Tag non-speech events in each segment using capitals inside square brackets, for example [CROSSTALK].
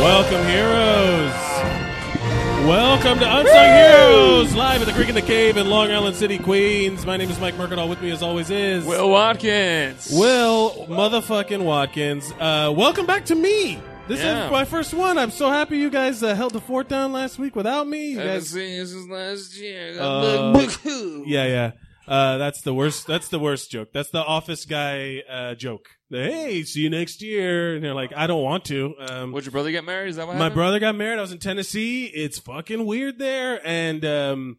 Welcome, heroes. Welcome to Unsung Heroes, live at the Creek in the Cave in Long Island City, Queens. My name is Mike Mercadal. With me, as always, is Will Watkins. Will motherfucking Watkins. Uh, welcome back to me. This Yeah. is my first one. I'm so happy you guys uh, held the fort down last week without me. You I haven't guys, seen you since last year. Uh, yeah, yeah. Uh, that's the worst. That's the worst joke. That's the office guy uh, joke. Hey, see you next year. And they're like, I don't want to. Um, Would your brother get married? Is that what my happened? brother got married. I was in Tennessee. It's fucking weird there, and um,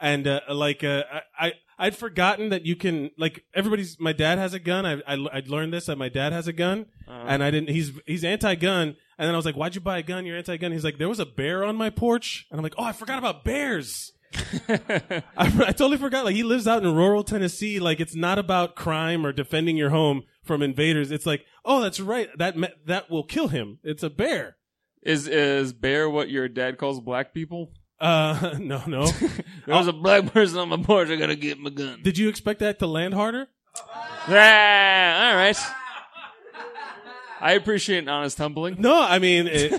and uh, like uh, I, I I'd forgotten that you can like everybody's. My dad has a gun. I, I I'd learned this that my dad has a gun, Uh-huh. and I didn't. He's he's anti-gun, and then I was like, why'd you buy a gun? You're anti-gun. He's like, there was a bear on my porch, and I'm like, oh, I forgot about bears. I, I totally forgot. Like he lives out in rural Tennessee. Like it's not about crime or defending your home from invaders. It's like, oh, that's right. That me- that will kill him. It's a bear. Is is bear what your dad calls black people? Uh, [LAUGHS] no, no. There's a black person on my porch. I gotta get my gun. Did you expect that to land harder? Ah, all right. I appreciate an honest humbling. No, I mean, [LAUGHS] it,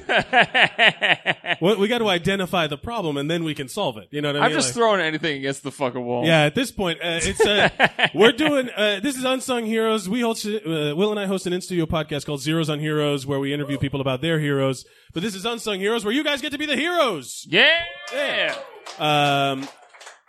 we, we got to identify the problem and then we can solve it. You know what I mean? I'm just Like- throwing anything against the fucking wall. yeah, at this point, uh, it's uh, [LAUGHS] we're doing uh, this is unsung heroes. We host uh, Will and I host an in studio podcast called Zeros on Heroes, where we interview people about their heroes. But this is unsung heroes, where you guys get to be the heroes. Yeah. Um,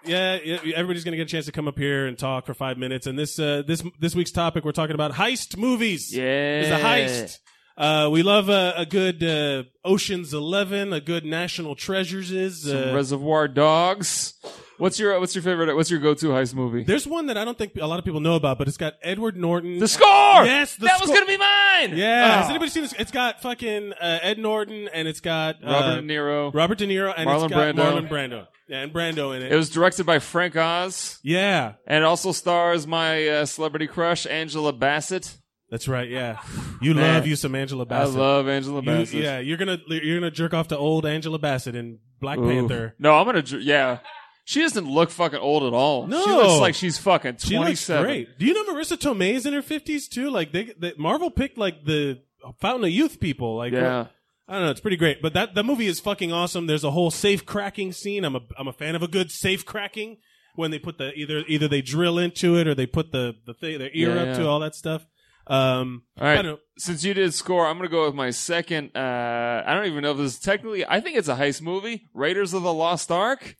yeah, yeah, everybody's gonna get a chance to come up here and talk for five minutes. And this uh, this this week's topic, we're talking about heist movies. Yeah. is a heist. Uh, we love uh, a good uh, Ocean's Eleven, a good National Treasures is. Some Uh, Reservoir Dogs. What's your What's your favorite? What's your go-to heist movie? there's one that I don't think a lot of people know about, but it's got Edward Norton. The score. Yes, The that was Score. gonna be mine. yeah, Ah. has anybody seen this? It's got fucking uh, Ed Norton and it's got uh, Robert De Niro. Robert De Niro, and Marlon it's got Marlon Brando. Brando. Yeah, and Brando in it. It was directed by Frank Oz, yeah, and it also stars my uh, celebrity crush Angela Bassett. that's right. Yeah, you Man. love you some Angela Bassett. I love Angela You- Bassett. yeah, you're gonna you're gonna jerk off to old Angela Bassett in Black Ooh. Panther. No, I'm gonna. dr- Yeah, she doesn't look fucking old at all. No. she looks like she's fucking She looks 27. great. Do you know Marissa Tomei's in her fifties too? Like they, they, Marvel picked like the Fountain of Youth people. Like Yeah, I don't know, it's pretty great. But that that movie is fucking awesome. There's a whole safe cracking scene. I'm a I'm a fan of a good safe cracking when they put the either either they drill into it or they put the the thing, their ear Yeah, up yeah. to all that stuff. Um, all I right. don't know. Since you did score, I'm gonna go with my second. Uh, I don't even know if this is technically. I think it's a heist movie. Raiders of the Lost Ark.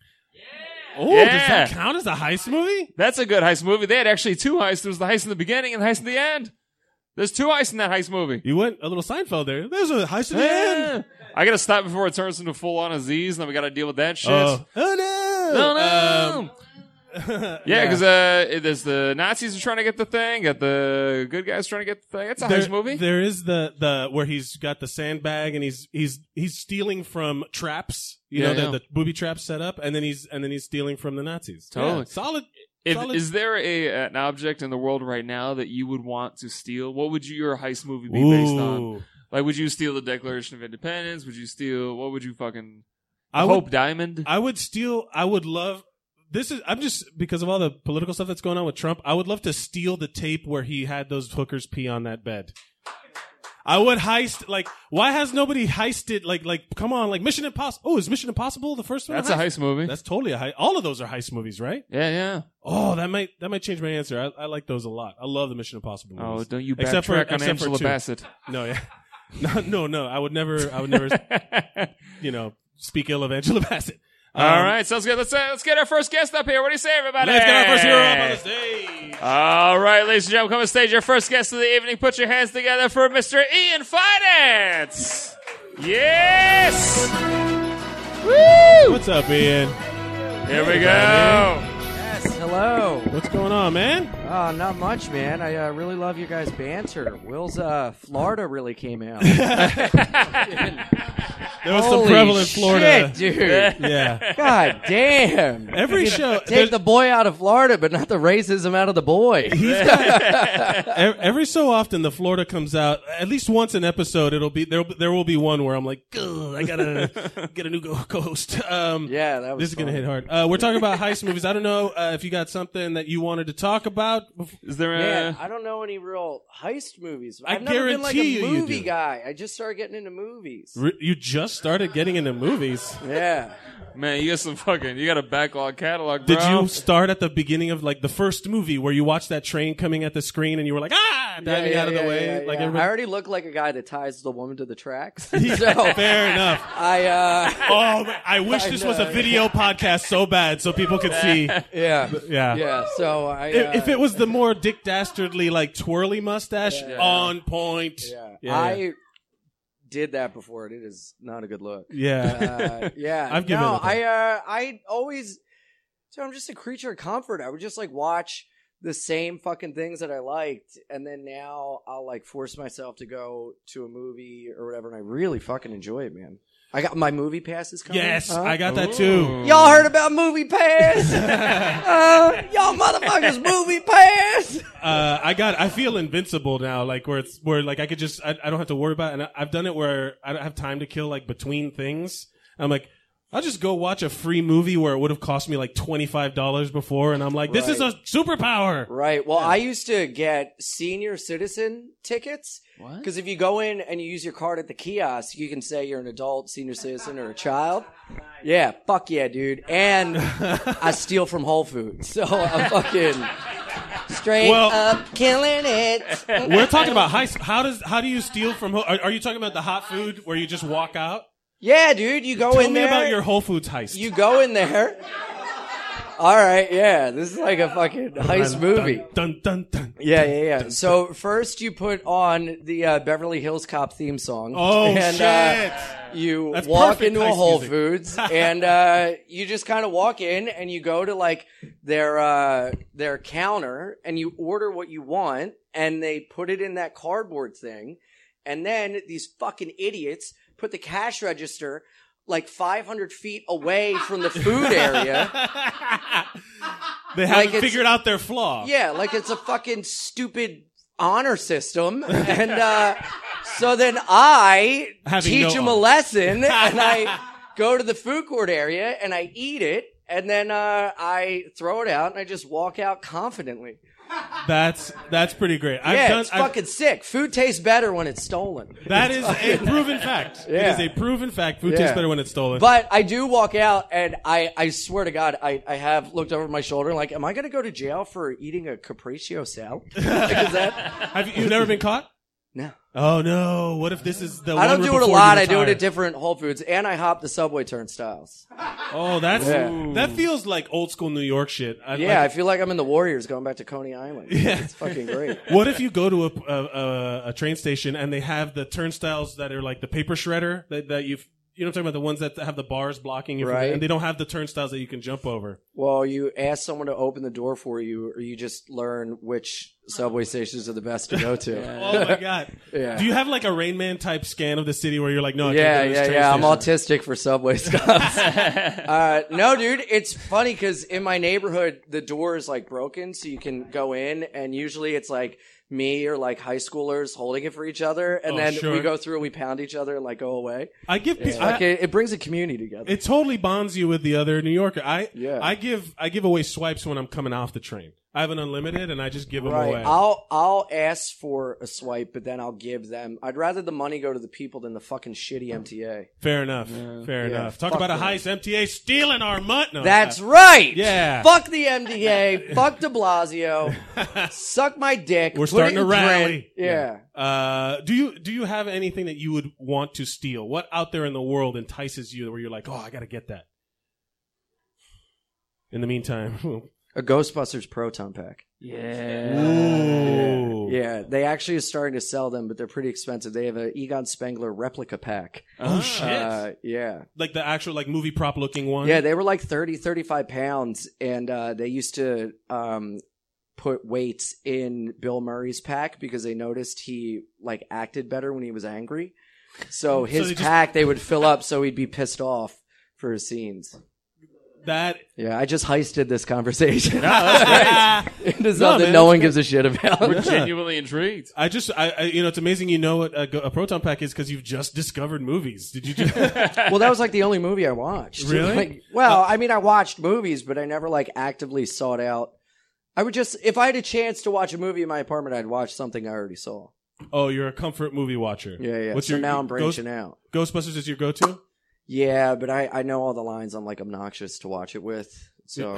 Oh, does Yeah. that count as a heist movie? That's a good heist movie. They had actually two heists. There was the heist in the beginning and the heist in the end. There's two heists in that heist movie. You went a little Seinfeld there. There's a heist at the end. Yeah. I gotta stop before it turns into full on Aziz, and then we gotta deal with that shit. Oh, oh no! No, Um, no. [LAUGHS] yeah, because uh, there's the Nazis are trying to get the thing, got the good guys trying to get the thing. It's a There- heist movie. There is the the where he's got the sandbag and he's he's he's stealing from traps, you Yeah, know, yeah. The, the booby traps set up, and then he's and then he's stealing from the Nazis. Totally. Yeah, solid. If- solid- is there a an object in the world right now that you would want to steal? What would you, your heist movie be based on? Ooh. Like, would you steal the Declaration of Independence? Would you steal? What would you fucking? I Hope would Diamond. I would steal. I would love. This is. I'm just because of all the political stuff that's going on with Trump. I would love to steal the tape where he had those hookers pee on that bed. I would heist like. Why has nobody heisted like like? Come on, like Mission Impossible. Oh, is Mission Impossible the first one? That's a heist movie. That's totally a heist. All of those are heist movies, right? yeah, yeah. Oh, that might that might change my answer. I, I like those a lot. I love the Mission Impossible Oh, movies. don't you backtrack Except for- on except for Angela two. Bassett? no, yeah, [LAUGHS] no, no, no. I would never, I would [LAUGHS] never, you know, speak ill of Angela Bassett. All Um, right, sounds good. Let's uh, let's get our first guest up here. What do you say, everybody? let's get our first hero up on the stage. All right, ladies and gentlemen, come on stage. Your first guest of the evening. Put your hands together for Mr. Ian Finance. Yes. Woo! What's up, Ian? Here we go. Yes, hello. What's going on, man? Uh, not much, man. I uh, really love [LAUGHS] you guys' banter. Will's uh, Florida really came out. There was some Holy prevalent shit, Florida. dude. Yeah. God damn. Every show, Take the boy out of Florida, but not the racism out of the boy. [LAUGHS] ev- every so often, the Florida comes out at least once an episode. It'll be there. There will be one where I'm like, "Ugh, I [LAUGHS] [LAUGHS] gotta get a new go- co-host. Um, Yeah, that was this is gonna fun. hit hard. Uh, we're talking about heist movies. I don't know uh, if you got something that you wanted to talk about. bef- Is there Man, a. I don't know any real heist movies. Uh. I I've never been like a guarantee you you movie do. guy. I just started getting into movies. Re- You just started getting into movies. Yeah. Man, you got some fucking. You got a backlog catalog, bro. Did you start at the beginning of like the first movie where you watched that train coming at the screen and you were like, ah, diving Yeah, out of yeah, the yeah, way? like yeah, yeah. I everybody- already look like a guy that ties the woman to [LAUGHS] the tracks. [LAUGHS] so fair enough. I uh [LAUGHS] Oh, man, [LAUGHS] I wish this was a video podcast so bad so people could see. [LAUGHS] yeah. Yeah. Yeah, so I uh, If, if it was the more Dick Dastardly, like twirly mustache, on point. yeah, yeah. I did that before and it is not a good look. Yeah. Uh, yeah. [LAUGHS] I've given no, up. I uh I always so I'm just a creature of comfort. I would just like watch the same fucking things that I liked and then now I'll like force myself to go to a movie or whatever and I really fucking enjoy it, man. I got my movie passes coming. yes, huh? I got that too. Y'all heard about [LAUGHS] Movie Pass? uh, y'all motherfuckers, Movie Pass. Uh, I got. I feel invincible now. Like where it's where like I could just I, I don't have to worry about. It. And I, I've done it where I don't have time to kill like between things. I'm like. I'll just go watch a free movie where it would have cost me like twenty five dollars before, and I'm like, "This is a Right. [LAUGHS] superpower." Right. Well, I used to get senior citizen tickets because if you go in and you use your card at the kiosk, you can say you're an adult, senior citizen, or [LAUGHS] a child. Yeah, fuck yeah, dude. And I steal from Whole Foods, so I'm fucking straight Well- up killing it. We're talking about heist. How does how do you steal from? Ho- Are, are you talking about the hot food where you just walk out? Yeah, dude. You go Tell in me there. about your Whole Foods heist. You go in there. All right, yeah. This is like a fucking heist movie. Dun dun dun. dun. [LAUGHS] Yeah, yeah, yeah. So first you put on the uh, Beverly Hills Cop theme song. Oh [LAUGHS] and, shit! Uh, you That's walk perfect into a heist Whole music. [LAUGHS] Foods and uh, you just kind of walk in and you go to like their uh, their counter and you order what you want and they put it in that cardboard thing and then these fucking idiots put the cash register like 500 feet away from the food area. [LAUGHS] they haven't it's- figured out their flaw. Yeah, like it's a fucking stupid honor system. And uh, so then I Having teach no him a honor. [LAUGHS] lesson and I go to the food court area and I eat it. And then uh, I throw it out and I just walk out confidently. That's that's pretty great. I've yeah, done. it's I've- fucking sick. Food tastes better when it's stolen. that is a proven fact. Yeah. It is a proven fact. Food Yeah. tastes better when it's stolen. But I do walk out and I, I swear to God, I, I have looked over my shoulder and like, am I going to go to jail for eating a capriccio salad? [LAUGHS] Like, is that? Have you, you've never been caught? No. Oh no! What if this is the? I don't one do it a before you lot. I do it retire? at different Whole Foods, and I hop the subway turnstiles. Oh, that's Yeah. that feels like old school New York shit. I, Yeah, I feel like I'm in the Warriors going back to Coney [LAUGHS] Island. Yeah. It's fucking great. [LAUGHS] What if you go to a, a, a, a train station and they have the turnstiles that are like the paper shredder that, that you've, you know what I'm talking about? The ones that have the bars blocking you. from- Right. And they don't have the turnstiles that you can jump [LAUGHS] over. Well, you ask someone to open the door for you, or you just learn which subway stations are the best to go to. [LAUGHS] Oh my God. Yeah. Do you have like a Rain Man type scan of the city where you're like, no, I Yeah, can't go to yeah, this train yeah. I'm station? autistic for subway [LAUGHS] stops. uh, no, dude, it's funny because in my neighborhood, the door is like broken, so you can go in, and usually it's like me or like high schoolers holding it for each other, and Oh, then sure. we go through and we pound each other and like go away. I give people. It's like it, it brings a community together. It totally bonds you with the other New Yorker. I Yeah. I give I give away swipes when I'm coming off the train. I have an unlimited and I just give them right. away. I'll I'll ask for a swipe, but then I'll give them. I'd rather the money go to the people than the fucking shitty MTA. Fair enough. Fair Yeah, enough. Talk fuck about a them. heist. MTA stealing our money. No, uh, That's right. Yeah. Fuck [LAUGHS] the MDA. fuck De Blasio. Suck my dick. We're put it starting in a rally. print. Yeah. Uh, do you do you have anything that you would want to steal? What out there in the world entices you where you're like, oh, I gotta get that. In the meantime, [LAUGHS] ooh, A Ghostbusters proton pack. Yeah, they actually are starting to sell them, but they're pretty expensive. They have a Egon Spengler replica pack. oh shit, Uh, yeah. like the actual like movie prop looking one. Yeah, they were like 30, 35 pounds, and uh, they used to um, put weights in Bill Murray's pack because they noticed he like acted better when he was angry. So his they just- pack they would fill up, so he'd be pissed off for his scenes. [LAUGHS] That Yeah, I just heisted this [LAUGHS] conversation. that's [LAUGHS] Into No, something man, no that's one gives a shit about. [LAUGHS] Genuinely intrigued. I just I, I you know it's amazing you know what a, go- a proton pack is because you've just discovered movies. Did you just well, that was like the only movie I watched. [LAUGHS] Really? Uh, Like, well, I mean, I watched movies, but I never like actively sought out. I would just, if I had a chance to watch a movie in my apartment, I'd watch something I already saw. Oh, you're a comfort movie watcher. Yeah, yeah. What's so your now I'm Ghost- branching out. Ghostbusters is your go-to? Yeah, but I, I know all the lines. I'm like obnoxious to watch it with. So,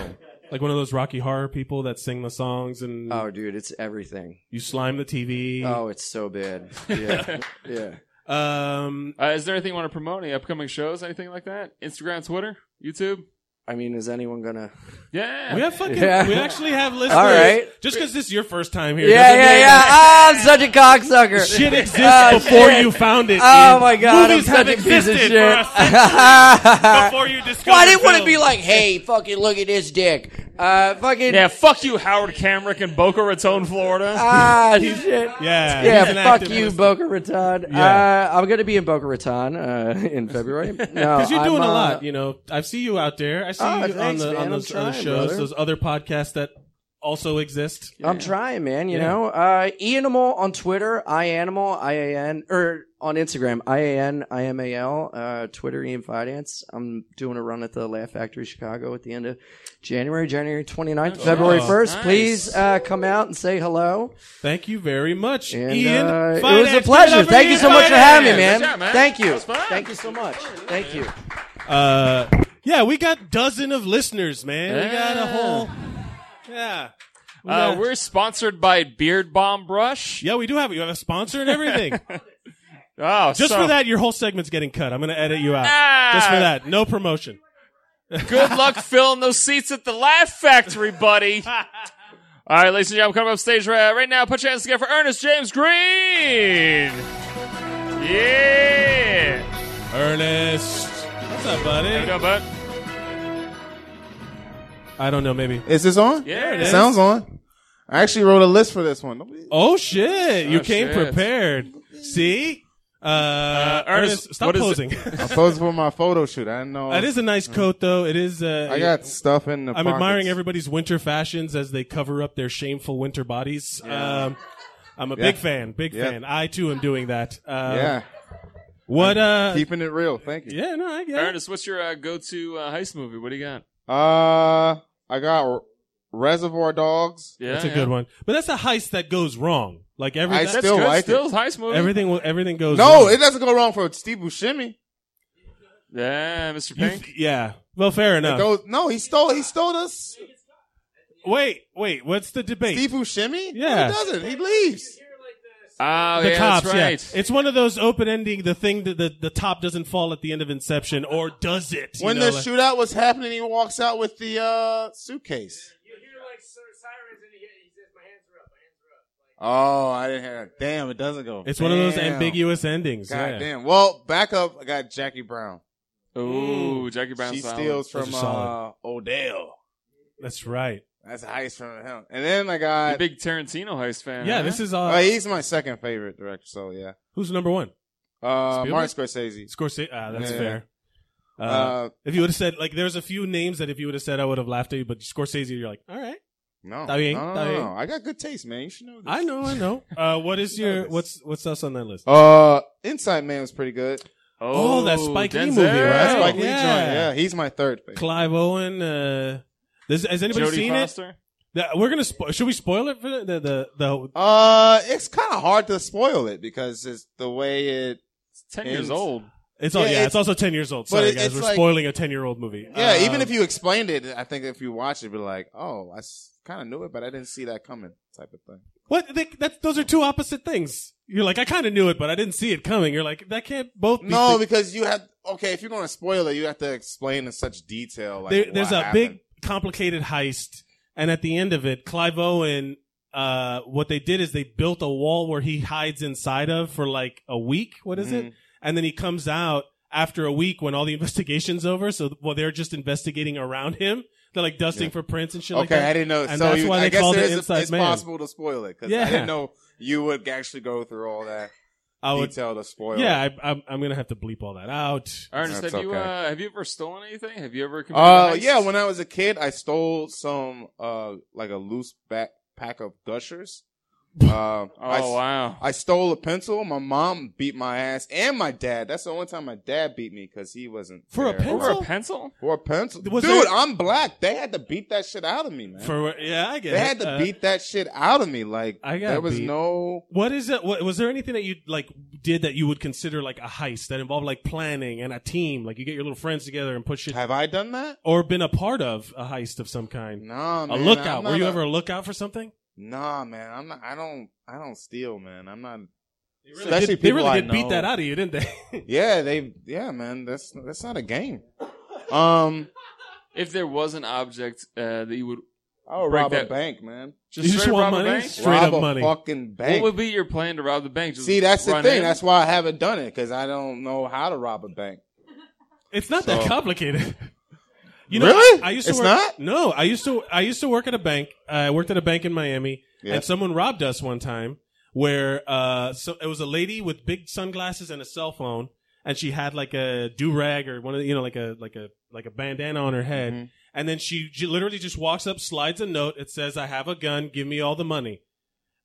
Like one of those Rocky Horror people that sing the songs and oh, dude, it's everything. you slime the TV. Oh, it's [LAUGHS] so bad. Yeah, yeah. Um, Uh, is there anything you want to promote? Any upcoming shows? Anything like that? Instagram, Twitter, YouTube? I mean, is anyone gonna? Yeah. we have fucking. Yeah. We actually have listeners. [LAUGHS] All right. Just because this is your first time here. Yeah, doesn't yeah, mean yeah. [LAUGHS] Ah, I'm such a cocksucker. Shit exists Ah, before shit. you found it. Oh Ian. my god, Movies I'm have such a piece of existed shit. Uh, for [LAUGHS] us before you discovered. Why didn't want to film. be like, hey, fucking look at this dick? Uh, fucking. Yeah, fuck you, Howard Kamrick in Boca Raton, Florida. [LAUGHS] Ah, shit. Yeah. Yeah, he's an fuck active you, listener. Boca Raton. Yeah. Uh, I'm gonna be in Boca Raton uh, in [LAUGHS] February. No, Because you're doing I'm, a uh, lot, you know. I see you out there. I see Oh, you thanks, on the man. on I'm those other trying, shows, brother. those other podcasts that also exist. I'm trying, man. You Yeah. know, uh, E Animal on Twitter, I Animal, I A N, or on Instagram, I A N I M A L. Uh, Twitter, Ian Finance. I'm doing a run at the Laugh Factory Chicago at the end of January, January 29th, February nice. 1st. Nice. Please uh, come out and say hello. Thank you very much, And, Ian. uh, it Finance. was Give a it pleasure. up for Thank Ian you so much for having me, man. Finance. Good job, man. Thank you. That was fun. Thank you so much. Thank you. Uh, yeah, we got dozen of listeners, man. We got a Yeah. whole. Yeah. We Uh, got- we're sponsored by Beard Bomb Brush. yeah, we do have it. You have a sponsor and everything. [LAUGHS] Oh, Just so- for that, your whole segment's getting cut. I'm going to edit you out. Ah. Just for that. No promotion. Good luck filling those seats at the Laugh Factory, buddy. All right, ladies and gentlemen, coming up stage right, right now. Put your hands together for Ernest James Green. Yeah. Ernest. What's up, How you buddy? doing, bud? I don't know, maybe. Is this on? Yeah, it is. Sounds on. I actually wrote a list for this one. Oh, shit. You Oh, came shit. prepared. See? Uh, Ernest, Ernest, stop what is [LAUGHS] posing. I posed for my photo shoot. I didn't know. that is a nice coat, though. It is. Uh, I got stuff in the. I'm pockets. admiring everybody's winter fashions as they cover up their shameful winter bodies. Um, I'm a Yeah. big fan, big Yeah. fan. I too am doing that. Uh, Yeah, What? Uh, keeping it real. Thank you. yeah, no, I get it. Ernest, what's your uh, go-to uh, heist movie? What do you got? Uh, I got R- Reservoir Dogs. Yeah, That's a good one, but that's a heist that goes wrong. Like every, I that- That's Still good. like it. Still heist movie. everything, will- everything goes. No, wrong. it doesn't go wrong for Steve Buscemi. Yeah, Mr. You- Pink. yeah. Well, fair enough. Goes, no, he stole. He stole us. wait, wait. What's the debate? Steve Buscemi. Yeah. he doesn't. He leaves. Oh, the yeah, cops, that's right. yeah. It's one of those open ending. The thing that the, the top doesn't fall at the end of Inception, or does it? you When know, the like- shootout was happening, he walks out with the uh, suitcase. Oh, I didn't hear that. Damn, it doesn't go. it's one of those Damn. ambiguous endings. God yeah. damn. Well, back up. I got Jackie Brown. Ooh, Jackie Brown. she solid. steals Those from are Mm. solid. uh, Odell. That's right. That's a heist from him. And then I You're a got. big Tarantino heist fan. Yeah, huh? this is uh, oh, he's my second favorite director. So yeah, who's number one? uh, Spielberg? Martin Scorsese. Scorsese. Ah, that's Yeah. fair. Uh, Uh, if you would have said like, there's a few names that if you would have said, I would have laughed at you. But Scorsese, you're like, "Mm, all right, no, Está bien, no, no, está no, bien. no. I got good taste, man. You should know this. I know, I [LAUGHS] know. Uh, what is You know your this. what's what's else on that list? Uh, Inside Man was pretty good. Oh, that Spike Lee Denzel. movie, right? That's Oh, Spike Lee yeah. joint. Yeah, he's my third favorite. Clive Owen. Uh, does, has anybody Jodie seen it? Foster. That- we're gonna spo- should we spoil it for the the the, the uh, it's kind of hard to spoil it because it's the way it. It's Ten years It's- old. it's all, yeah, Yeah, it's, it's- also ten years old. but Sorry it- guys, it's we're like- spoiling a ten year old movie. Yeah, Um, even if you explained it, I think if you watch it, you'd be like, oh, I kind of knew it, but I didn't see that coming, type of thing. what they, that those are two opposite things. You're like, I kind of knew it, but I didn't see it coming. You're like, that can't both. be No, thi- because you have okay. If you're going to spoil it, you have to explain in such detail. Like, there, what there's a happened. big complicated heist and at the end of it clive owen uh, what they did is they built a wall where he hides inside of for like a week what is it Mhm. and then he comes out after a week when all the [LAUGHS] investigation's over so well they're just investigating around him they're like dusting Yeah. for prints and shit Okay, like that I didn't know. And so that's you, why I they guess called there it is a- Inside it's Man. possible to spoil it because Yeah. I didn't know you would actually go through all that. I would. detailed or spoiled. Yeah, I, I'm, I'm gonna have to bleep all that out. Ernest, That's have you okay. uh, have you ever stolen anything? Have you ever? committed Uh, heists? yeah. When I was a kid, I stole some uh like a loose back pack of gushers. Uh, [LAUGHS] Oh I, s- wow. I stole a pencil. My mom beat my ass and my dad. That's the only time my dad beat me because he wasn't For a there. pencil? Over a pencil? For a pencil, Was dude. there- I'm black. They had to beat that shit out of me, man. For yeah, I get. they it. had to Uh, beat that shit out of me. Like I got there was beat. no. What is it? What, was there anything that you like did that you would consider like a heist that involved like planning and a team? Like you get your little friends together and push it, Have I done that? or been a part of a heist of some kind? Nah, man. a I'm lookout. not Were you a- ever a lookout for something? Nah, man. I'm not. I don't. I don't steal, man. I'm not. They really Especially did, they people I really did beat know. that out of you, didn't they? [LAUGHS] Yeah, they. Yeah, man. That's that's not a game. Um, If there was an object uh, that you would I would Break rob that- a bank, man. just, You just straight want rob a money? bank? Straight rob up a money. Fucking bank. What would be your plan to rob the bank? Just See, that's the run thing. in? That's why I haven't done it because I don't know how to rob a bank. it's not that So- complicated. [LAUGHS] Really? I, I used to It's work. not? No, I used to. I used to work at a bank. I worked at a bank in Miami, Yeah. and someone robbed us one time. Where uh, so it was a lady with big sunglasses and a cell phone, and she had like a do rag or one of the, you know like a like a like a bandana on her head, Mhm. and then she, j literally just walks up, slides a note. It says, "I have a gun. Give me all the money."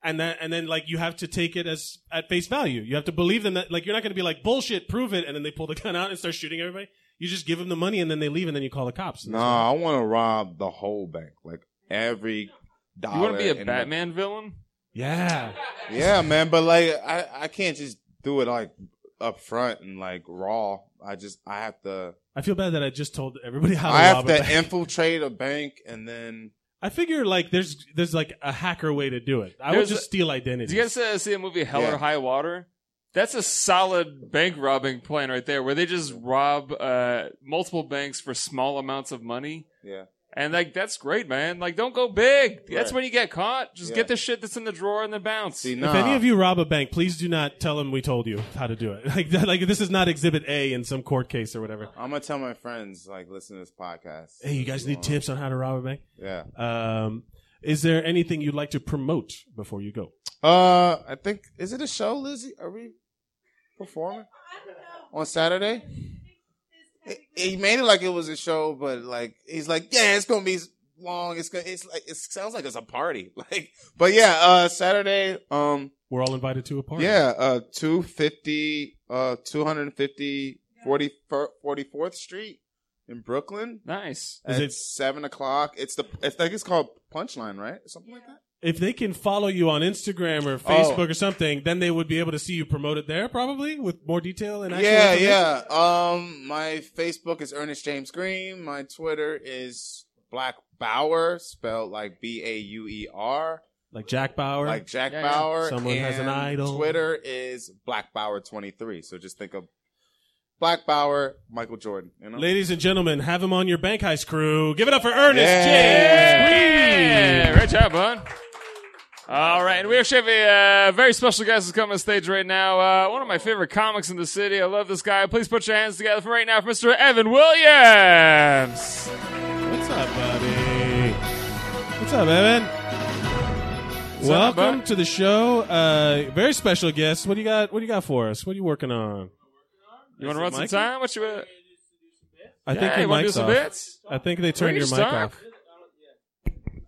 And then, and then, like you have to take it as at face value. You have to believe them that, like, you're not going to be like bullshit. Prove it, and then they pull the gun out and start shooting everybody. You just give them the money, and then they leave, and then you call the cops. No, I want to rob the whole bank, like every dollar. You want to be in a the- Batman villain? Yeah. Yeah, man. But like, I I can't just do it like up front and like raw. I just I have to I feel bad that I just told everybody how to I have rob to a bank. infiltrate a bank and then I figure like there's there's like a hacker way to do it. I There's would just a- steal Did identity. you guys uh, see the movie Hell Yeah. or High Water? That's a solid bank robbing plan right there, where they just rob uh, multiple banks for small amounts of money. yeah. And like that's great, man. Like don't go big. That's Right. when you get caught. Just Yeah. get the shit that's in the drawer and then bounce. See, if nah. any of you rob a bank, please do not tell them we told you how to do it. [LAUGHS] Like that, like this is not Exhibit A in some court case or whatever. I'm gonna tell my friends like listen to this podcast. Hey, you guys need tips on how to rob a bank? Yeah. Um, is there anything you'd like to promote before you go? Uh, I think is it a show, Lizzie? Are we performing on Saturday? He- He made it like it was a show, but like he's like, yeah, it's gonna be long. It's gonna, it's like it sounds like it's a party. [LAUGHS] Like, but yeah, uh, Saturday, um, We're all invited to a party. yeah, uh, 250, uh, 250, 40, 44th Street in Brooklyn. Nice. Is It's it- seven o'clock. It's the, it's like it's called Punchline, right? Something like that. If they can follow you on Instagram or Oh. Facebook or something, then they would be able to see you promoted there probably with more detail and actual Yeah, information? yeah. Um, my Facebook is Ernest James Green. My Twitter is Black Bauer, spelled like B A U E R, Like Jack Bauer. like Jack Yeah, yeah. Bauer. Someone has an And idol. Twitter is Black Bauer twenty three. So just think of Black Bauer, Michael Jordan. You know, Ladies and gentlemen, have him on your bank heist crew. Give it up for Ernest Yeah. James Yeah, Green. great job, bud. All right, we actually have a uh, very special guest who's coming on stage right now. Uh, one of my favorite comics in the city. I love this guy. Please put your hands together for right now for Mr. Evan Williams. What's up, buddy? What's up, Evan? up, Welcome bud? to the show. Uh, very special guest. What do you got? What do you got for us? What are you working on? You Is want to it run some Mikey? time? What you? Uh, I think yeah, you your want to do mic's some off. bits? I think they turned We your can mic just talk. off.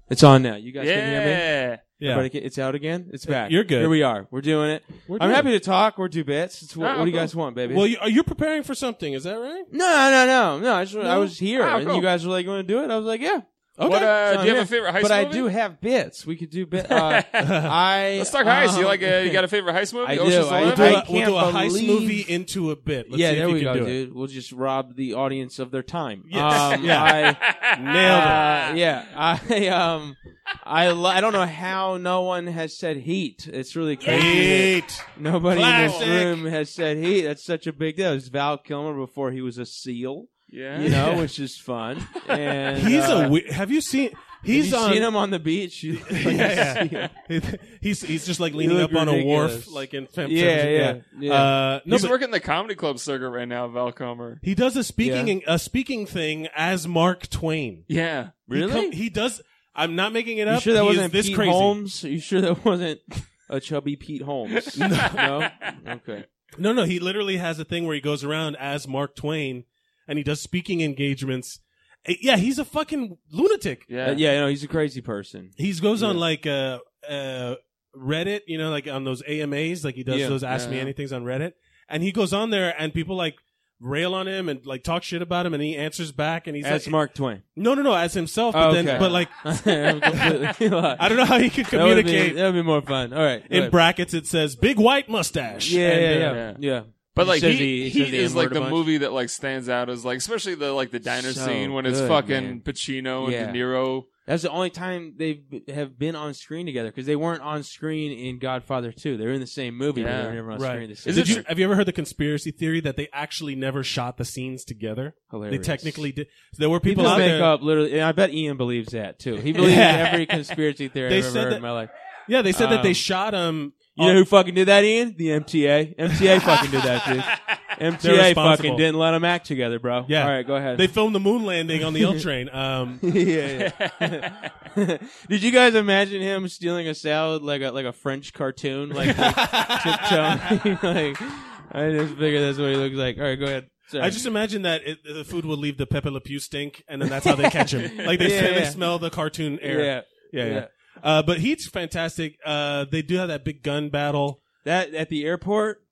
It's on now. You guys can hear me. Yeah. Yeah. Uh, Everybody can- it's out again. It's back. you're good. Here we are. We're doing it. We're I'm doing happy to talk or do bits. It's wh- Ah, what do you cool. guys want, baby? Well, you, uh, are you preparing for something? Is that right? no, no, no, no. I, just, I was here, Ah, and cool. you guys were like, "Want to do it?" I was like, "Yeah." Okay. What? Uh, It's do on you have a here. favorite heist But I movie? do have bits. We could do bit. [LAUGHS] Uh, I Let's talk heist. You um, like? A, you got a favorite heist movie? I do, Ocean's I we'll Eleven? do, I a, we'll can't do a [LAUGHS] heist [LAUGHS] believe- movie into a bit. Let's yeah, see if there you we can go, do it. dude. We'll just rob the audience of their time. Yes. [LAUGHS] Um, Yeah. I, [LAUGHS] Nailed it. Uh, yeah, [LAUGHS] I um, I lo- I don't know how no one has said heat. It's really crazy. that Heat. Nobody Classic. in this room has said heat. That's such a big deal. It's Val Kilmer before he was a seal, Yeah. you know, which is fun. And [LAUGHS] He's uh, a. We- have you seen? Have He's you on. seen him on the beach. You- like [LAUGHS] a yeah, seal. yeah. he's he's just like leaning You up look on a wharf, ridiculous. like in Fem- Yeah, yeah, Fem- yeah. Uh, no, He's but working the comedy club circuit right now, Val Comer. he does a speaking a speaking thing as Mark Twain. Yeah. He, Really? come- he does. I'm not making it You up. sure that He is wasn't this [LAUGHS] Pete crazy? Holmes? You sure that wasn't a chubby Pete Holmes. [LAUGHS] no, okay. No, no, he literally has a thing where he goes around as Mark Twain and he does speaking engagements. Eh, Yeah, he's a fucking lunatic. Yeah. Uh, yeah, no, he's a crazy person. He goes on Yeah. like uh, uh, Reddit, you know, like on those AMAs, like he does Yeah. those Ask Me Yeah. Anythings on Reddit, and he goes on there and people like rail on him and like talk shit about him, and he answers back, and he's That's like, Mark Twain. Oh, no, no, no, as himself, but Okay. then, but [LAUGHS] like, I'm completely [LAUGHS] lost. I don't know how he could That would be- communicate. That would be more fun. All right. In brackets, it says big white mustache. yeah, And, yeah, uh, yeah, yeah. yeah, But He like says he, he- he he, says the is N-word like a the bunch. movie that like stands out as like especially the like the diner So scene when it's good, fucking man. Pacino and Yeah. De Niro. That's the only time they b- have been on screen together because they weren't on screen in Godfather 2. They were in the same movie, but Yeah. they were never on Right. screen. The same Is Did it you, true? have you ever heard the conspiracy theory that they actually never shot the scenes together? Hilarious. They technically did. There were people, people, out make there. up literally. And I bet Ian believes that too. [LAUGHS] He believes Yeah. every conspiracy theory They I've ever said heard that- in my life. Yeah, they said that they Um, shot him. Oh. You know who fucking did that, Ian? The MTA. [LAUGHS] MTA fucking did that, dude. They're MTA responsible. fucking didn't let them act together, bro. Yeah. All right, go ahead. They filmed the moon landing on the L [LAUGHS] train. Um, yeah. yeah. [LAUGHS] Did you guys imagine him stealing a salad like a like a French cartoon, like, like [LAUGHS] tiptoeing? [LAUGHS] like, I just figure that's what he looks like. All right, go ahead. Sorry. I just imagine that it, the food will leave the Pepe Le Pew stink, and then that's how they catch him. Like they, [LAUGHS] Yeah, say, they yeah. smell the cartoon yeah, air. yeah. yeah. Uh, but he's fantastic. Uh, they do have that big gun battle. That at the airport.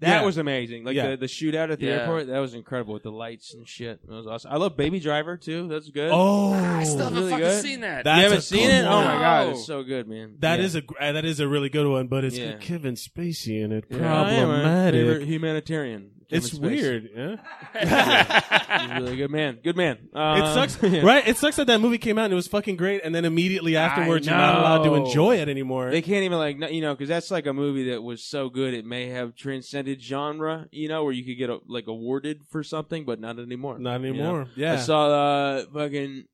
That Yeah. was amazing. Like Yeah. the, the shootout at the Yeah. airport, that was incredible with the lights and shit. That was awesome. I love Baby Driver too. That's good. Oh, I still haven't really fucking good. seen that. That- that's you haven't a seen good it? Oh one. my god, No. it's so good, man. that Yeah. is a gr- uh, that is a really good one, but it's Yeah. got Kevin Spacey in it. Yeah. I am a favorite Problematic. humanitarian. It's Kevin Spacey. weird. Yeah? [LAUGHS] He's a really good man. Good man. Um, It sucks, [LAUGHS] yeah. right? It sucks that that movie came out and it was fucking great, and then immediately afterwards, you're not know. allowed to enjoy it anymore. They can't even like n- you know because that's like a movie that was so good it may have transcended genre. You know where you could get a, like awarded for something, but not anymore. not you know? anymore. I Yeah. saw uh, fucking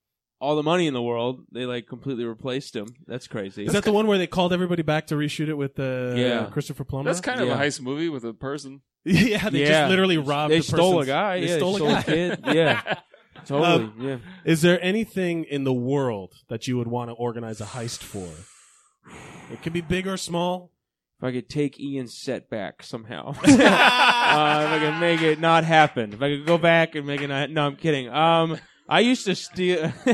all the money in the world. They like completely replaced him. That's crazy. Is that the one where they called everybody back to reshoot it with uh, Yeah. Christopher Plummer? That's kind of Yeah. a heist movie with a person. [LAUGHS] yeah, they Yeah. just literally robbed. they the stole a person's- guy. They yeah, stole a guy. Um, kid. [LAUGHS] Yeah, totally. yeah. Is there anything in the world that you would want to organize a heist for? It could be big or small. If I could take Ian's set [LAUGHS] back somehow, [LAUGHS] uh, if I could make it not happen, if I could go back and make it not, no, I'm kidding. Um, I used to steal, [LAUGHS]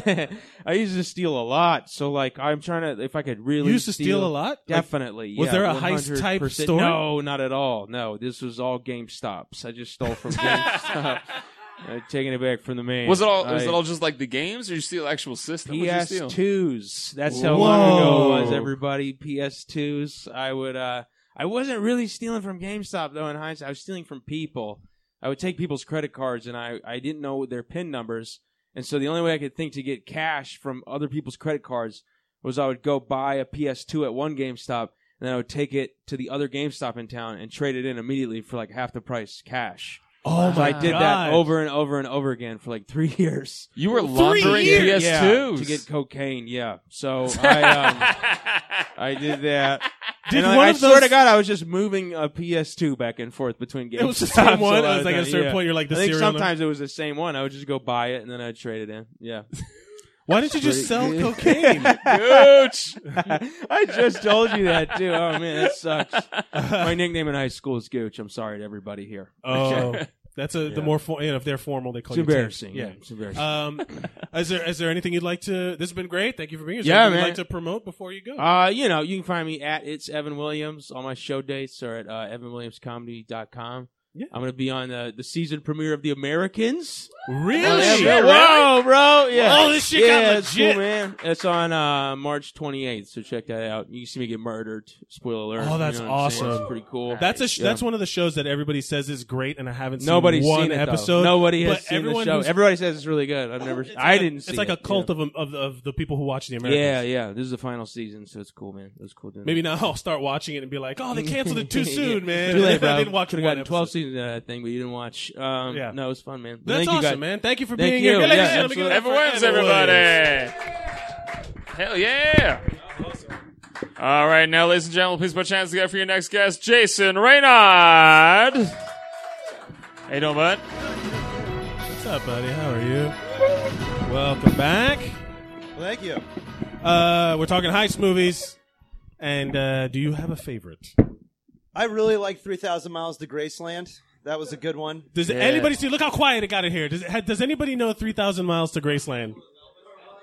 I used to steal a lot. So like, I'm trying to, if I could really you used to steal, a lot. Like, Definitely. was yeah, there a heist type 100%. store? No, not at all. No, this was all GameStops. I just stole [LAUGHS] from GameStop. [LAUGHS] uh, taking it back from the man. Was it all? was I- it all just like the games, or you steal actual system? What'd you steal? PS2s. That's how long ago it was. Whoa. Everybody PS2s. I would. uh I wasn't really stealing from GameStop though. In hindsight, I was stealing from people. I would take people's credit cards, and I I didn't know their PIN numbers, and so the only way I could think to get cash from other people's credit cards was I would go buy a PS2 at one GameStop. And then I would take it to the other GameStop in town and trade it in immediately for like half the price cash. Oh So my I did God. that over and over and over again for like three [LAUGHS] years. You were laundering years. PS2s Yeah, to get cocaine. Yeah, [LAUGHS] so I um, I did that. Uh, Did And one I, of I swear those- to God, I was just moving a PS2 back and forth between [LAUGHS] games. It was the [LAUGHS] same one. I was like, at a certain yeah. point, you're like I the think serial. number. sometimes it was the same one. I would just go buy it and then I'd trade it in. Yeah, [LAUGHS] Why didn't you just sell Pretty good. cocaine? [LAUGHS] Gooch. I just told you that too. Oh man, that sucks. [LAUGHS] My nickname in high school is Gooch. I'm sorry to everybody here. oh, [LAUGHS] [LAUGHS] that's a Yeah. the more for, you know, if they're formal, they call It's you Ted. embarrassing. Yeah. it's embarrassing. Um, [LAUGHS] is there is there anything you'd like to? This has been great. Thank you for being here. Is Yeah, there anything man. You'd like to promote before you go. Uh, you know, you can find me at it's Evan Williams. All my show dates are at uh, evanwilliamscomedy.com. Yeah. I'm gonna be on the the season premiere of The Americans. Oh, really? Yeah, bro. Whoa, bro! Yeah. Oh, this shit got yeah, it's legit. cool, man. It's on uh, March 28th, so check that out. You can see me get murdered. Spoiler alert! Oh, that's You know what I'm saying? awesome. It's pretty cool. That's a sh- Yeah. that's one of the shows that everybody says is great, and I haven't seen Nobody's one seen it, though. episode. Nobody has but seen everyone the show. who's- Everybody says it's really good. I've never. It's I like a- didn't. see It's like it. a cult of, 'em- of of the people who watch the Yeah. Americans. yeah, yeah. This is the final season, so it's cool, man. It was cool doing. that. Maybe now I'll start watching it and be like, "Oh, they canceled it [LAUGHS] [LAUGHS] too Yeah. soon, man." Too late, [LAUGHS] bro. I didn't watch Could've one gotten twelve episode. seasons out of that thing, but you didn't watch. Um, Yeah. no, it was fun, man. That's Thank you awesome, guys. man. Thank you for Thank being you. here. Yeah, Ladies and gentlemen, give it up absolutely. for Everyone's Evan Williams. everybody. Hell yeah. All right, now, ladies and gentlemen, please put your hands together for your next guest, Jason Reynard. How you doing, bud? What's up, buddy? How are you? Welcome back. Thank you. Uh, we're talking heist movies. And uh, do you have a favorite? I really like 3,000 Miles to Graceland. That was a good one. Does anybody see? Look how quiet it got in here. Does, ha- does anybody know 3,000 Miles to Graceland?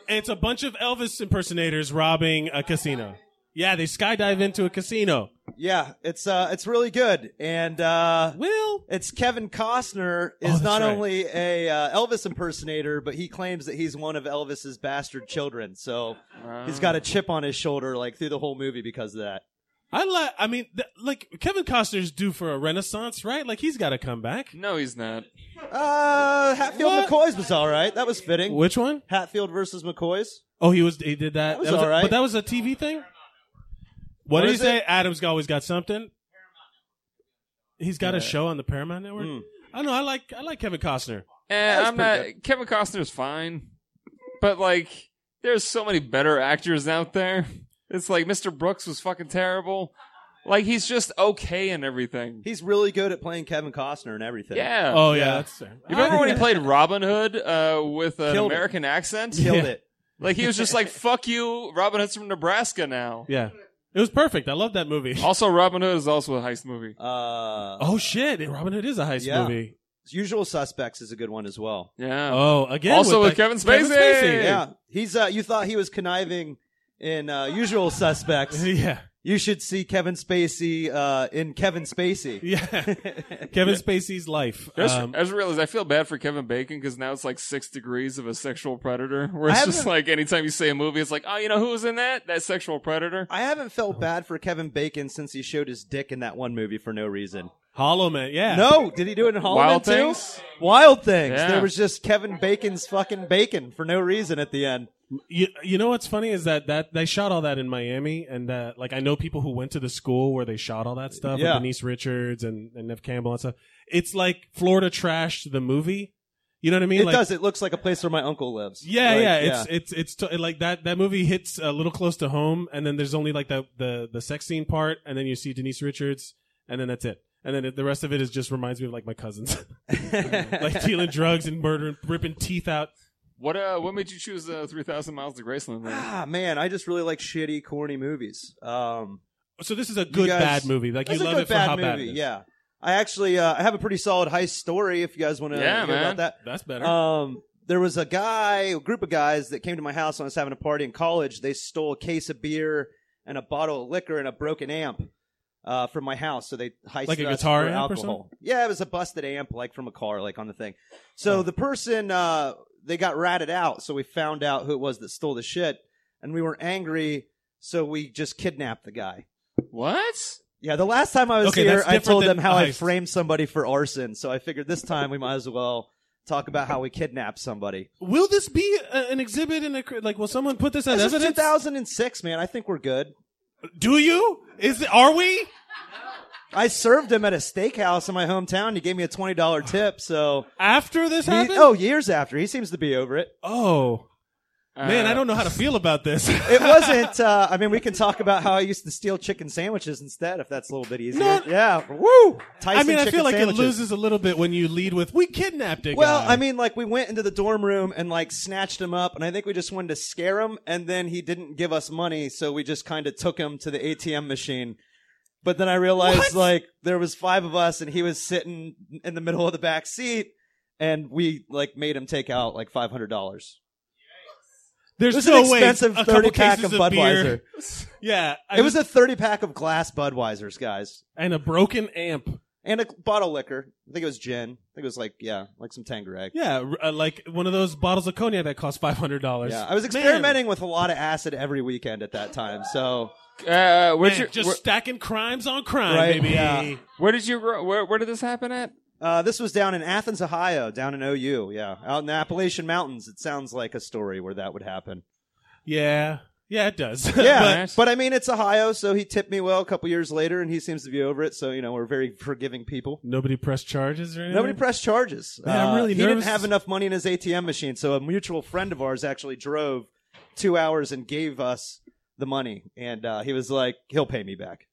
It's a bunch of Elvis impersonators robbing a casino. Yeah, they skydive into a casino. Yeah, it's uh, it's really good, and uh, Will it's Kevin Costner Oh, is that's not right. only a uh, Elvis impersonator, but he claims that he's one of Elvis's bastard children. So he's got a chip on his shoulder like through the whole movie because of that. I like? I mean, th- like Kevin Costner's due for a renaissance, right? Like he's got to come back. No, he's not. Uh, Hatfield What? McCoy's was all right. That was fitting. Which one? Hatfield versus McCoy's. Oh, he was. He did that. That was a- all right. But that was a TV thing. What, What did he is say? it? Adam's always got something. He's got a show on the Paramount Network. Hmm. I don't know. I like. I like Kevin Costner. Eh, was I'm not. pretty Kevin Costner's fine, but like, there's so many better actors out there. It's like Mr. Brooks was fucking terrible. Like he's just okay in everything. He's really good at playing Kevin Costner and everything. Yeah. Oh yeah, that's. You remember [LAUGHS] when he played Robin Hood uh, with an Killed it. American accent? killed Yeah. it. Like he was just like, "Fuck you, Robin Hood's from Nebraska now." Yeah, it was perfect. I love that movie. Also, Robin Hood is also a heist movie. Uh, Oh shit! Robin Hood is a heist Yeah. movie. Usual Suspects is a good one as well. Yeah. Oh, again. Also with that- Kevin Spacey. Yeah, he's. Uh, you thought he was conniving in uh, Usual Suspects. [LAUGHS] yeah, You should see Kevin Spacey uh, in Kevin Spacey. [LAUGHS] [LAUGHS] yeah. Kevin Spacey's life. I just, Um, I just realized I feel bad for Kevin Bacon because now it's like six degrees of a sexual predator. [LAUGHS] Where I it's haven't- just like anytime you say a movie, it's like, oh, you know who was in that? That sexual predator. I haven't felt bad for Kevin Bacon since he showed his dick in that one movie for no reason. Hollow Man. Yeah. No, did he do it in Hollow Wild Man too? Things? Wild Things. Yeah. There was just Kevin Bacon's fucking bacon for no reason at the end. You, you know what's funny is that that they shot all that in Miami, and that like I know people who went to the school where they shot all that stuff. Yeah. With Denise Richards and and Nev Campbell and stuff. It's like Florida Trash to the movie. You know what I mean? It like, does. It looks like a place where my uncle lives. Yeah, Like, yeah, it's it's it's t- like that. That movie hits a little close to home, and then there's only like the the the sex scene part, and then you see Denise Richards, and then that's it. And then it- the rest of it is just reminds me of like my cousins, [LAUGHS] [LAUGHS] like dealing drugs and murdering, ripping teeth out. What uh, what made you choose uh, Three Thousand Miles to Graceland? Then? Ah man, I just really like shitty, corny movies. Um, So this is a good guys- bad movie. Like you that's a love good it for bad how movie. bad it is. Yeah, I actually uh, I have a pretty solid heist story. If you guys want to Yeah, hear man. about that, that's better. um, there was a guy, a group of guys that came to my house when I was having a party in college. They stole a case of beer and a bottle of liquor and a broken amp uh, from my house. So they heisted Like a us guitar for amp or alcohol. yeah, it was a busted amp, like from a car, like on the thing. So the person uh, they got ratted out. So we found out who it was that stole the shit, and we were angry. So we just kidnapped the guy. What? Yeah, the last time I was Okay, here, that's I different told than them how I heist. framed somebody for arson. So I figured this time we might as well talk about how we kidnapped somebody. will this be a, an exhibit in a cr- like? Will someone put this as This is evidence? 2006, man. I think we're good. Do you? Is it, are we? I served him at a steakhouse in my hometown. He gave me a twenty dollar tip. So After this he, happened? oh, years after, he seems to be over it. oh man, Uh, I don't know how to feel about this. [LAUGHS] It wasn't. Uh, I mean, we can talk about how I used to steal chicken sandwiches instead, if that's a little bit easier. No. yeah, woo. Tyson I mean, I chicken feel like sandwiches. it loses a little bit when you lead with "we kidnapped a Well, guy." I mean, like we went into the dorm room and like snatched him up, and I think we just wanted to scare him, and then he didn't give us money, so we just kind of took him to the ATM machine. But then I realized like there was five of us, and he was sitting in the middle of the back seat, and we like made him take out like five hundred dollars. there's It was no an way expensive a couple thirty pack cases of beer- Budweiser. [LAUGHS] Yeah, I It was a thirty pack of glass Budweisers, guys, and a broken amp. and a bottle of liquor. I think it was gin. I think it was like yeah, like some Tanqueray. Yeah, r- uh, like one of those bottles of cognac that cost five hundred dollars. Yeah, I was experimenting with a lot of acid every weekend at that time. So Uh, where'd Man, you, just where, stacking crimes on crime, Right, baby. yeah. where did you grow? Where, where did this happen at? uh, this was down in Athens, Ohio, down in OU. Yeah, out in the Appalachian Mountains. It sounds like a story where that would happen. yeah, yeah, it does. [LAUGHS] [LAUGHS] Yeah, Nice. but I mean, it's Ohio, so he tipped me well a couple years later, and he seems to be over it. So you know, we're very forgiving people. nobody pressed charges or anything. Nobody pressed charges. Uh, Man, I'm really he nervous. didn't have enough money in his ATM machine, so a mutual friend of ours actually drove two hours and gave us the money, and uh, he was like, "He'll pay me back."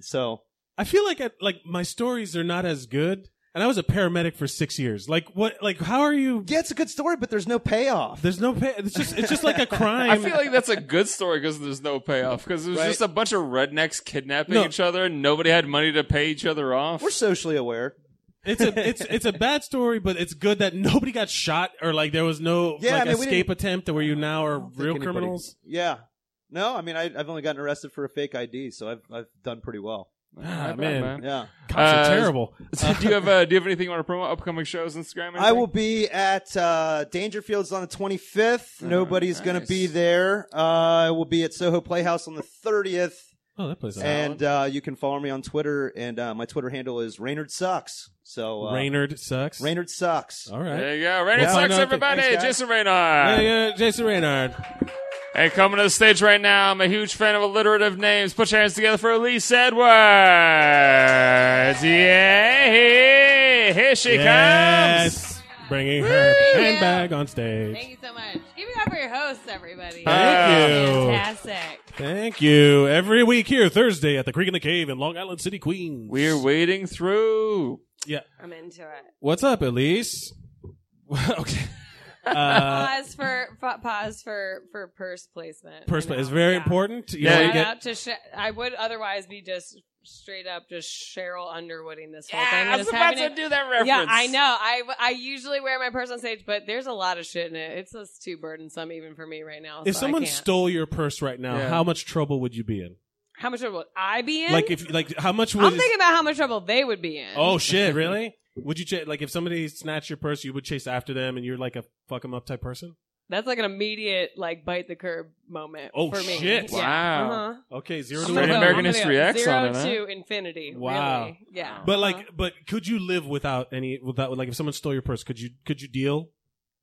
So I feel like I, like my stories are not as good. and I was a paramedic for six years. Like what? Like how are you? Yeah, it's a good story, but there's no payoff. There's no pay. It's just [LAUGHS] it's just like a [LAUGHS] crime. I feel like that's a good story because there's no payoff. Because it was Right. just a bunch of rednecks kidnapping No. each other, and nobody had money to pay each other off. We're socially aware. it's a [LAUGHS] it's it's a bad story, but it's good that nobody got shot or like there was no Yeah, I like mean, we escape didn't- attempt where you now are real anybody- criminals. Yeah. No, I mean, I, I've only gotten arrested for a fake ID, so I've I've done pretty well. Ah, Not bad, man, Yeah. cops are Uh, terrible. [LAUGHS] do you have uh, Do you have anything you want to promote? Upcoming shows, Instagram. I will be at uh, Dangerfields on the 25th. Nobody's going to nice. be there. Uh, I will be at Soho Playhouse on the 30th. Oh, that place. is- And uh, you can follow me on Twitter, and uh, my Twitter handle is Raynard Sucks. So uh, Raynard sucks. Raynard Sucks. All right. There you go. Raynard Yeah. sucks, Thanks, everybody. guys. Jason There Raynard. you go, Jason Raynard. Hey, coming to the stage right now, I'm a huge fan of alliterative names. Put your hands together for Elise Edwards. Yeah, here she comes. Yes. Bringing her Woo! handbag on stage. Thank you so much. Give it up for your hosts, everybody. Uh, Thank you. Fantastic. Thank you. Every week here, Thursday at the Creek in the Cave in Long Island City, Queens. We're wading through. I'm into it. What's up, Elise? [LAUGHS] [LAUGHS] okay. [LAUGHS] Uh, pause for pa- pause for for purse placement. purse pla- You is know, very yeah. important. You want Yeah, Shout to get out to Sha I would otherwise be just straight up just Cheryl Underwooding this whole thing. Yeah, I and was it's about happening- to do that reference. Yeah, I know. I, I usually wear my purse on stage, but there's a lot of shit in it. It's just too burdensome even for me right now. if so I someone can't. stole your purse right now, Yeah. how much trouble would you be in? how much trouble would I be in? Like if like how much would I'm thinking about how much trouble they would be in. [LAUGHS] Oh shit, really? Would you ch- like if somebody snatched your purse, you would chase after them and you're like a fuck 'em up type person? That's like an immediate like bite the curb moment. Oh, for me. shit. Wow. Uh-huh. Okay, 0 I'm to gonna Straight go- one. American I'm gonna History go X zero on it, huh? to infinity. Wow. Really. Yeah. But Uh-huh. like but could you live without any without like if someone stole your purse, could you could you deal?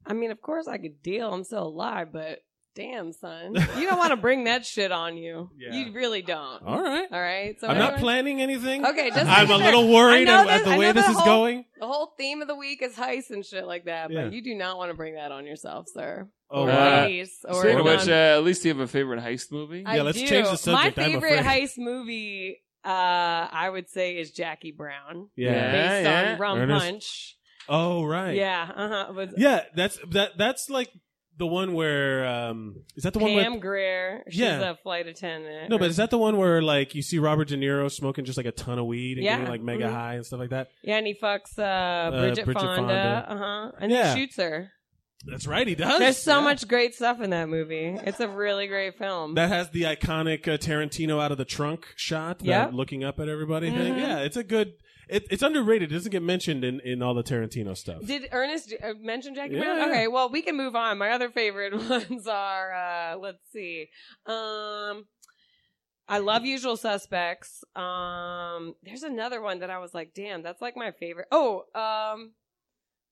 I mean, of course I could deal. I'm still alive, but damn, son, [LAUGHS] you don't want to bring that shit on you. Yeah. You really don't. All right. All right. So I'm not anyway- planning anything. Okay, just I'm to a be clear, little [LAUGHS] worried I know at, at that- the I way know this the is whole- going. The whole theme of the week is heists and shit like that, Yeah. but you do not want to bring that on yourself, sir. Oh, or wow. Elise, or Uh, Speaking of non- which, uh, at least you have a favorite heist movie. Yeah, let's change the subject, My I'm favorite afraid. heist movie, uh, I would say, is Jackie Brown, Yeah. Yeah. based on Rum Ernest- Punch. Oh right. Yeah, uh-huh. With Yeah, that's that that's like the one where um is that the one Pam where Greer, she's Yeah. a flight attendant. No, but is that the one where like you see Robert De Niro smoking just like a ton of weed and Yeah. getting like mega Mhm. high and stuff like that? yeah, and he fucks uh, Bridget, Bridget Fonda. Fonda, uh huh, and Yeah. he shoots her. That's right, he does. There's so Yeah. much great stuff in that movie. It's a really great film. that has the iconic uh, Tarantino out of the trunk shot, that Yeah. looking up at everybody thing. Mhm. Yeah, it's a good. It, it's underrated. It doesn't get mentioned in, in all the Tarantino stuff. Did Ernest uh, mention Jackie Yeah, Brown? yeah. Okay, well, we can move on. My other favorite [LAUGHS] ones are uh, let's see. Um I love Usual Suspects. Um there's another one that I was like, "Damn, that's like my favorite." Oh, um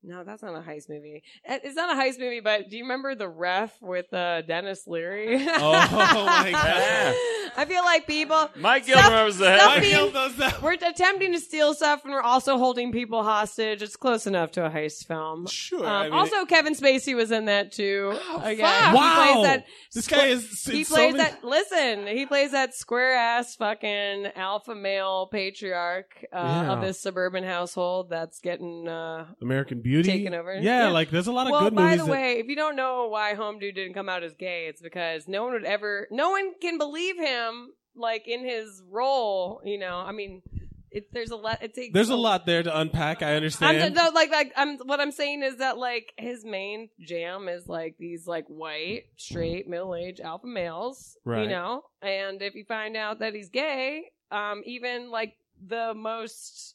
no, that's not a heist movie. Uh, It's not a heist movie, but do you remember The Ref with uh, Dennis Leary? Oh, [LAUGHS] my God. I feel like people Mike Gilmore Stop- was the head. stop I being- feel those- that- we're attempting to steal stuff and we're also holding people hostage. It's close enough to a heist film. Sure. Um, I mean, Oh, also, Kevin Spacey was in that too. Again, fuck. he Wow. plays that. this guy is. He in so plays many- that. Listen, he plays that square ass fucking alpha male patriarch uh, Yeah. of this suburban household that's getting. Uh, American Beauty. Taken over. Yeah. Yeah, like there's a lot of well, good by movies. the that- way, if you don't know why Home Dude didn't come out as gay, it's because no one would ever. No one can believe him like in his role. You know, I mean, it, there's a lot. It takes there's a lot there to unpack. I understand. I'm just, no, like like I'm what I'm saying is that like his main jam is like these like white straight middle aged alpha males, Right. you know. And if you find out that he's gay, um, even like the most,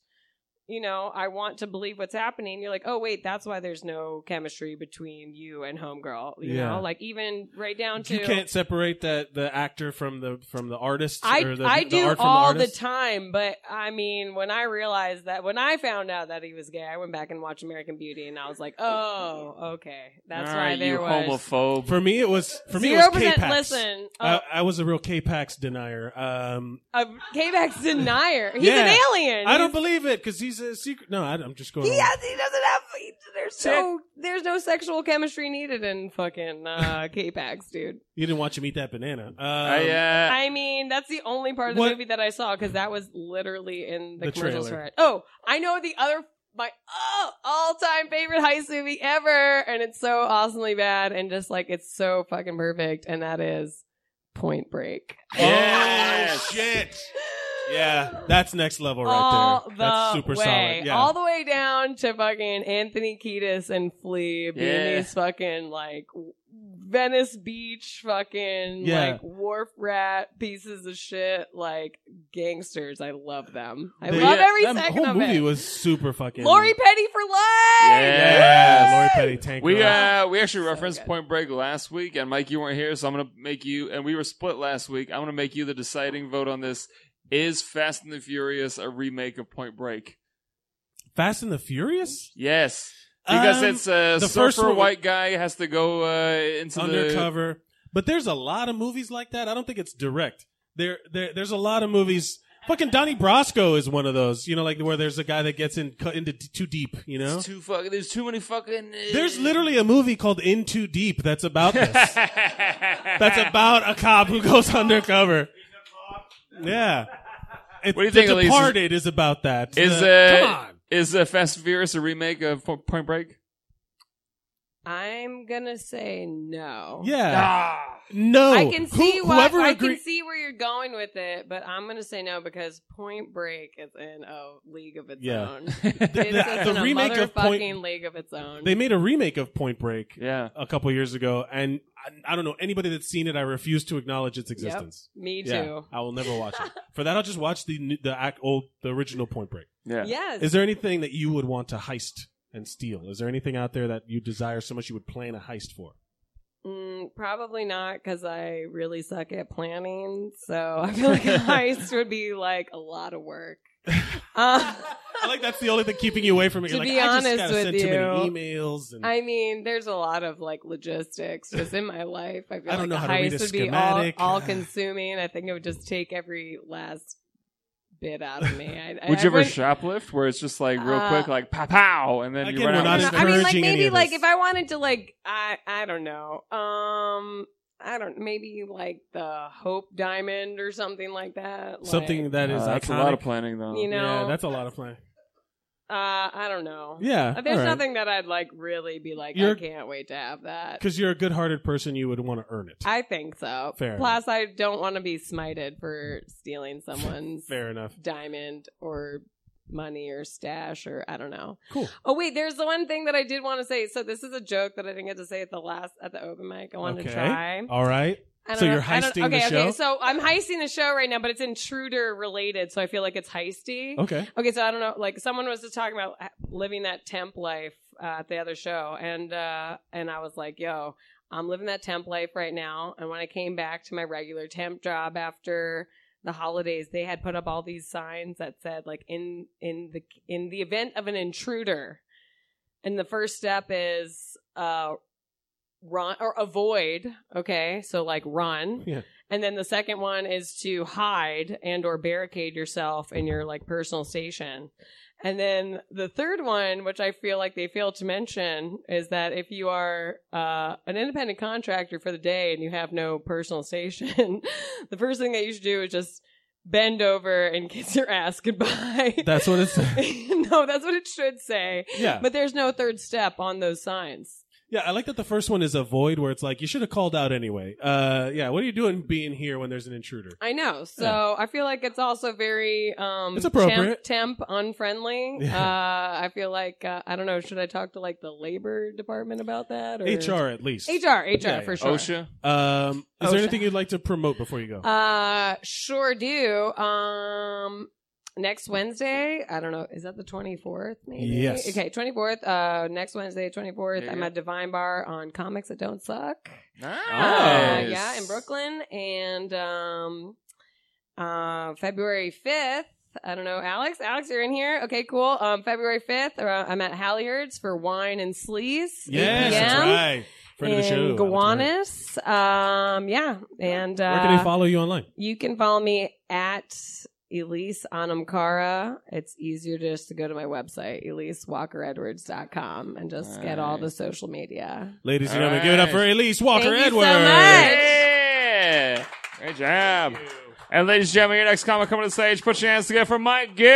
you know, I want to believe what's happening. You're like, oh wait, that's why there's no chemistry between you and homegirl. You Yeah. know, like even right down to you can't separate that the actor from the from the artist. I, or the, I the do art from all the artist. time, but I mean, when I realized that, when I found out that he was gay, I went back and watched American Beauty, and I was like, oh, okay, that's All why right, there you was homophobe. For me, it was for me it was percent. K-Pax. Listen, I, oh, I was a real K-Pax denier. Um, a K-Bax denier. He's Yeah. an alien. I don't He's- believe it because he's a secret. No, I, I'm just going. He has. He doesn't have. he- there's no. There's no sexual chemistry needed in fucking uh, K-Pax, dude. You didn't watch him eat that banana. Um, I, uh, I mean, that's the only part of What- the movie that I saw because that was literally in the, The commercials trailer. for it. Oh, I know the other my oh, all-time favorite heist movie ever, and it's so awesomely bad, and just like it's so fucking perfect, and that is Point Break. Yes. Oh shit. Yeah, that's next level right all there. the that's way, super solid. Yeah. all the way down to fucking Anthony Kiedis and Flea being Yeah. these fucking like Venice Beach fucking Yeah. like wharf rat pieces of shit like gangsters. I love them. I They- love Yeah, every that second whole of movie it. was super fucking. Lori Petty for life. Yeah, Lori Yes. Petty Tank. We Girl. uh we actually So referenced good. Point Break last week, and Mike, you weren't here, so I'm gonna make you. And we were split last week. I'm gonna make you the deciding vote on this. Is Fast and the Furious a remake of Point Break? Fast and the Furious. Yes, because Um, it's a the surfer first one- white guy has to go uh, into the undercover. But there's a lot of movies like that. I don't think it's direct. There, there there's a lot of movies. Fucking Donnie Brasco is one of those. You know, like where there's a guy that gets in cut into t- too deep. You know, It's too fucking. There's too many fucking. uh, there's [LAUGHS] literally a movie called In Too Deep that's about this. that's [LAUGHS] about a cop who goes [LAUGHS] undercover. Yeah. It, What do you think, the Elise? Departed is about that. Is The- uh, come on. is uh, Fast and Furious a remake of Po- Point Break? I'm gonna say no. Yeah. Ah. No. I can Who- see why whoever I agree- can see where you're going with it, but I'm gonna say no because Point Break is in a league of its Yeah. own. [LAUGHS] The- It's the- the in a remake motherfucking of Point. league of its own. They made a remake of Point Break. yeah. a couple years ago, and I, I don't know anybody that's seen it. I refuse to acknowledge its existence. Me Yeah, too. I will never watch [LAUGHS] it. For that, I'll just watch the new- the act, old the original Point Break. Yeah. Yes. Is there anything that you would want to heist and steal? Is there anything out there that you desire so much you would plan a heist for? Mm, probably not because I really suck at planning. So I feel like [LAUGHS] a heist would be like a lot of work. Uh, I like that's the only thing keeping you away from it. To You're like, be I honest just gotta with send too you, many emails. And I mean, there's a lot of like logistics just in my life. I feel I don't like know a how to read heist a would be all, schematic. [SIGHS] all consuming. I think it would just take every last bit out of me. I, I- Would I you ever wouldn't- shoplift where it's just like real Uh, quick, like pow pow, and then you Again, run we're out? not of No, stuff? I mean, like encouraging any maybe of like this. if I wanted to like I I don't know. Um I don't maybe like the Hope Diamond or something like that. Like, something that is Uh, that's a lot of iconic. planning, though. You know- yeah, that's a lot of plan. uh I don't know. Yeah, There's nothing that I'd like really be like I You're- can't wait to have that. because you're a good-hearted person. You would want to earn it. I think so. Fair Plus I don't want to be smited for stealing someone's [LAUGHS] Fair enough. diamond or money or stash or I don't know. Cool. Oh wait, there's the one thing that I did want to say. So this is a joke that I didn't get to say at the last at the open mic. I wanted Okay. to try. All right. I don't So know- you're I don't- heisting okay, the Okay, show? so I'm heisting the show right now, but it's intruder related, so I feel like it's heisty. Okay, Okay. so I don't know. Like someone was just talking about h- living that temp life uh, at the other show, and uh, and I was like, yo. I'm living that temp life right now. And when I came back to my regular temp job after the holidays, they had put up all these signs that said like in in the in the event of an intruder. And the first step is uh run or avoid, okay? So like run. [LAUGHS] Yeah. And then the second one is to hide and or barricade yourself in your like personal station. And then the third one, which I feel like they failed to mention, is that if you are uh, an independent contractor for the day and you have no personal station, [LAUGHS] the first thing that you should do is just bend over and [LAUGHS] kiss your ass goodbye. [LAUGHS] [LAUGHS] That's what it's. no, that's what it should say. Yeah. But there's no third step on those signs. Yeah, I like that the first one is a void where it's like you should have called out anyway. Uh, yeah, what are you doing being here when there's an intruder? I know. So Yeah. I feel like it's also very um It's appropriate. temp, temp unfriendly. [LAUGHS] Yeah. Uh I feel like uh, I don't know, should I talk to like the labor department about that or HR at least. HR, HR Yeah, for yeah. sure. OSHA. Um, Oh, is there shit. anything you'd like to promote before you go? Uh sure do. Um next Wednesday, I don't know, is that the 24th maybe? Yes. Okay, 24th. Uh next Wednesday, 24th, There you I'm go. at Divine Bar on Comics That Don't Suck. Nice. Uh, yeah, in Brooklyn. And um, uh, February 5th, I don't know, Alex. Alex, you're in here. Okay, cool. Um, February 5th, uh, I'm at Halliard's for Wine and Sleaze. 8 yes, that's p.m. right. Friend of the in show. Alex Murray. Gowanus. Um, yeah. And Where can uh, they follow you online? you can follow me at Elise Anamkara. It's easier just to go to my website, EliseWalkerEdwards.com, and just get all the Nice. social media. Ladies and All gentlemen, give it up right. for Elise Walker Thank you so Edwards. much. Yeah. Great job. And ladies and gentlemen, your next comic coming to the stage. Put your hands together for Mike Gill.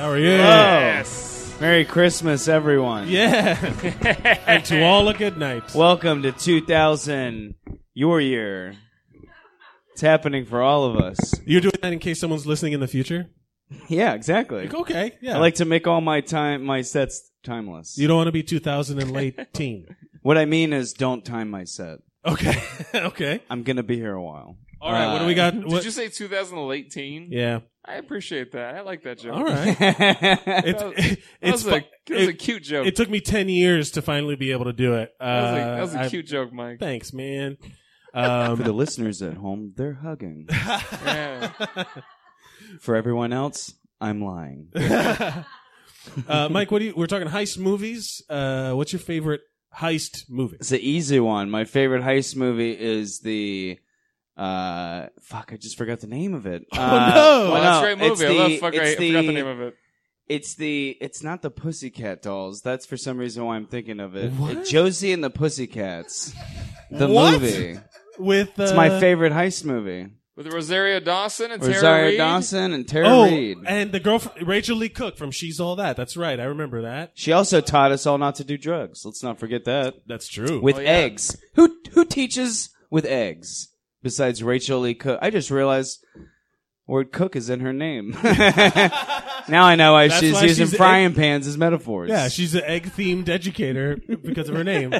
hour. Yeah. Yes. Merry Christmas, everyone. Yeah. and to all a good night. Welcome to 2000, your year. It's happening for all of us. You're doing that in case someone's listening in the future? Yeah, exactly. Like, okay. Yeah. I like to make all my time, my sets timeless. you don't want to be 2000 and [LAUGHS] late teen. what I mean is, don't time my set. Okay. [LAUGHS] okay. I'm gonna be here a while. Uh, All right. what do we got? [LAUGHS] What- Uh, [LAUGHS] Did you say 2018? yeah. I appreciate that. I like that joke. All right. [LAUGHS] It's, [LAUGHS] That was- it, That it's was, a, fu- that was a it- cute joke. it took me 10 years to finally be able to do it. Uh, that, was a, that was a I- cute joke, Mike. thanks, man. For Um, the listeners at home, they're [LAUGHS] hugging. Yeah. For everyone else, I'm lying. [LAUGHS] uh, Mike, what do you, we're talking heist movies. Uh, what's your favorite heist movie? It's an easy one. My favorite heist movie is the. Uh, fuck! I just forgot the name of it. Oh no! Well, that's a great movie. I love fucker. I forgot the name of it. It's the. It's not the Pussycat Dolls. That's for some reason why I'm thinking of it. What? Josie and the Pussycats. The What? movie. With uh, It's my favorite heist movie. With Rosario Dawson and Tara Rosario Reid. Dawson and Tara Oh, Reid. and the girl Rachel Lee Cook from She's All That. That's right. I remember that. She also taught us all not to do drugs. Let's not forget that. That's true. With Oh, yeah. eggs. Who who teaches with eggs besides Rachel Lee Cook? I just realized word cook is in her name. [LAUGHS] now I know why That's she's why using she's egg- frying pans as metaphors. yeah, she's an egg themed educator because of her [LAUGHS] name.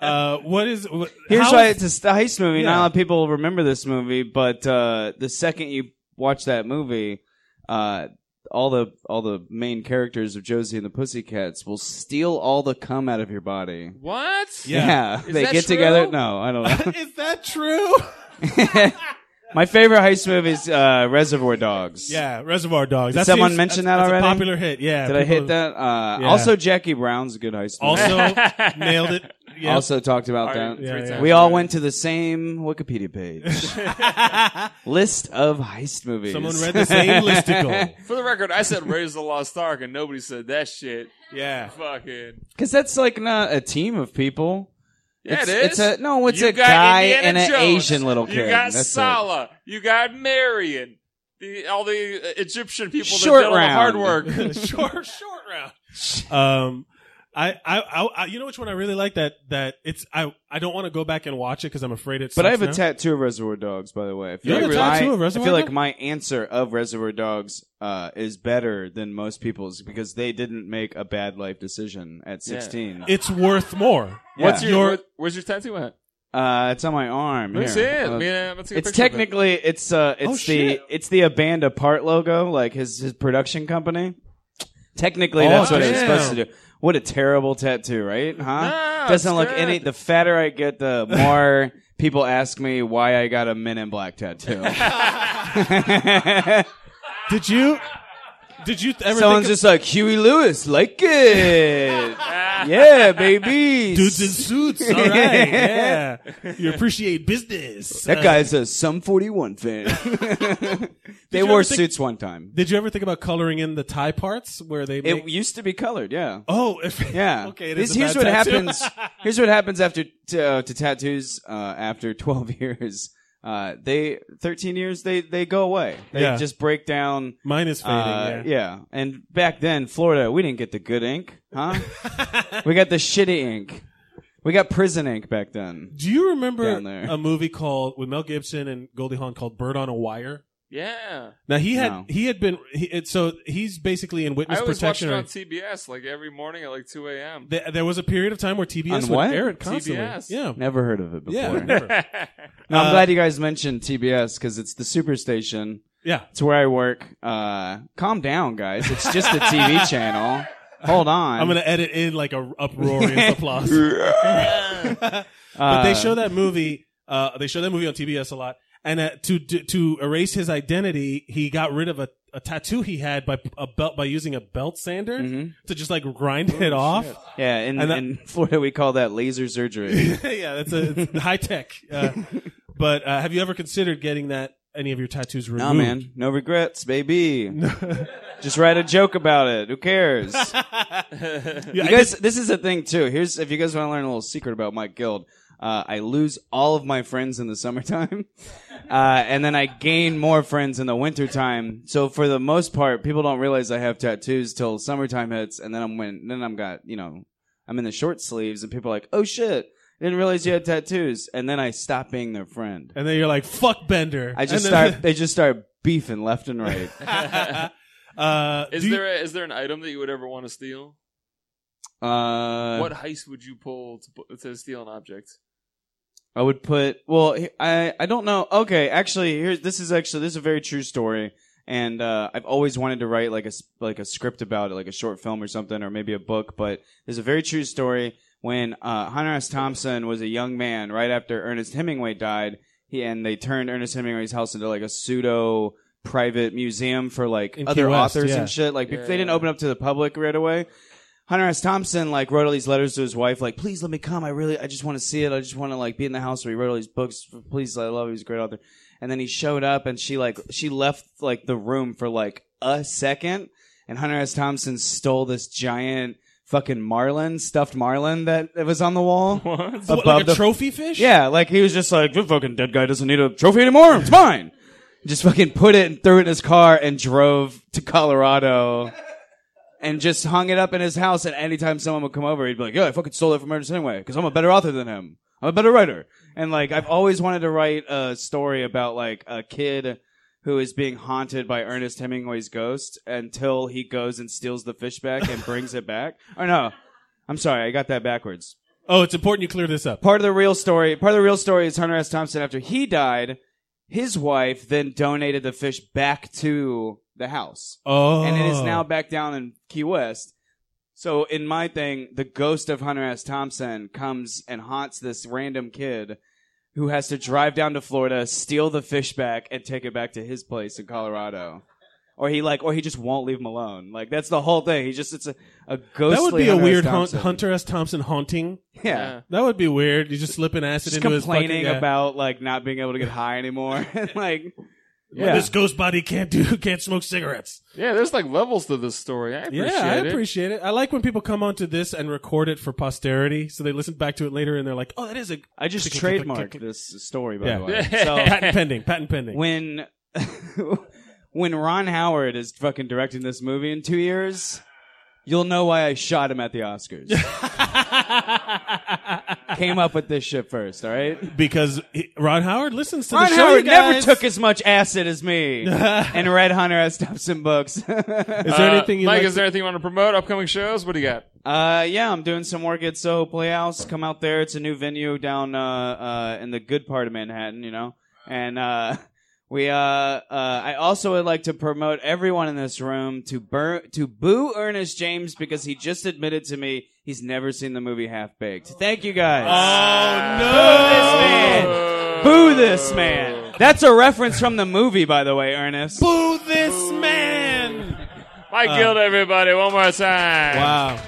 Uh, what is wh- Here's how- why it's a st- heist movie. Not Yeah. a lot of people remember this movie, but uh, the second you watch that movie, uh, all the all the main characters of Josie and the Pussycats will steal all the cum out of your body. What? Yeah. Is they that get true? together. No, I [LAUGHS] don't [LAUGHS] is that true? [LAUGHS] know. My favorite heist movie is uh, Reservoir Dogs. yeah, Reservoir Dogs. Did That's someone seems- mention that's- that that's A already? popular hit. Yeah. Did I people- hit that? Uh, Yeah. Also, Jackie Brown's a good heist. Movie. [LAUGHS] Also nailed it. Yeah. also talked about that. Yeah, yeah. We all went to the same [LAUGHS] Wikipedia page. List of heist movies. Someone read the [LAUGHS] [LAUGHS] same listicle. For the record, I said Raiders of the Lost Ark, and nobody said that shit. Yeah. Fucking. Because that's like not a team of people. Yeah, it's, it is. It's a, no, it's You a got guy Indiana and an Jones. Asian little kid. You got that's it. Sala. You got Marion. The, all the uh, Egyptian people Short that did all the round. hard work. [LAUGHS] short short round. [LAUGHS] Um, I, I, I, I- you know which one I really like that that it's I I don't want to go back and watch it because I'm afraid it's. But I have a tattoo of Reservoir Dogs, by the way. I feel You have a like tattoo my- of Reservoir I feel like Dogs? my answer of Reservoir Dogs uh, is better than most people's because they didn't make a bad life decision at 16. It's worth more. Yeah. What's your, Your- what- where's your tattoo at? Uh, it's on my arm. Let me see here. it. Uh, Let me, uh, let's get a it's picture of it. technically it's uh it's Oh, the shit. it's the Abanda Part logo, like his his production company. Technically, that's Oh, what it's damn. supposed to do. What a terrible tattoo, right? Huh? No, Doesn't it's look good. any. The fatter I get, [LAUGHS] the more people ask me why I got a Men in Black tattoo. [LAUGHS] [LAUGHS] Did you? Did you ever? Someone's think of- just like Huey Lewis, like it, yeah, baby. dudes in suits. All right, yeah. You appreciate business. That Uh, guy's a Sum [LAUGHS] 41 fan. they you wore ever think- suits one time. did you ever think about coloring in the tie parts where they? Make- It used to be colored, yeah. oh, [LAUGHS] if- Yeah. okay. It This- is a here's bad what tattoo. [LAUGHS] happens. here's what happens after t- uh, to tattoos uh, after [LAUGHS] 12 years. Uh, they 13 years they they go away. They Yeah. just break down. Mine is fading. Uh, yeah. And back then, Florida, we didn't get the good ink, [LAUGHS] huh? we got the shitty ink. We got prison ink back then. Do you remember Down there. a movie called with Mel Gibson and Goldie Hawn called Bird on a Wire? Yeah. Now he had No. he had been he, it, so he's basically in I witness always watch protection. it or- on TBS like every morning at like 2 a.m. There, there was a period of time where TBS On would what? air it constantly. TBS. Yeah, Never heard of it before. yeah, [LAUGHS] [LAUGHS] never. No, I'm Uh, glad you guys mentioned TBS because it's the superstation. yeah. It's where I work. Uh, calm down, guys. It's just [LAUGHS] a [LAUGHS] TV channel. Hold on. I'm gonna edit in like a [LAUGHS] uproarious applause. Uh, but they show that movie. Uh, they show that movie on TBS a lot. And uh, to, to to erase his identity, he got rid of a, a tattoo he had by a belt by using a belt sander Mhm. to just like grind it off. Oh, Yeah, in, And that- in Florida we call that laser surgery. [LAUGHS] yeah, that's a it's high tech. [LAUGHS] Uh, but uh, have you ever considered getting that any of your tattoos removed? nah, man, no regrets, baby. [LAUGHS] Just write a joke about it. Who cares? [LAUGHS] Yeah, You I guys, this is a thing too. Here's if you guys want to learn a little secret about Mike Guild. Uh, I lose all of my friends in the summertime [LAUGHS] Uh, and then I gain more friends in the wintertime. So for the most part, people don't realize I have tattoos till summertime hits, and then I'm when then I'm got you know I'm in the short sleeves, and people are like, "Oh shit, didn't realize you had tattoos." And then I stop being their friend. And then you're like, fuck Bender. I just And then- [LAUGHS] start they just start beefing left and [LAUGHS] right. uh, Is do you- there a, is there an item that you would ever want to steal? Uh, what heist would you pull to, pu- to steal an object? I would put well he- I I don't know. Okay, actually here's this is actually this is a very true story and uh, I've always wanted to write like a s- like a script about it, like a short film or something or maybe a book, but there's a very true story when uh, Hunter S. Thompson was a young man right after Ernest Hemingway died. He and they turned Ernest Hemingway's house into like a pseudo private museum for like In other Key West, authors yeah. and shit. Like Yeah, they didn't yeah. open up to the public right away. Hunter S. Thompson like wrote all these letters to his wife, like, please let me come. I really, I just want to see it. I just want to like be in the house where he wrote all these books. Please, I love. He's a great author. And then he showed up, and she like she left like the room for like a second, and Hunter S. Thompson stole this giant fucking marlin, stuffed marlin that that was on the wall. [LAUGHS] What? what, above like a the- trophy fish? Yeah, like he was just like, the fucking dead guy doesn't need a trophy anymore. It's mine. Just fucking put it and threw it in his car and drove to Colorado and just hung it up in his house. And anytime someone would come over, he'd be like, yo, I fucking stole it from Ernest Hemingway because I'm a better author than him. I'm a better writer. And like, I've always wanted to write a story about like a kid who is being haunted by Ernest Hemingway's ghost until he goes and steals the fish back and brings it back. Or no, I'm sorry. I got that backwards Oh, it's important you clear this up. part of the real story part of the real story is hunter s thompson after he died his wife then donated the fish back to the house Oh. and it is now back down in key west so in my thing the ghost of hunter s thompson comes and haunts this random kid who has to drive down to florida steal the fish back and take it back to his place in colorado or he like or he just won't leave him alone like that's the whole thing he just it's a, a ghostly That would be a hunter S. weird haunt, Thompson. Hunter S. Thompson haunting. yeah. That would be weird. You just slipping acid just into his fucking- complaining yeah. about like not being able to get high anymore [LAUGHS] and like Well, This ghost body can't do [LAUGHS] can't smoke cigarettes. Yeah, there's like levels to this story. I appreciate yeah, I it. appreciate it. I like when people come onto this and record it for posterity, so they listen back to it later and they're like, "Oh, that is a I just trademarked this story by Yeah. [LAUGHS] the way. So patent pending, patent pending." when [LAUGHS] [LAUGHS] when Ron Howard is fucking directing this movie in 2 years, you'll know why I shot him at [LAUGHS] the Oscars. Came up with this shit first, all right? because he- Ron Howard listens to the Ron show. Howard you never guys. took as much acid [LAUGHS] as me and read Hunter S. Thompson books. [LAUGHS] Is there Uh, anything you Mike, like? is there anything you want to promote? Upcoming shows? What do you got? Uh, yeah, I'm doing some work at Soho Playhouse. Come out there. It's a new venue down uh, uh, in the good part of Manhattan, you know. And uh, [LAUGHS] we uh, uh, I also would like to promote everyone in this room to bur- to boo Ernest James because he just admitted to me he's never seen the movie Half Baked. Thank you guys. Oh, Boo this man. That's a reference from the movie, by the way, Ernest. Boo this man! Uh, Mike Guild, everybody, one more time. Wow.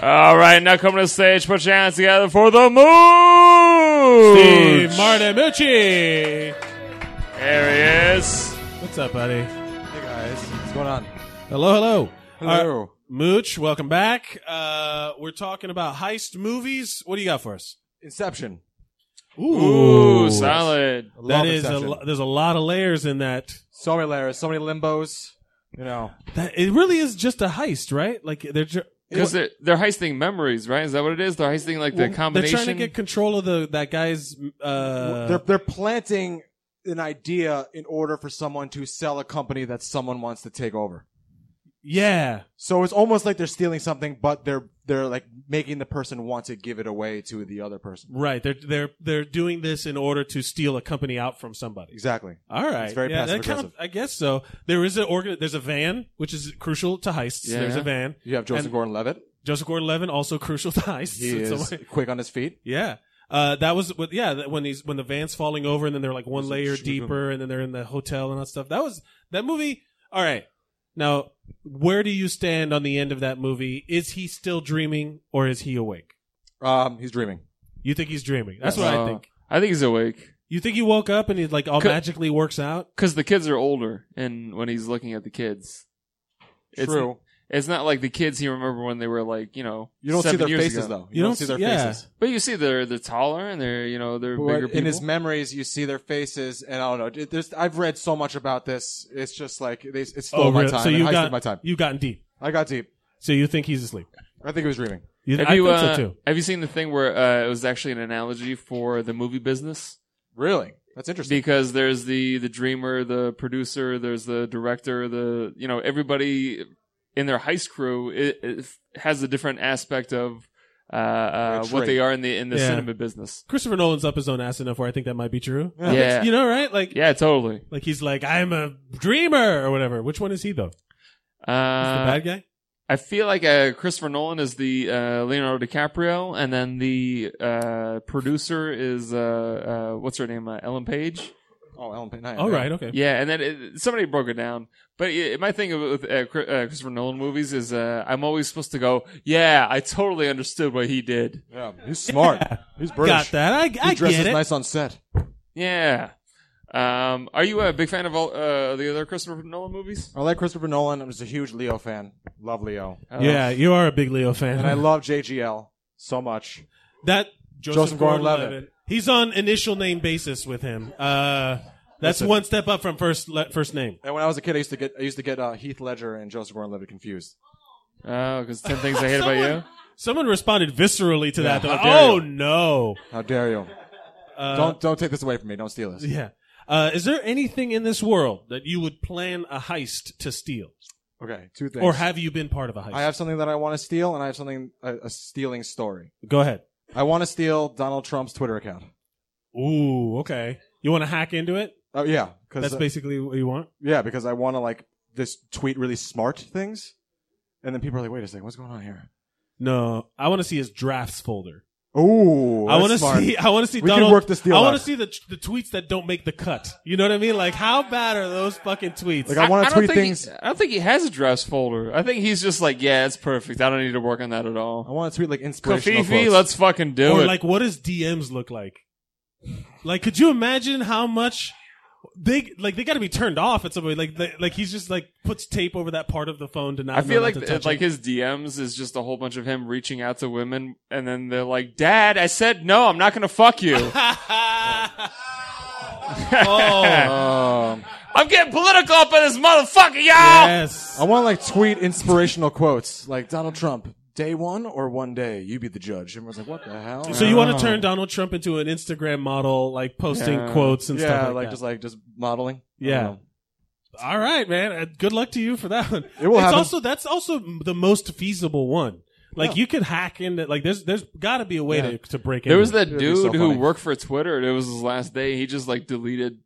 All right, now coming to the stage, put your hands together for the moon. Steve Martinucci. There he is. What's up, buddy? What's going on? Hello, hello. Hello. Uh, Mooch, welcome back. Uh, we're talking about heist movies. What do you got for us? Inception. Ooh, solid. That is a, lo- there's a lot of layers in that. so many layers, so many limbos. You know, That it really is just a heist, right? Like they're ju- Because they're, they're heisting memories, right? Is that what it is? They're heisting like the they're combination. trying to get control of the that guy's. Uh, they're they're planting an idea in order for someone to sell a company that someone wants to take over. yeah, So it's almost like they're stealing something, but they're they're like making the person want to give it away to the other person. right. They're they're they're doing this in order to steal a company out from somebody. Exactly. All right. It's very yeah, that passive kind of- aggressive. I guess so. There is an organ. There's a van, which is crucial to heists. Yeah. There's a van. You have Joseph And- Gordon-Levitt. Joseph Gordon-Levitt also crucial to heists. He [LAUGHS] in some is way. quick on his feet. Yeah. Uh, that was what, yeah, that when these, when the van's falling over and then they're like one layer deeper and then they're in the hotel and all that stuff. That was, that movie. All right. Now, where do you stand on the end of that movie? Is he still dreaming or is he awake? Um, he's dreaming. You think he's dreaming. That's what Uh, I think. I think he's awake. You think he woke up and he like all Could- magically works out? Because the kids are older, and when he's looking at the kids, it's, True. It's not like the kids he remember when they were like you know You don't see seven their years faces ago. though. You, don't, see their yeah. faces. but you see they're they're taller and they're you know they're But bigger people. in his memories, you see their faces, and I don't know. it- There's, I've read so much about this. It's just like they, it slowed Oh, my really? time. so it you heisted got my time. You've gotten deep. I got deep. So you think he's asleep? I think he was dreaming. You, have I you think uh, so too. have you seen the thing where uh, it was actually an analogy for the movie business? Really, that's interesting. because there's the the dreamer, the producer, there's the director, the you know everybody in their heist crew it, it has a different aspect of uh, uh, Their what trait. they are in the in the Yeah. cinema business. Christopher Nolan's up his own ass enough where I think that might be true. Yeah. Yeah. you know, right? Like, Yeah, totally. like he's like, I'm a dreamer or whatever. Which one is he though? He's the Uh, bad guy. I feel like uh, Christopher Nolan is the uh, Leonardo DiCaprio, and then the uh, producer is uh, uh, what's her name, uh, Ellen Page. oh, Ellen Payne. All right, okay. Yeah, and then it, somebody broke it down. But it, my thing with uh, Chri- uh, Christopher Nolan movies is uh, I'm always supposed to go, yeah, I totally understood what he did. Yeah, he's [LAUGHS] smart. He's British. Got that? I, I He dresses get it. nice on set. Yeah. Um, are you a big fan of all uh, the other Christopher Nolan movies? I like Christopher Nolan. I'm just a huge Leo fan. Love Leo, Uh, Yeah, you are a big Leo fan. [LAUGHS] and I love JGL so much. that Joseph, Joseph Gordon-Levitt. Gordon-Levitt. He's on initial name basis with him. Uh, that's Listen. one step up from first le- first name. And when I was a kid, I used to get I used to get uh, Heath Ledger and Joseph Gordon-Levitt confused. Oh, because 10 Things I Hate About You? Someone responded viscerally to that. Yeah, They're how like, dare oh you." no! How dare you? Uh, don't don't take this away from me. Don't steal this. Yeah. Uh, is there anything in this world that you would plan a heist to steal, [LAUGHS] Okay, two things. or have you been part of a heist? I have something that I want to steal, and I have something a, a stealing story. Go ahead. I want to steal Donald Trump's Twitter account. Ooh, okay. You want to hack into it? Oh yeah, because That's basically what you want. yeah, because I want to like just tweet really smart things, and then people are like, "Wait a second, what's going on here?" No, I want to see his drafts folder. Oh, I want to see. I want to see. We can Donald, work this deal I want out. to see the the tweets that don't make the cut. You know what I mean? Like, how bad are those fucking tweets? Like I want to don't tweet think things. He, I don't think he has a dress folder. I think he's just like, yeah, it's perfect. I don't need to work on that at I all. want to tweet like inspirational Kofifi, quotes. let's fucking do or it. like, what does DMs look like? Like, could you imagine how much they like? They got to be turned off at somebody. Like, they, like he's just like puts tape over that part of the phone to not. I feel know like not to th- touch like it. his DMs is just a whole bunch of him reaching out to women, and then they're like, "Dad, I said no, I'm not gonna fuck [LAUGHS] you. [LAUGHS] oh [LAUGHS] Um, I'm getting political up in this motherfucker, y'all." yes. I want to like tweet inspirational quotes, like Donald Trump, day one or one day, you be the judge. Everyone's like, "What the hell?" So you want to Oh. turn Donald Trump into an Instagram model, like posting Yeah. quotes and yeah, stuff like, like, that. just like just modeling. I yeah. don't know. Um, All right, man. Uh, Good luck to you for that one. It will it's happen. also that's also m- the most feasible one. Like you could hack into like there's there's got to be a way to, to break in. There was that be so dude who funny. worked for Twitter. and It was his last day. He just like deleted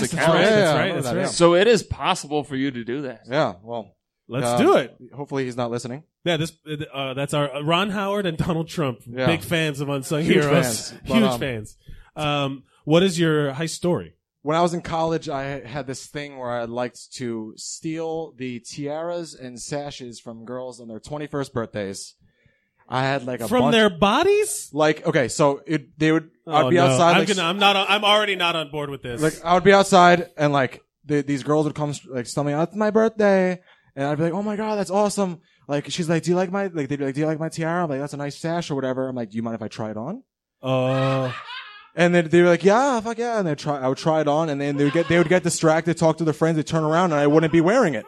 yes, that's account. right. Yeah, That's yeah, I right. remember That's that, right. yeah. So it is possible for you to do that. Yeah, well, Let's uh, do it. Hopefully he's not listening. Yeah, this uh, that's our uh, Ron Howard and Donald Trump, Yeah. big fans of Unsung Huge Heroes, fans. But, huge um, fans. Um, what is your high story? When I was in college, I had this thing where I liked to steal the tiaras and sashes from girls on their 21st birthdays. I had like a From bunch, their bodies? like okay, so it, they would I'd Oh, be no. outside I'm, like, gonna, I'm not. On, I'm already not on board with this. like I would be outside and like the, these girls would come like tell me "Oh, it's my birthday and I'd be like oh my god that's awesome like she's like do you like my like they'd be like do you like my tiara I'm like that's a nice sash or whatever I'm like do you mind if I try it on oh, and then they were like yeah fuck yeah and they try I would try it on and then they would get they would get distracted talk to their friends they turn around and I wouldn't be wearing it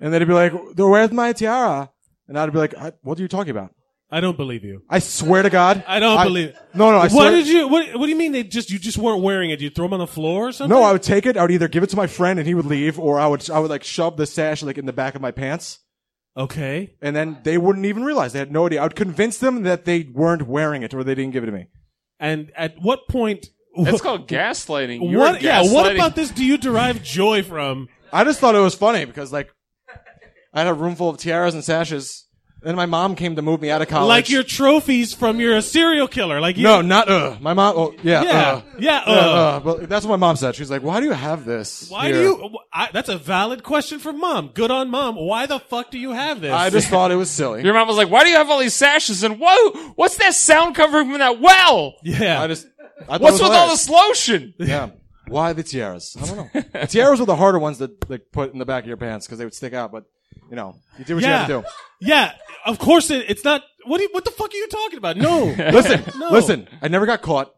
and they'd be like where's my tiara and I'd be like I, what are you talking about I don't believe you. I swear to God I don't believe it. no no I what swear, did you? What, what do you mean? They just you just weren't wearing it? You throw them on the floor or something? No, I would take it. I would either give it to my friend and he would leave, or I would I would like shove the sash like in the back of my pants, Okay. and then they wouldn't even realize. They had no idea. I would convince them that they weren't wearing it or they didn't give it to me. And at what point? That's called gaslighting. You're What? Yeah. What gaslighting- about this? Do you derive joy from? I just thought it was funny because like I had a room full of tiaras and sashes, and my mom came to move me out of college. Like your trophies from your serial killer? Like you, no, not uh. My mom. Oh yeah. Yeah. uh. Yeah, Uh, uh. uh. Well, that's what my mom said. She's like, "Why do you have this? Why do here?" you? I, that's a valid question from mom. Good on mom. Why the fuck do you have this? I just [LAUGHS] thought it was silly. Your mom was like, "Why do you have all these sashes?" And whoa, what's that sound coming from that well? yeah. I just. I thought it What's was with all hilarious. this lotion? Yeah. Why the tiaras? I [LAUGHS] don't know. The tiaras were the harder ones to like put in the back of your pants because they would stick out. But you know, you do what Yeah. you have to Yeah, of course it, it's not. What do you, what the fuck are you talking about? No, do. [LAUGHS] Listen, [LAUGHS] No. listen. I never got caught.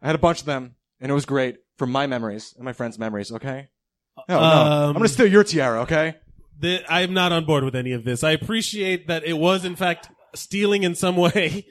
I had a bunch of them, and it was great from my memories and my friends' memories. Okay. Hell no, Um, I'm gonna steal your tiara. Okay. Th- I'm not on board with any of this. I appreciate that it was in fact stealing in some [LAUGHS] way,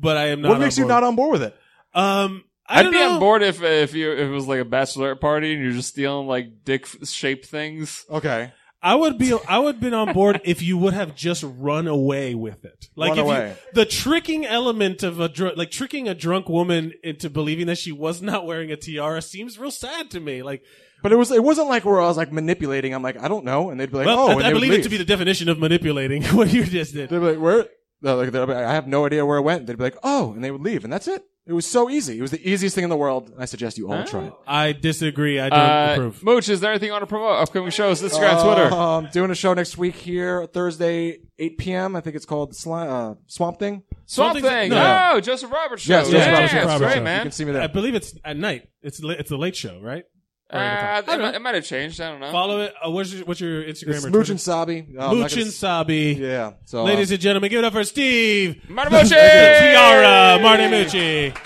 but I am not. What makes you not board. on board with it? Um, I I'd don't be know. on board if if you if it was like a bachelorette party and you're just stealing like dick shaped things. Okay. I would be. I would have been on board if you would have just run away with it. Like Run if away. You, the tricking element of a dr- like tricking a drunk woman into believing that she was not wearing a tiara seems real sad to me. Like, But it was it wasn't like where I was like manipulating. I'm like I don't know, and they'd be like, well, oh, I- and they I, would believe leave. it to be the definition of manipulating [LAUGHS] what you just did. They'd be like, where? they're like, they'd be like, I have no idea where it went. They'd be like, oh, and they would leave, and that's it. It was so easy. It was the easiest thing in the world. I suggest you all try it. I disagree. I don't Uh, approve. Mooch, is there anything you want to promote? Upcoming shows, Instagram, Twitter. Um, doing a show next week here, Thursday, 8 p.m. I think it's called Sli- uh, Swamp Thing. Swamp something's- Thing. no. Oh, Joseph Roberts show. Yes, yeah, Joseph Roberts show. that's Roberts great, show. You man. can see me I there. believe it's at night. It's la- it's a late show, right? Or Uh, whatever. it, might, it might have changed. I don't know. Follow it. Uh, where's your, what's your Instagram? It's or Mooch Twitter? and Sabi. Oh, I'm not Mooch gonna and s- Sabi. Yeah. So, uh, Ladies and gentlemen, give it up for Steve. Martamucci! [LAUGHS] Tiara Martinucci.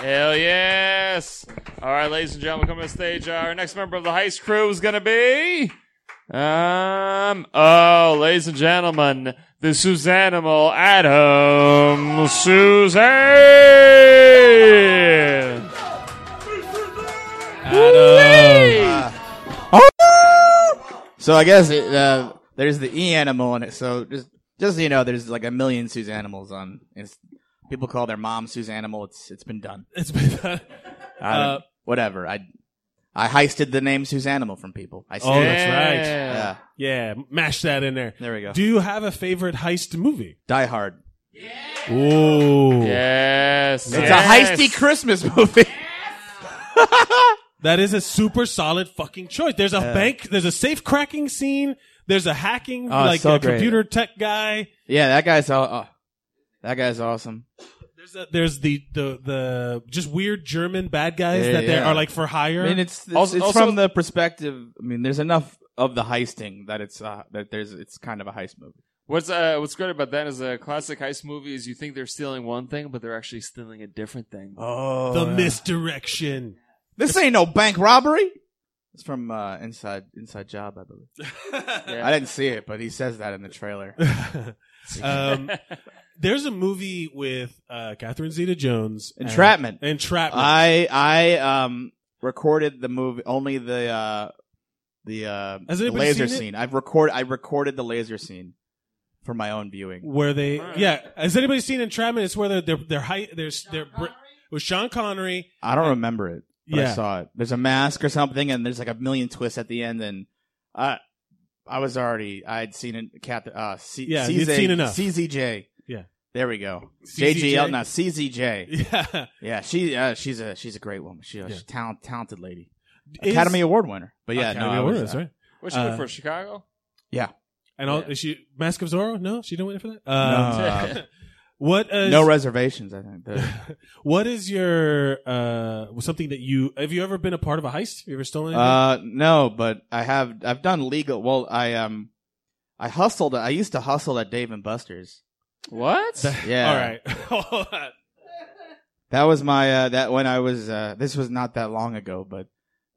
Hell yes! All right, ladies and gentlemen, coming to the stage. Uh, Our next member of the heist crew is going to be. Um. Oh, ladies and gentlemen, the Suzanimal Adam Suzanne. Adam. Oh, [LAUGHS] So I guess it, uh, there's the e animal in it. So just just so you know, there's like a million Suze animals on. It's, people call their mom Suze animal. It's it's been done. It's been [LAUGHS] I don't- Uh, whatever. I I heisted the name Suze animal from people. I Oh, stole it. that's right. Yeah. Yeah. Yeah, mash that in there. There we go. Do you have a favorite heist movie? Die Hard. Ooh. Yes. It's a heisty Christmas movie. That is a super solid fucking choice. There's a bank, there's a safe cracking scene, there's a hacking, Oh, it's like so a great. computer tech guy. yeah, that guy's all, oh, that guy's awesome. There's, a, there's the, the, the just weird German bad guys Yeah, that they yeah. are like for hire. I mean, it's it's, Also- it's also- from the perspective. I mean, there's enough of the heisting that it's uh, that there's it's kind of a heist movie. What's uh What's great about that is a classic heist movie is you think they're stealing one thing, but they're actually stealing a different thing. Oh, the misdirection. This ain't no bank robbery. It's from uh, Inside Inside Job, I believe. I didn't see it, but he says that in the trailer. [LAUGHS] um, there's a movie with uh, Catherine Zeta-Jones and Entrapment. Entrapment. I I um recorded the movie only the uh the uh Has the anybody laser seen it? scene. I've record I recorded the laser scene for my own viewing. where they yeah has anybody seen entrapment it's where they're they're, they're high there's they're br- with sean connery I don't remember it, but Yeah. I saw it. There's a mask or something, and there's like a million twists at the end, and I I was already I had seen it. Cat, uh, C, Yeah, CZ, you'd seen enough. CZJ. Yeah. there we go. CZJ? JGL, not CZJ. yeah Yeah, she uh, she's a she's a great woman. She, uh, Yeah. She's a talent, talented lady, Is- Academy Award winner. But yeah, Academy no, I Award, was, that's uh, right What's she Uh, good for? Chicago. and all, is she mask of zorro no she didn't win for that Um, No. [LAUGHS] what is no reservations. I think. The- [LAUGHS] what is your uh something that you have you ever been a part of a heist have you ever stolen anything? Uh, no, but I have I've done legal. Well, I um, I hustled. I used to hustle at Dave and Buster's. What? [LAUGHS] [LAUGHS] Yeah, all right Oh That was my uh, that when I was uh, this was not that long ago, but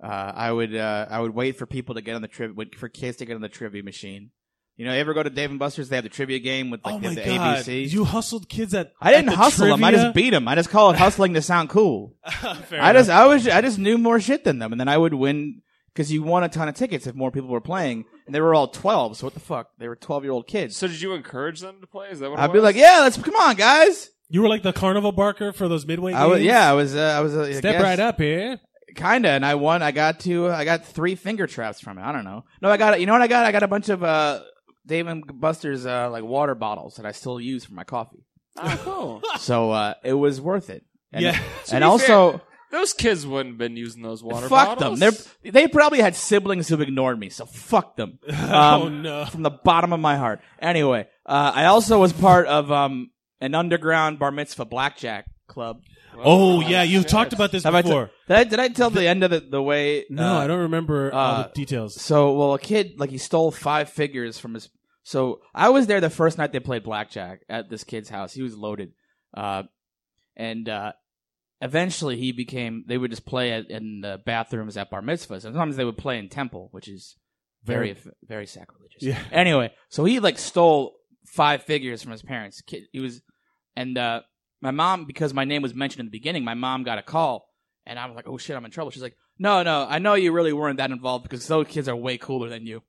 uh, I would uh, I would wait for people to get on the trivia for kids to get on the trivia machine. You know, you ever go to Dave and Buster's? They have the trivia game with like oh the, my the god ABC. you hustled kids at I didn't at the hustle them. I trivia? just beat them. I just call it hustling to sound cool. [LAUGHS] Fair I enough. just I was I just knew more shit than them, and then I would win because you won a ton of tickets if more people were playing, and they were all twelve. So what the fuck? They were twelve year old kids. So did you encourage them to play? Is that what it I'd be was? like, yeah, let's come on, guys. you were like the carnival barker for those midway games I was yeah, I was uh, I was uh, step right up here kinda, and I won. I got to uh, I got three finger traps from it. I don't know. No, I got you know what I got? I got a bunch of uh Dave and Buster's uh like water bottles that I still use for my coffee. Ah, Oh, cool. So uh it was worth it. [LAUGHS] And, [LAUGHS] yeah and be also. Those kids wouldn't have been using those water fuck bottles. them. They're, they probably had siblings who ignored me, so fuck them. [LAUGHS] Um, oh no From the bottom of my heart. Anyway, uh, I also was part of um, an underground bar mitzvah blackjack club. Oh, yeah, you talked about this Have I t- before. did, I, did I tell the, end of the, the way? no, uh, I don't remember all the uh, details. So, well, a kid like he stole five figures from his. So I was there the first night they played blackjack at this kid's house. He was loaded, uh, and uh, eventually he became. They would just play at, in the bathrooms at bar mitzvahs. Sometimes they would play in temple, which is very very sacrilegious. Yeah. Anyway, so he like stole five figures from his parents. Kid, he was, and uh, my mom because my name was mentioned in the beginning. My mom got a call, and I was like, "Oh shit, I'm in trouble." She's like, "No, no, I know you really weren't that involved because those kids are way cooler than you."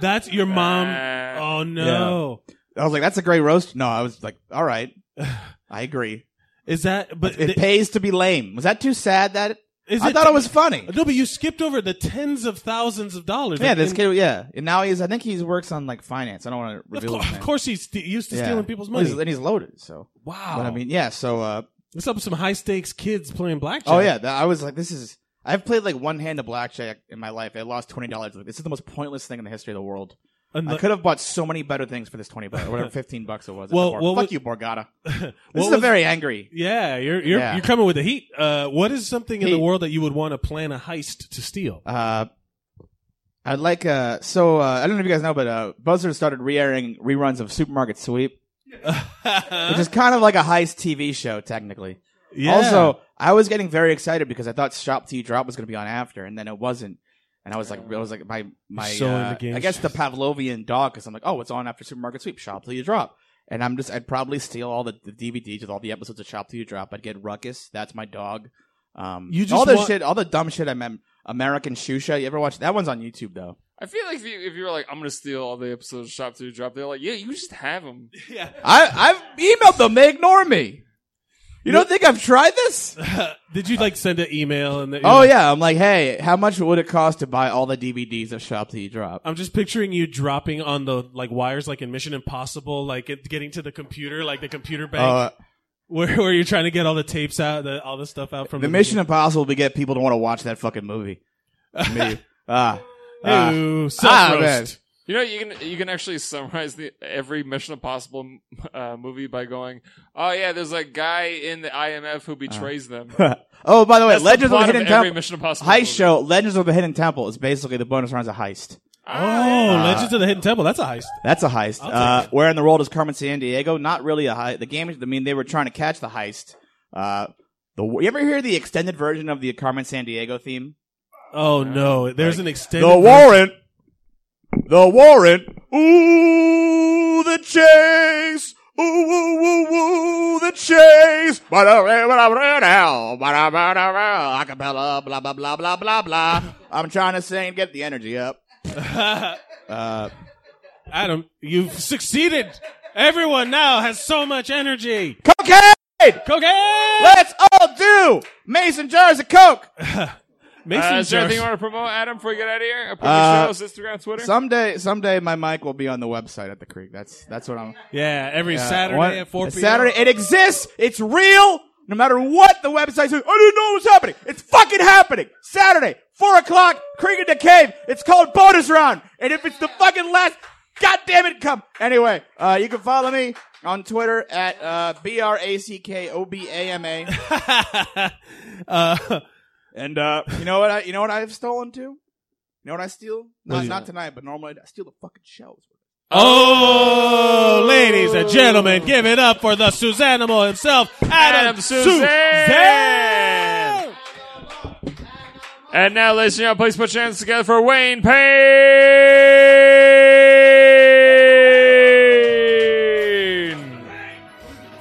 That's your mom. Uh, oh no, I was like, "That's a great roast." No, I was like, [SIGHS] "All right, I agree." is that? But It th- pays to be lame. Was that too sad? That is I it thought it was funny. No, but you skipped over the tens of thousands of dollars. Yeah, Like, this in- kid. Yeah, and now he's. I think he works on like finance. I don't want to Of, reveal. cour- his of name. course, he's st- used to Yeah. stealing people's Well, he's- money. and he's loaded. So, wow. but I mean, yeah. So, uh, What's up with some high stakes kids playing blackjack? Oh yeah, that, I was like, this is. I've played like one hand of blackjack in my life. I lost twenty dollars. This is the most pointless thing in the history of the world. And I the- could have bought so many better things for this twenty bucks [LAUGHS] or whatever fifteen bucks it was. Well, Fuck what was- you, [LAUGHS] Borgata. This What is a was- very angry. yeah, you're you're, Yeah. you're coming with the heat. Uh, what is something in the Heat. world that you would want to plan a heist to steal? Uh, I'd like. Uh, so uh, I don't know if you guys know, but uh, Buzzard started re-airing reruns of [LAUGHS] Supermarket Sweep, which is kind of like a heist TV show technically. Yeah. Also, I was getting very excited because I thought Shop T Drop was going to be on after, and then it wasn't. And I was like, I was like, my my, So in uh, the game. I guess [LAUGHS] the Pavlovian dog, because I'm like, oh, it's on after Supermarket Sweep, Shop Till You Drop, and I'm just, I'd probably steal all the, the DVDs with all the episodes of Shop Till You Drop. I'd get Ruckus, that's my dog. Um, You just all the want- shit, all the dumb shit. I mem American Shusha. You ever watch that one's on YouTube though? I feel like if you if you were like, I'm gonna steal all the episodes of Shop Two Drop, they're like, yeah, you just [LAUGHS] have them. I I've emailed them, they ignore me. You don't think I've tried this? [LAUGHS] Did you like send an email and? The, Oh yeah, I'm like, hey, how much would it cost to buy all the DVDs of Shop Till You Drop? I'm just picturing you dropping on the like wires, like in Mission Impossible, like it, getting to the computer, like the computer bank, Uh, [LAUGHS] where where you're trying to get all the tapes out, the, all the stuff out from the Mission Impossible to get people to want to watch that [LAUGHS] fucking movie. Me. Ah. Ah. Ooh, Ah, self roast. You know, you can you can actually summarize the every Mission Impossible uh, movie by going, oh yeah, there's a guy in the IMF who betrays them. man. [LAUGHS] oh, by the way, That's Legends the of the plot Hidden of every Temple. Mission Impossible Heist movie. show, Legends of the Hidden Temple is basically the bonus rounds of heist. oh, Legends of the Hidden Temple. That's a heist. That's a heist. take Uh, where in the world is Carmen San Diego? Not really a heist. The game, I mean, they were trying to catch the heist. Uh, the, you ever hear the extended version of the Carmen San Diego theme? Oh no, there's an extended. The version. [LAUGHS] warrant. The warrant. Ooh, the chase. Ooh, ooh, ooh, ooh, the chase. Ba-da-ba-da-ba-da-ba-da-ba. Acapella, blah, blah, blah, blah, blah, [LAUGHS] blah. I'm trying to sing, get the energy up. [LAUGHS] Uh, Adam, you've succeeded. Everyone now has so much energy. cocaine! Cocaine. Let's all do Mason jars of coke. Mason Uh, is there jars. anything you want to promote, Adam, before we get out of here? Uh, promote Uh, shows, Instagram, Twitter. Someday, someday my mic will be on the website at the creek. That's, that's what I'm. yeah, every Yeah, Saturday one- at four p.m. Saturday, it exists. It's real. No matter what the website says, I didn't know it was happening. It's fucking happening. Saturday, four o'clock, Creek in the Cave. It's called Bonus Round. And if it's the fucking last, god damn it, come. Anyway, uh, you can follow me on Twitter at uh, B R A C K O B A M A. [LAUGHS] uh, And uh, you know what? I, you know what I've stolen too. You know what I steal? Not, you- not tonight, but normally I steal the fucking shows. Oh, ladies and gentlemen, give it up for the Suzanimal himself, Adam, Adam Suzanne. Suzanne. And now, ladies and gentlemen, please put your hands together for Wayne Payne.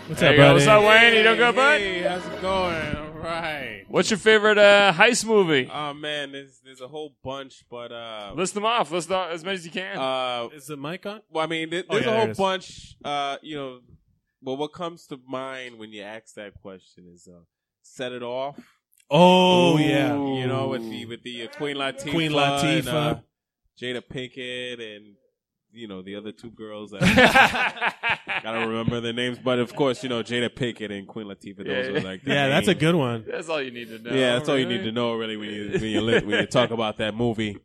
What's There up, you go. buddy? What's up, Wayne? You don't go, bud. Hey, how's it going? All right. What's your favorite uh, heist movie? Oh man, there's there's a whole bunch, but uh, List them off. List off as many as you can. uh, Is the mic on? well, I mean, there, Oh, there's yeah, a there whole it is. bunch. Uh, you know, well, what comes to mind when you ask that question is uh, set it off. Oh yeah, you know, with the with the uh, Queen Latifah, Queen and, Latifah. uh, Jada Pinkett, and you know the other two girls. [LAUGHS] That I don't remember their names, but of course, you know Jada Pinkett and Queen Latifah. Those Yeah. are like the yeah, that's a main- good one. that's all you need to know. Yeah, that's all you need really. to know, really, when you when you, li- when you talk about that movie.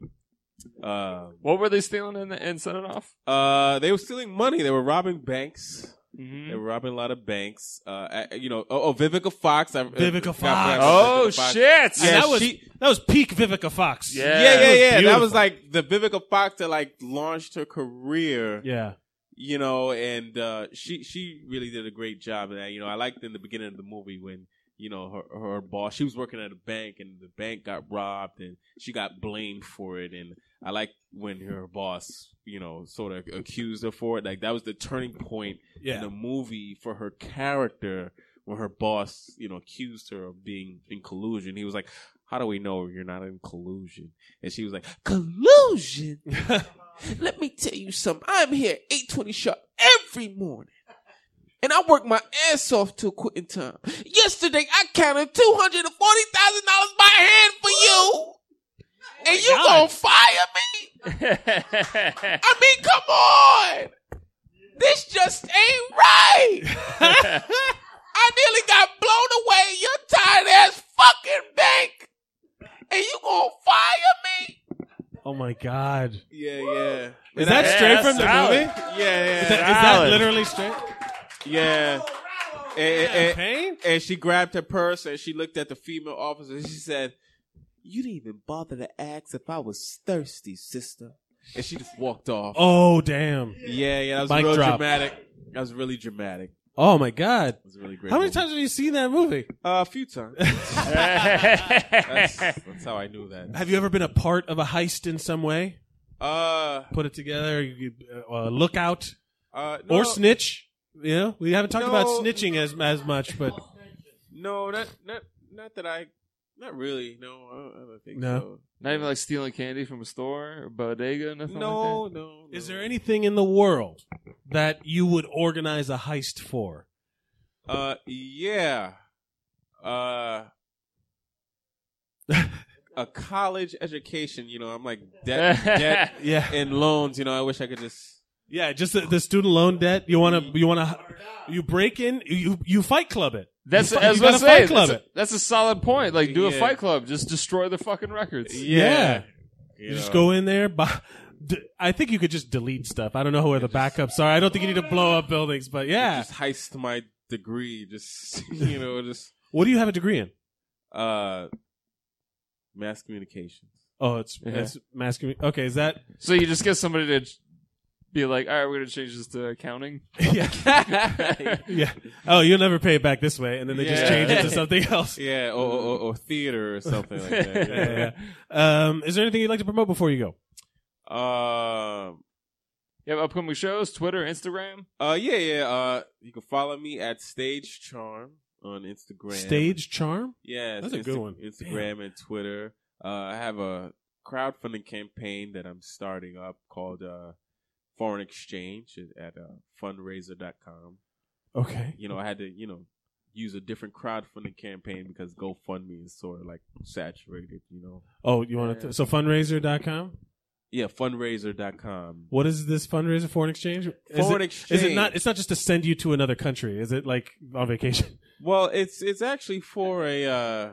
Uh, Uh, What were they stealing in the, and set it off? uh, they were stealing money. They were robbing banks. Mhm. They were robbing a lot of banks. Uh, I- you know, oh, oh Vivica Fox. I, Vivica got Fox. flagged Oh, for Vivica Fox. shit. And Yeah, that was she- that was peak Vivica Fox. Yeah. yeah, yeah, It was yeah. That beautiful. was like the Vivica Fox that like launched her career. Yeah. you know, and uh, she she really did a great job of that. You know, I liked in the beginning of the movie when you know her her boss she was working at a bank and the bank got robbed and she got blamed for it and I liked when her boss you know sort of accused her for it like that was the turning point in Yeah. the movie for her character when her boss you know accused her of being in collusion he was like how do we know you're not in collusion and she was like collusion let me tell you something. I'm here at 820 sharp every morning. And I work my ass off till quitting time. Yesterday, I counted $240,000 by hand for you. and you gonna fire me? I mean, come on. This just ain't right. I nearly got blown away in your tired ass fucking bank. And you gonna fire me? Oh my god. Yeah, yeah. Is that Yeah, straight from the solid. movie? Yeah, yeah. Is that, is that literally straight? Yeah. And, and- Pain? and she grabbed her purse and she looked at the female officer and she said, You didn't even bother to ask if I was thirsty, sister. And she just walked off. Oh damn. Yeah, yeah, that was Mic real drop. dramatic. That was really dramatic. Oh my god. It was a really great. How many movie. times have you seen that movie? Uh, a few [LAUGHS] times. [LAUGHS] that's, that's how I knew that. Have you ever been a part of a heist in some way? Uh, Put it together, you, uh, lookout uh, no, or snitch. You know, we haven't talked about No. snitching as as much, but No, not not not that I, not really. No, I don't, I don't think No. so. Not even like stealing candy from a store or bodega, nothing No, like no, no. is there anything in the world that you would organize a heist for? Uh, yeah. [LAUGHS] Uh, a college education. You know, I'm [LAUGHS] like debt, debt, Yeah, and loans. You know, I wish I could just. yeah, just the, the student loan debt. You want to, you want to, you break in, you you fight club it. That's You fi- as you gotta I say. fight club That's a, it. that's a solid point. Like, do a Yeah. Fight Club, just destroy the fucking records. Yeah. You You just know. go in there. Buy, d- I think you could just delete stuff. I don't know where the backups are. I don't think you need to blow up buildings, but Uh, yeah. Just heist my degree. Just [LAUGHS] you know, just What do you have a degree in? uh, mass communications. Oh, it's Yeah. it's mass commu- Okay, is that So you just get somebody to ch- be like, all right, we're gonna change this to [LAUGHS] accounting. [LAUGHS] yeah yeah? Oh, you'll never pay it back this way, and then they just Yeah. change it to something else. Yeah, or, or, or- or theater or something like that. Yeah, [LAUGHS] yeah, yeah. Um, is there anything you'd like to promote before you go? Um. You have upcoming shows, Twitter, Instagram. Uh. Yeah. Yeah. Uh. You can follow me at Stage Charm on Instagram. Stage charm. Yeah. That's a good one. Instagram and Twitter. Uh. I have a crowdfunding campaign that I'm starting up called uh, Foreign Exchange at uh, fundraiser.com. Okay. You know, I had to you know use a different crowdfunding campaign because GoFundMe is sort of like saturated. You know. Oh, you want to? so fundraiser.com. Yeah. Fundraiser.com. What is this fundraiser? Foreign exchange. Is Foreign it, exchange. Is it not? It's not just to send you to another country. Is it like on vacation? [LAUGHS] Well, it's it's actually for a uh,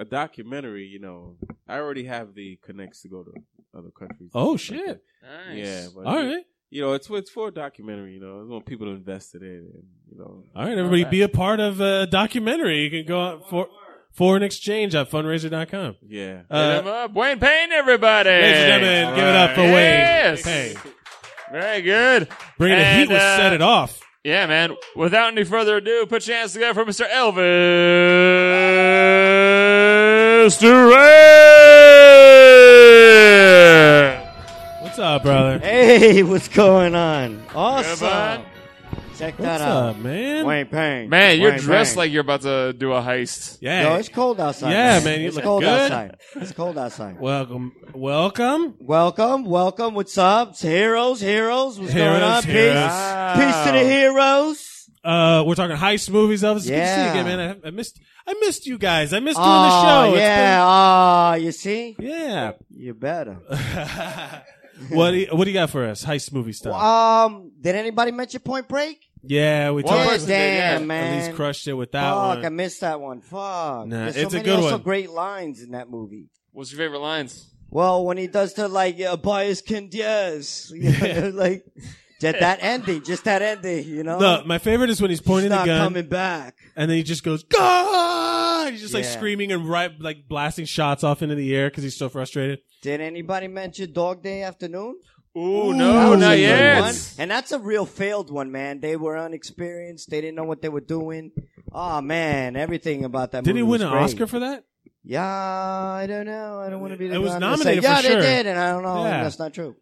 a documentary. You know, I already have the connects to go to other countries. Oh shit! Nice. Yeah, but All right. You know, it's it's for a documentary. You know, I want people to invest in it. And, you know, All right, everybody, be a part of a documentary. You can go out for foreign exchange at fundraiser.com. yeah. Hit Uh, 'em up. Wayne Payne, everybody. ladies and gentlemen, give it up for Wayne Yes. Payne. Very good. Bringing the And, heat was uh, set it off. Yeah, man. Without any further ado, put your hands together for Mr. Elvis Duran. What's up, brother? Hey, what's going on? Goodbye. Awesome. Check that What's out. up, man? Wayne Payne. Man, you're Wayne dressed Payne. like you're about to do a heist. Yeah. Yo, it's cold outside. Yeah, man, you it's look cold good. outside. It's cold outside. Welcome, welcome. Welcome, welcome. What's up? It's heroes, heroes. What's Heroes, going on? heroes. Peace, peace to the heroes. Uh, we're talking heist movies, Elvis. It's Yeah. Good to see you again, man. I, I missed, I missed you guys. I missed doing the oh, show. It's yeah. Ah, you see, been- yeah. [LAUGHS] you better. what do you, What do you got for us? Heist [LAUGHS] movie stuff. Um, did anybody mention Point Break? yeah, we talked. yeah, about- damn, man. Elise crushed it with that Fuck, one. I missed that one. Fuck. Nah, There's so it's a many good also one. great lines in that movie. What's your favorite lines? [LAUGHS] Well, when he does the like uh, bias can Diaz, You know, like Just that ending, just that ending, you know. The- my favorite is when he's pointing He's the not gun. coming back. And then he just goes, God! He's just like Yeah. screaming and right, like blasting shots off into the air because he's so frustrated. Did anybody mention Dog Day Afternoon? Ooh, no, That was not a good yet. one. And that's a real failed one, man. They were unexperienced. They didn't know what they were doing. Oh man, everything about that. Did he movie win was an great. Oscar for that? Yeah, I don't know. I don't want to be. The It was guy to say, nominated for yeah, sure. they did, and I don't know. Yeah. That's not true.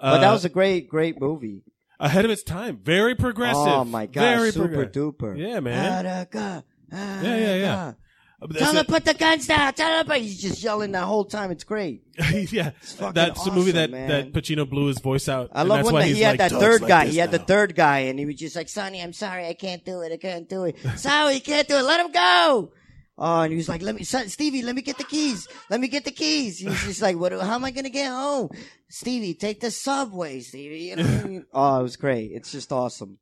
But that Uh, was a great, great movie. Ahead of its time. Very progressive. Oh my god, Very super progressive. duper. Yeah, man. Attica, yeah, yeah, yeah. Attica. Tell That's him to put the guns down. Tell him, to put-" he's just yelling the whole time. It's great. it. [LAUGHS] yeah. fucking That's the movie that, awesome, man. that Pacino blew his voice out. I and love that's when why the, he's he had like, that "Talks third like guy. this He had the now." third guy, and he was just like, "Sonny, I'm sorry, I can't do it. I [LAUGHS] can't do it. Sorry, you can't do it. Let him go." Oh, and he was like, "Let me, son, Stevie, let me get the keys. Let me get the keys." He was just like, "What? How am I gonna get home?" Stevie, take the subway, Stevie. You know [LAUGHS] what I mean? oh, it was great. It's just awesome.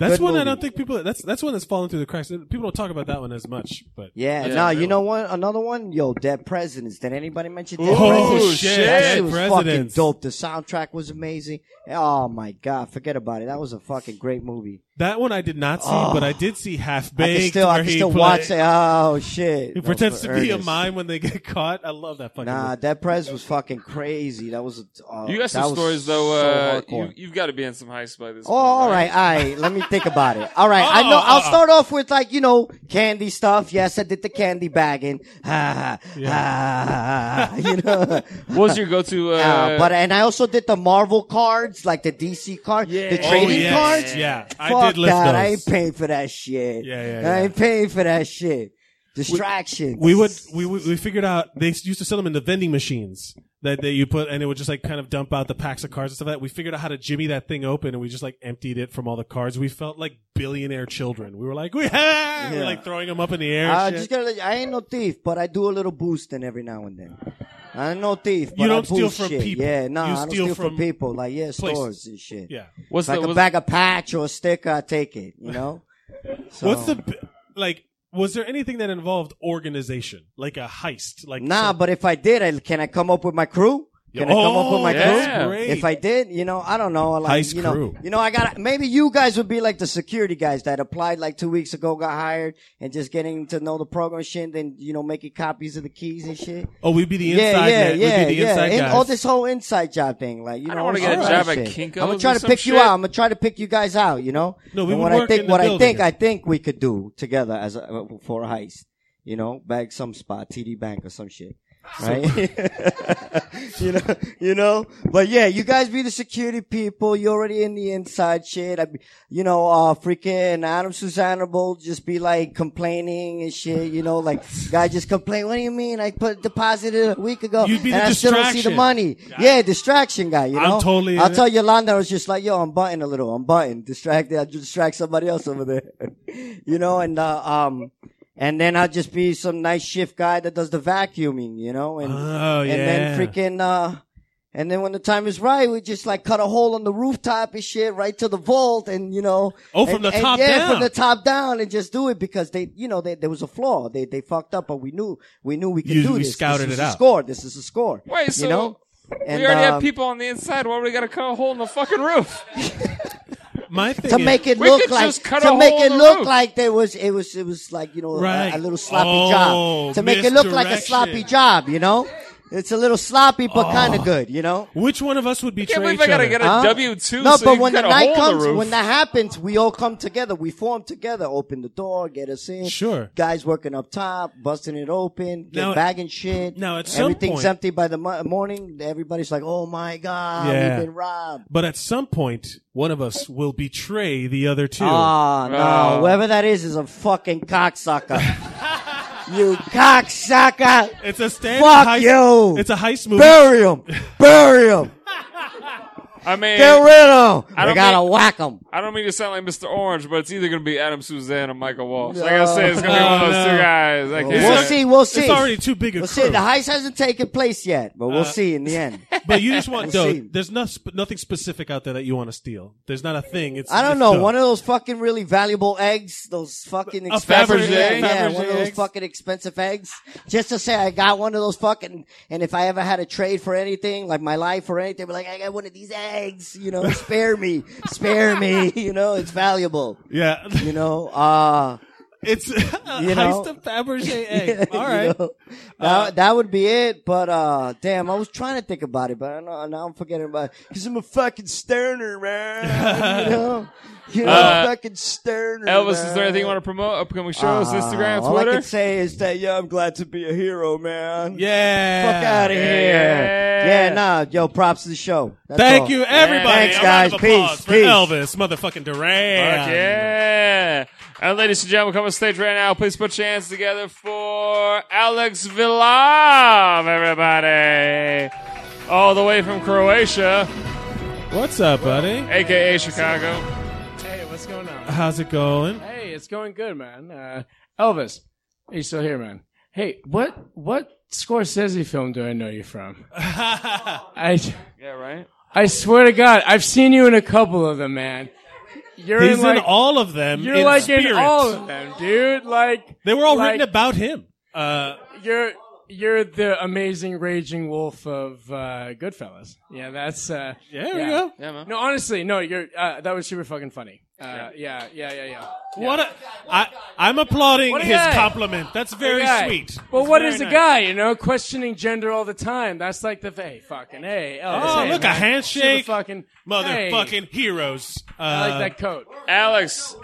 That's Good one I movie. don't think people, that's, that's one that's fallen through the cracks. People don't talk about that one as much, but. Yeah. That's no, a great you know what? Another one. Yo, Dead Presidents. Did anybody mention Dead Oh, Presidents? shit. That Dead shit was Presidents. fucking dope. The soundtrack was amazing. Oh my god, forget about it. That was a fucking great movie. That one I did not see, but I did see Half Oh. I Baked. can still, I where can he still play- watch it. Oh shit! He No, pretends for to be a Ernest. mime when they get caught. I love that fucking. Nah, movie. that Prez was fucking crazy. That was. Uh, You got that some was stories though. so Uh, hardcore. you, you've got to be in some heist by this. Oh, point, all right, all right. Let me think about it. All right, I know. Oh, I'll oh. start off with like you know candy stuff. Yes, I did the candy bagging. Ha ha, ha [LAUGHS] ha. You know. [LAUGHS] What was your go-to? [LAUGHS] Uh, Uh, but and I also did the Marvel cards, like the DC card, the trading oh, yes. cards. Yeah, Fuck I did list that! those. I ain't paying for that shit. Yeah, yeah, I yeah. ain't paying for that shit. Distractions. we would we would- we figured out they used to sell them in the vending machines that that you put and it would just like kind of dump out the packs of cards and stuff like that. We figured out how to jimmy that thing open and we just like emptied it from all the cards. We felt like billionaire children. We were like [LAUGHS] we have we were like throwing them up in the air. I and shit. just gotta. let you- I ain't no thief, but I do a little boosting every now and then. I ain't no thief. But You don't I steal boost from shit. people. Yeah, no, You I don't steal steal from, from people. Like yeah, stores places. and shit. yeah. what's like the, a what's, bag of patch or a sticker, I take it. You know. So, What's the bi- like? Was there anything that involved organization, like a heist? Like Nah, some- but if I did, I, can I come up with my crew? Can I come up with Oh, my that's yeah. crew? great. If I did, you know, I don't know. Like, Heist you know, crew. you know, I got to maybe you guys would be like the security guys that applied like two weeks ago, got hired, and just getting to know the program and shit, and then you know, making copies of the keys and shit. oh, we'd be the inside man. We'd be the inside And guys. all this whole inside job thing, like you know, don't wanna get a all job that at shit. Kinko's I'm or gonna try to some pick you shit? out. I'm gonna try to pick you guys out. You know, No, we and would what I work think, in the what I building. think, I think we could do together as a, uh, for a heist. You know, bag some spot, TD Bank or some [LAUGHS] shit. Right, [LAUGHS] you know, you know, but yeah, you guys be the security people. You're already in the inside shit. I, be, you know, uh, freaking Adam Susanna will just be like complaining and shit. You know, like guy just complain. What do you mean? I put deposited a week ago You'd be and the I still don't see the distraction. money. Yeah, distraction guy. You I'm know, totally- I'll tell Yolanda I was just like, yo, I'm butting a little. I'm butting. Distracted. I distract somebody else over there. [LAUGHS] you know, and uh, um, and then I'll just be some nice shift guy that does the vacuuming. You know, and oh yeah. and then freaking uh and then when the time is right, we just like cut a hole on the rooftop and shit, right to the vault, and you know. Oh, from and- the and, top yeah, down. from the top down, and just do it because they, you know, they, there was a flaw. They they fucked up, but we knew we knew we could You- do we this. scouted this is it a out. Score. This is a score. Wait, so you know, we already um, have people on the inside. Why would we got to cut a hole in the fucking roof? My thing to is- make it We look could like just cut to a make hole it in the look roof. like there was it was it was like you know a- Right. a, little sloppy Oh, job to make it look like a misdirection. sloppy job. You know, it's a little sloppy but kind of good. You know. Oh. Which one of us would betray Can't believe each I got other? to get Huh? a W two. No, so but you when the cut a night hole in the comes, roof. when that happens, we all come together. We form together, open the door, get us in. Sure. Guys working up top, busting it open, get Now- bagging shit. now at some everything's point- empty by the mo- morning. Everybody's like, "Oh my god, Yeah. we've been robbed." But at some point, one of us will betray the other two. Oh no! Ah. Oh. Whoever that is is a fucking cocksucker. [LAUGHS] you cocksucker! it's a standard Fuck heist. you! It's a heist movie. Bury [LAUGHS] him! Bury him! I mean, Get rid of him! I We don't gotta mean- whack him. I don't mean to sound like Mr. Orange, but it's either going to be Adam Suzanne or Michael Walsh. Like I said, it's going to be No. one of those Oh, two no. guys. I We'll can't. see. We'll see. It's already too big a We'll crew. Uh. see. The heist hasn't taken place yet, but we'll see in the end. [LAUGHS] But you just want We'll dough. see. There's no sp- nothing specific out there that you want to steal. There's not a thing. It's I it's don't know. dough. One of those fucking really valuable eggs. Those fucking A expensive. Fabergé? yeah, yeah, Fabergé one of those eggs? fucking expensive eggs. Just to say, I got one of those fucking. And if I ever had a trade for anything, like my life or anything, be like, I got one of these eggs. You know, spare me, spare [LAUGHS] me. You know, it's valuable. Yeah. You know, uh it's [LAUGHS] you know, heist a [LAUGHS] Fabergé egg. All you right. know, that, that would be it. But uh damn, I was trying to think about it, but I know, now I'm forgetting about it because I'm a fucking stoner, man. you know, you know, Uh, fucking stoner. Elvis, is there anything man. you Uh, want to promote? Uh, Upcoming shows, Instagram, All I Twitter. can say is that yeah, I'm glad to be a [LAUGHS] hero, man. Yeah. Fuck out of Yeah. here. Yeah, nah, yo, props to the show. That's Thank all. you, everybody. Thanks, A guys. round of applause Peace, for peace. Elvis, motherfucking Duran. Fuck yeah. And ladies and gentlemen, come on stage right now. Please put your hands together for Alex Villar, everybody. All the way from Croatia, What's up, buddy? aka Chicago. Hey, what's going on? How's it going? Hey, it's going good, man. Uh, Elvis, are you still here, man? Hey, what what Scorsese film do I know [LAUGHS] you from? I Yeah, right? I swear to God, I've seen you in a couple of them, man. You're He's in, like, in all of them. You're in like spirit. in all of them, dude. Like They were all like, written about him. Uh, You're you're the amazing raging wolf of uh, Goodfellas. Yeah, that's uh, Yeah, there we go. Yeah, man. No, honestly, no. You're uh, that was super fucking funny. Uh, yeah, yeah, yeah, yeah. What a, I, I'm applauding What a his guy. compliment. That's very guy. sweet. Well, That's what very is a nice. guy? You know, questioning gender all the time. That's like the hey, fucking hey. Elvis, Oh, hey, look, man. a handshake. Super fucking hey. Motherfucking heroes. Uh, I like that coat. Alex.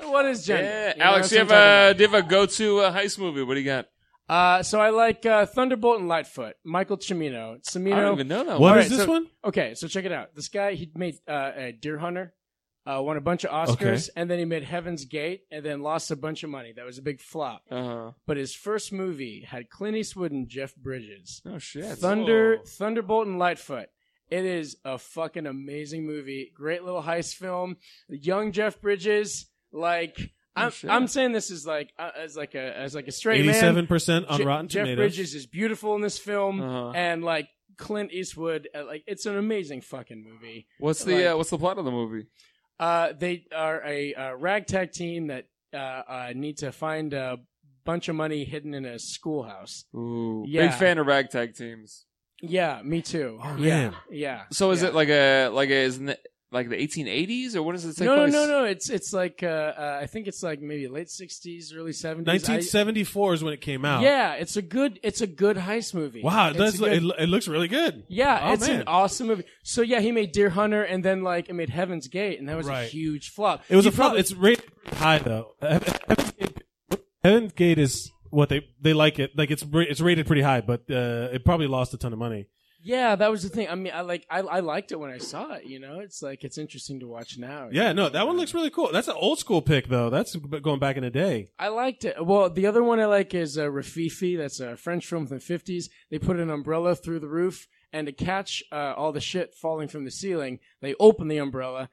What is gender? Yeah. You know, Alex, do you that's have what I'm talking a do you have a go to uh, heist movie? What do you got? about. Uh, so I like uh, Thunderbolt and Lightfoot. Michael Cimino. Cimino. I don't even know that What All is this so- one? Okay, so check it out. This guy, he made uh, a Deer Hunter, uh, won a bunch of Oscars, and then he made Heaven's Gate, and then lost a bunch of money. That was a big flop. Uh-huh. But his first movie had Clint Eastwood and Jeff Bridges. Oh shit. Thunder, Thunderbolt, and Lightfoot. It is a fucking amazing movie. Great little heist film. Young Jeff Bridges, like I'm, Oh, shit. I'm saying this is like uh, as like a as like a straight man. Eighty-seven percent on Je- Rotten Jeff Tomatoes. Bridges is beautiful in this film, Uh-huh. and like Clint Eastwood, uh, like it's an amazing fucking movie. What's the uh, what's the plot of the movie? Uh, they are a uh, ragtag team that uh, uh, need to find a bunch of money hidden in a schoolhouse. Ooh, Yeah. big fan of ragtag teams. Yeah, me too. Oh, yeah, man. yeah. So is yeah. it like a like a isn't it like the 1880s or when does it take no, place? no, no, no. It's it's like uh, uh, I think it's like maybe late '60s, early '70s. I- 1974 is when it came out. yeah, it's a good it's a good heist movie. Wow, it, It's does, a good- it, it looks really good. Yeah, Oh, it's man. an awesome movie. So yeah, he made Deer Hunter, and then like it made Heaven's Gate, and that was a Right. huge flop. It was You a flop. probably- It's rated high though. [LAUGHS] Heaven's Gate- Heaven's Gate is what they they like it. Like it's ra- it's rated pretty high, but uh, it probably lost a ton of money. yeah, that was the thing. I mean, I like I, I liked it when I saw it. You know, it's like it's interesting to watch now. Yeah, no, that one looks really cool. That's an old school pick though. That's b- going back in the day. I liked it. Well, the other one I like is uh, Rafifi. That's a French film from the fifties. They put an umbrella through the roof, and to catch uh, all the shit falling from the ceiling, they open the umbrella.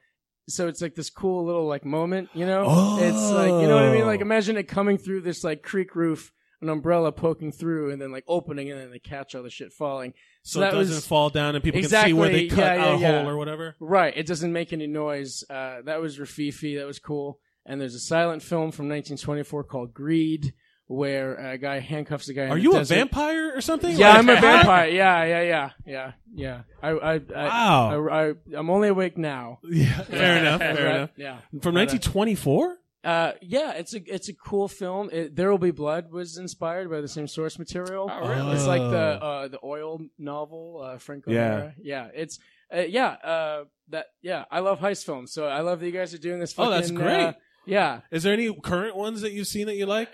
So it's like this cool little like moment, you know? It's like you know what I mean? Like Oh. imagine it coming through this like creek roof, an umbrella poking through, and then like opening, and then they catch all the shit falling. So, it doesn't fall down and people exactly, can see where they cut yeah, yeah, out a yeah. hole or whatever. Right. It doesn't make any noise. Uh, that was Rafifi. That was cool. And there's a silent film from 1924 called Greed, where a guy handcuffs a guy. in Are the you a desert. vampire or something? Yeah, Like- I'm a vampire. Yeah, yeah, yeah, yeah, yeah. I, I, I Wow. I, am only awake now. [LAUGHS] [LAUGHS] Yeah, fair enough. Fair Right? enough. Yeah. From 1924. Uh, yeah, it's a it's a cool film. It, there will be blood was inspired by the same source material. Oh, really? It's like the Oh. uh, the oil novel, uh, Frank O'Hara. Yeah, it's uh, yeah uh, that yeah. I love heist films, so I love that you guys are doing this. Oh, that's fucking, great. uh, yeah. Is there any current ones that you've seen that you [LAUGHS] like?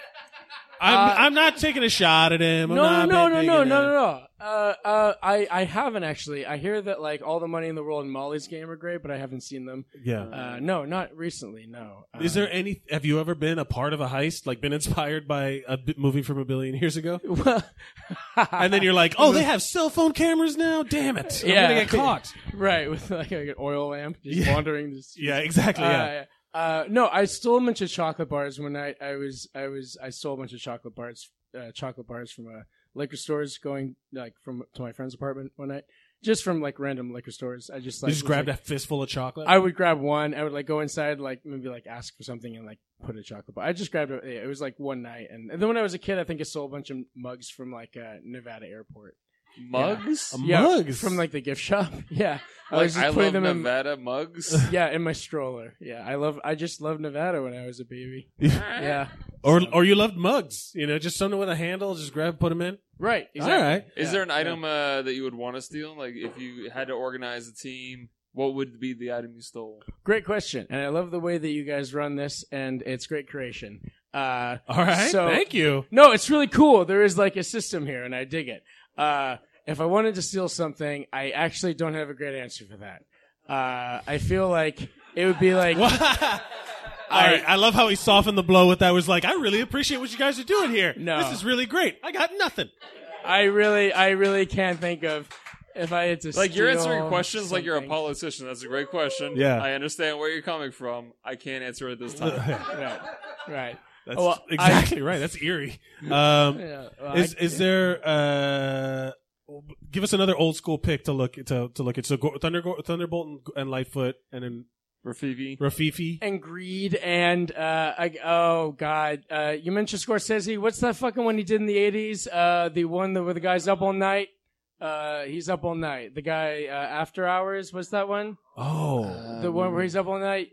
I'm Uh, I'm not taking a shot at him. I'm No, not no, no, big- no, no, digging at him. no, no. Uh, uh, I I haven't actually. I hear that like all the money in the world and Molly's Game are great, but I haven't seen them. Yeah. Uh, no, not recently. No. Uh, Is there any? Have you ever been a part of a heist, like been inspired by a b- movie from a billion years ago, Well, and then you're like, "Oh, they have cell phone cameras now. Damn it! I'm Yeah. [LAUGHS] gonna get caught." right with like an oil lamp just Yeah. wandering the Yeah, exactly. Yeah. Uh, uh, no, I stole a bunch of chocolate bars when I, I was I was I stole a bunch of chocolate uh, bars uh, chocolate bars from a liquor stores going like from to my friend's apartment one night. just from like random liquor stores. I [LAUGHS] just You like just was, grabbed like- a fistful of chocolate? I would grab one. I would like go inside, like maybe like ask for something and like put a chocolate. bar. I just grabbed it. It was like one night, and, and then when I was a kid, I think I stole a bunch of mugs from like uh, Nevada Airport. Yeah. Mugs? yeah, Mugs? from like the gift shop. Yeah, Like, I love Nevada mugs? [LAUGHS] Yeah, in my stroller. Yeah, I love. I just loved Nevada when I was a [LAUGHS] baby. yeah, Or or you loved mugs, you know, just something with a handle, just grab, put them in. Right. All right. Is there an item uh, that you would want to steal? Like, if you had to organize a team, what would be the item you stole? Great question, and I love the way that you guys run this, and it's great creation. Uh, All right, so- thank you. No, it's really cool. There is like a system here, and I dig it. Uh, if I wanted to steal something, I actually don't have a great answer for that. Uh, I feel like it would be [LAUGHS] like. All right. I love how he softened the blow with that. Was like, I really appreciate what you guys are doing here. No, this is really great. I got nothing. I really, I really can't think of if I had to. Like, you're answering steal questions like you're a something. politician. That's a great question. Yeah. I understand where you're coming from. I can't answer it [LAUGHS] this time. right. Right. That's Well, I- exactly right. That's eerie. Um, [LAUGHS] Yeah, well, is I- is there? Uh, give us another old school pick to look to to look at. So Go- Thunder, Go- Thunderbolt, and, and Lightfoot, and then Rafifi. Rafifi. and greed and uh I, oh god uh you mentioned scorsese what's that fucking one he did in the 80s uh the one that where the guy's up all night uh he's up all night the guy uh, after hours what's that one? Oh, the one where he's up all night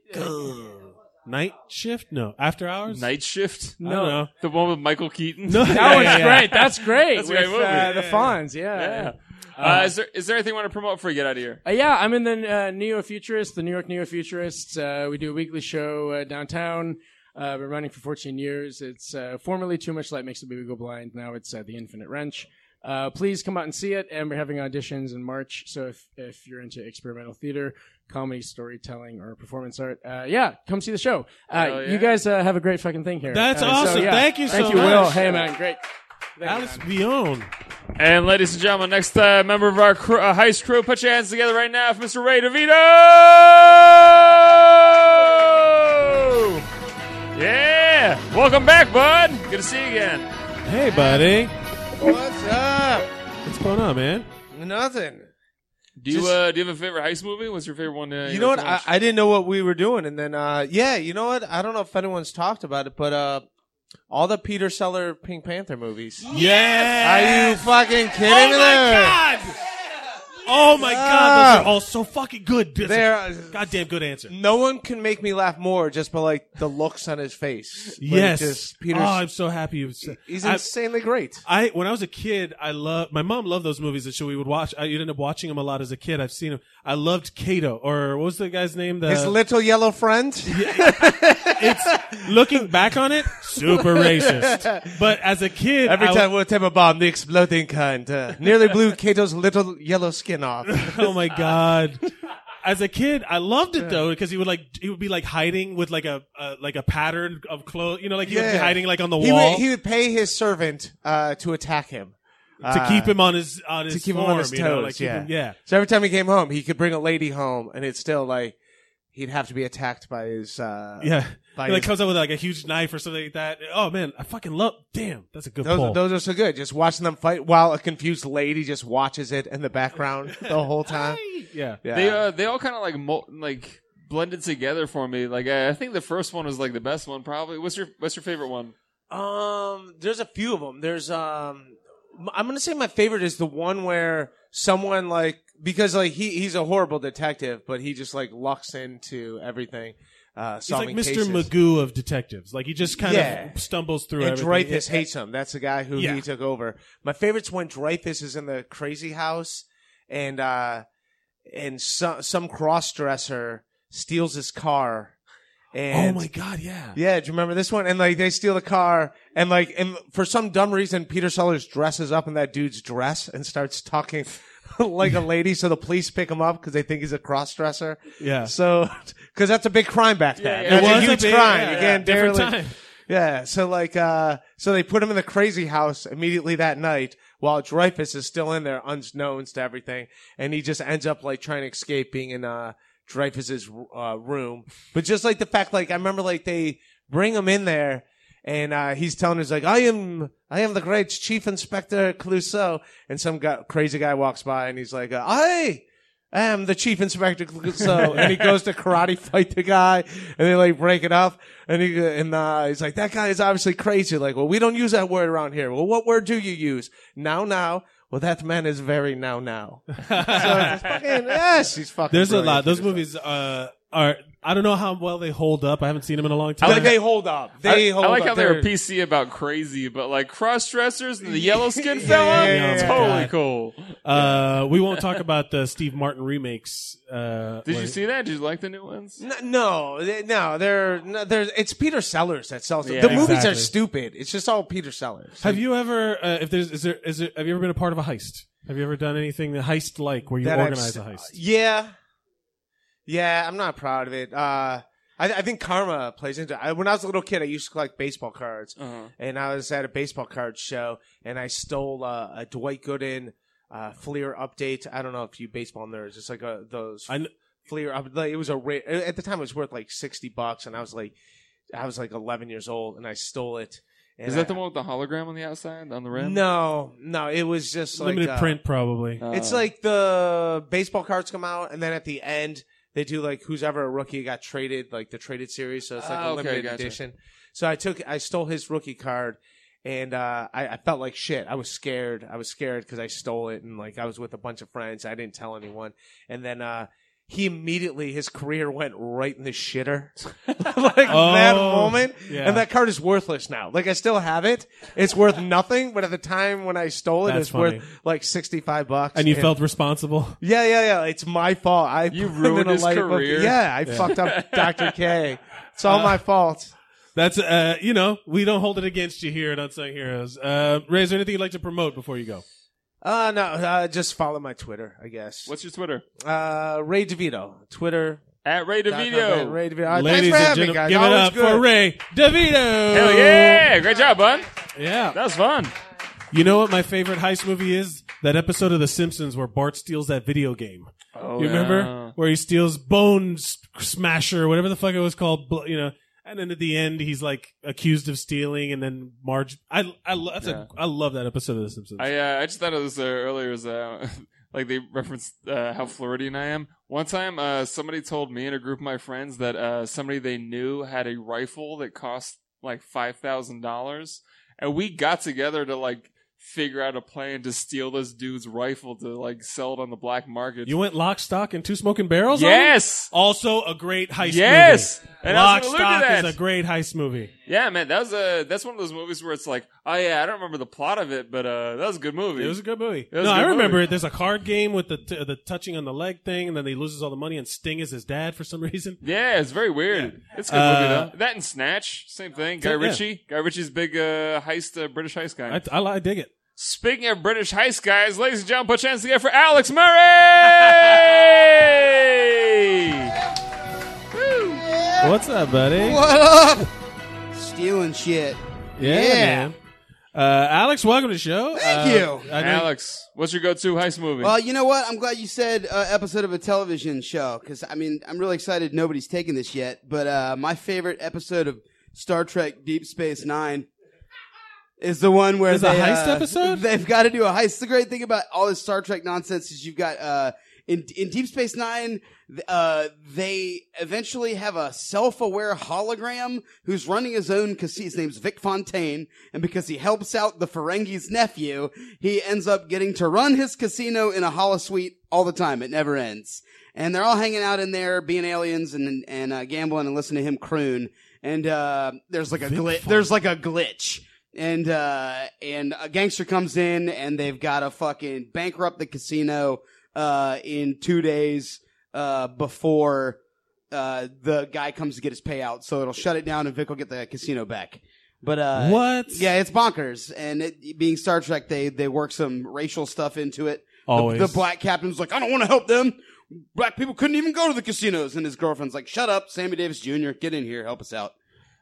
night shift? No, after hours. Uh, Night shift? I don't know. The one with Michael Keaton? No, that yeah, one's yeah, yeah. great that's great That's a with, great movie. uh, the Yeah. fonz yeah Yeah. Uh, Uh, is there is there anything you want to promote before you get out of here? Uh, yeah, I'm in the uh, Neo Futurist, the New York Neo Futurists. Uh, we do a weekly show uh, downtown. Uh, I've been running for 14 years. It's uh, formerly Too Much Light Makes the Baby Go Blind. Now it's uh, The Infinite Wrench. Uh, please come out and see it. And we're having auditions in March. So if, if you're into experimental theater, comedy, storytelling, or performance art, uh, yeah, come see the show. Uh, Hell You yeah. guys uh, have a great fucking thing here. That's Uh, so, awesome. yeah. Thank you so Thank you, much. Will. Hey, man, great. Alex Bion. And ladies and gentlemen, next uh, member of our crew, uh, heist crew, put your hands together right now for Mr. Ray DeVito! Yeah! Welcome back, bud! Good to see you again. Hey, buddy. What's up? What's going on, man? Nothing. Do you, Just- uh, do you have a favorite heist movie? What's your favorite one? Uh, you know what? to I, watch? I didn't know what we were doing, and then uh, yeah, you know what? I don't know if anyone's talked about it, but uh, all the Peter Seller Pink Panther movies. Yes! Are you fucking kidding Oh me? my there? God! Oh my God! Those are all so fucking good. That's They're- a goddamn good answer. No one can make me laugh more just by like the looks on his face. Like, Yes. just oh, I'm so happy. You said- He's I- insanely great. I when I was a kid, I loved my mom loved those movies that she we would watch. I ended up watching them a lot as a kid. I've seen them. I loved Kato, or what was the guy's name? The his little [LAUGHS] yellow friend. it's looking back on [LAUGHS] it, super racist. But as a kid, Every I time we'll tap a bomb, the exploding kind uh, nearly blew Kato's little yellow skin off. [LAUGHS] oh my god. As a kid, I loved it though because he would like he would be like hiding with like a uh, like a pattern of clothes, you know, like he would be hiding like on the He wall Would, he would pay his servant uh, to attack him. Uh, to keep him on his on his to keep form, him on his toes. you know, like keep yeah. him- yeah. So every time he came home, he could bring a lady home, and it's still like he'd have to be attacked by his. Uh, Yeah. by He, like his- comes up with like a huge knife or something like that. Oh man, I fucking love. Damn, that's a good those, pull. those are so good. Just watching them fight while a confused lady just watches it in the background the whole time. [LAUGHS] yeah. They, uh, they all kind of like, mo- like, blended together for me. Like, I, I think the first one was like the best one, probably. What's your, what's your favorite one? Um, there's a few of them. There's um, m- I'm gonna say my favorite is the one where someone like because like he he's a horrible detective, but he just like lucks into everything. Uh, He's like solving Mr. cases. Magoo of detectives. Like he just kind Yeah. of stumbles through and everything. Dreyfus It- hates him. That's the guy who Yeah. he took over. My favorite's when Dreyfus is in the crazy house, and uh, and some some cross dresser steals his car. And Oh my god, yeah. Yeah, do you remember this one? And like they steal the car, and like and for some dumb reason, Peter Sellers dresses up in that dude's dress and starts talking [LAUGHS] like a lady, so the police pick him up because they think he's a cross dresser. Yeah. So because that's a big crime back then. yeah, That's yeah. It was a a huge big- crime. yeah, you yeah, can't different barely- time. Yeah. So like uh so they put him in the crazy house immediately that night while Dreyfus is still in there unknowns to everything and he just ends up like trying to escape being in uh Dreyfus's uh room. But just like the fact like I remember like they bring him in there and uh, he's telling us like, "I am, I am the great Chief Inspector Clouseau," and some guy, crazy guy walks by and he's like, uh, "I." am the chief inspector Clouseau, and he goes to karate [LAUGHS] fight the guy, and they like break it up, and he and uh, he's like, that guy is obviously crazy. Like, well, we don't use that word around here. Well, what word do you use? Now, now. Well, that man is very [LAUGHS] now, now. so it's fucking yes, he's fucking. There's a brilliant. lot. Those movies uh, are. I don't know how well they hold up. I haven't seen them in a long time. like- They hold up. They I, hold I like up. how they were They're- PC about crazy, but like cross dressers and the yellow [LAUGHS] skin Yeah, fella, yeah, yeah, yeah. totally God. cool. Uh, we won't talk about the Steve Martin remakes. Uh, Did you like- see that? Did you like the new ones? N- No, they- no, they're no, they're. It's Peter Sellers that sells them. Yeah, the movies exactly. are stupid. It's just all Peter Sellers. Have you ever? Uh, if there's, is there, is there, have you ever been a part of a heist? Have you ever done anything heist like where you That I've organize a s- heist? Yeah, yeah. I'm not proud of it. Uh, I, I think karma plays into. it. I, when I was a little kid, I used to collect baseball cards, Uh-huh. and I was at a baseball card show, and I stole uh, a Dwight Gooden uh, Fleer update. I don't know if you baseball nerds. It's like a, those Fleer up. Like, it was a rare. At the time, it was worth like sixty bucks, and I was like, I was like 11 years old, and I stole it. And Is that I- the one with the hologram on the outside on the rim? no, no, it was just like, Limited uh, print, probably. It's Uh. Oh. like the baseball cards come out, and then at the end they do like who's ever a rookie got traded, like the traded series. So it's like Ah, a okay, limited gotcha. edition. So I took, I stole his rookie card, and uh, I, I felt like shit. I was scared. I was scared because I stole it, and like I was with a bunch of friends. I didn't tell anyone, and then. uh he immediately his career went right in the shitter, [LAUGHS] like that Oh, moment, yeah. and that that card is worthless now. Like I still have it. It's worth nothing, but at the time when I stole it, That's it's funny. worth like sixty five bucks. And you felt responsible. Yeah, yeah, yeah. It's my fault. I you ruined his career. yeah, I Yeah. fucked [LAUGHS] up Dr. [LAUGHS] K. It's all Uh, my fault. That's uh, you know, we don't hold it against you here at Unsung Heroes. Uh, Ray, is there anything you'd like to promote before you go? Uh no, uh, just follow my Twitter, I guess. What's your Twitter? Uh Ray DeVito. Twitter. At Ray Dot com, DeVito. Ray DeVito. Uh, Ladies thanks for and having gentlemen, me, guys. give it Always up good. for Ray DeVito. Hell yeah! Great job, bud. Yeah, that was fun. You know what my favorite heist movie is? That episode of The Simpsons where Bart steals that video game. Oh, you yeah. remember where he steals Bone S- Smasher, whatever the fuck it was called, bl- you know. And then at the end, he's like accused of stealing, and then Marge. I I lo- that's Yeah. a, I love that episode of The Simpsons. I uh, I just thought of this uh, earlier. Was uh, [LAUGHS] like they referenced uh, how Floridian I am. One time, uh, somebody told me and a group of my friends that uh, somebody they knew had a rifle that cost like five thousand dollars, and we got together to like figure out a plan to steal this dude's rifle to like sell it on the black market. you went lock, stock, and two smoking barrels. on it? Yes. Also a great heist. Yes. Movie. And I was lock, gonna allude to stock is that. a great heist movie. Yeah, man, that was a that's one of those movies where it's like, oh yeah, I don't remember the plot of it, but uh, that was a good movie. It was a good movie. It was no, a I good remember movie. it. There's a card game with the t- the touching on the leg thing, and then he loses all the money, and Sting is his dad for some [LAUGHS] reason. Yeah, it's very weird. It's a good Uh, movie though. That and Snatch, same thing. Guy Yeah. Ritchie, Guy Ritchie's big uh, heist, uh, British heist guy. I, I, I dig it. Speaking of British heist guys, ladies and gentlemen, put your hands together for Alex Murray. Woo. What's up, buddy? What up? Stealing shit. Yeah, man. Uh, Alex, welcome to the show. Thank Uh, you. I know- Alex, what's your go-to heist movie? Well, you know what? I'm glad you said uh, episode of a television show because I mean I'm really excited nobody's taken this yet. But uh, my favorite episode of Star Trek: Deep Space Nine is the one where There's a they, heist uh, episode? They've got to do a heist. The great thing about all this Star Trek nonsense is you've got uh, in in Deep Space Nine, th- uh, they eventually have a self-aware hologram who's running his own casino. His name's Vic Fontaine, and because he helps out the Ferengi's nephew, he ends up getting to run his casino in a holosuite all the time. It never ends, and they're all hanging out in there, being aliens and and uh, gambling and listening to him croon. And uh, there's like a glitch. There's like a glitch and uh and a gangster comes in and they've got to fucking bankrupt the casino uh in 2 days uh before uh the guy comes to get his payout so it'll shut it down and Vic will get the casino back but uh What? yeah it's bonkers and it, being Star Trek they they work some racial stuff into it The- Always. the black captain's like I don't want to help them black people couldn't even go to the casinos and his girlfriend's like shut up Sammy Davis Jr get in here help us out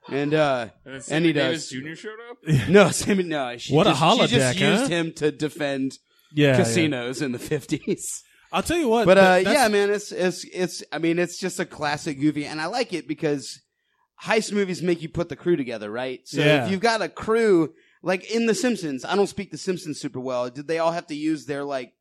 and uh And then and, Sammy he Davis does Jr. showed [LAUGHS] up. no, Sammy. No, she What a just, She holodeck, just used huh? him to defend Yeah, casinos in the fifties. I'll tell you what. But uh, th- that's- yeah, man, it's it's it's. I mean, it's just a classic goofy, and I like it because heist movies make you put the crew together, right? So Yeah. if you've got a crew, like in The Simpsons, I don't speak The Simpsons super well. Did they all have to use their like?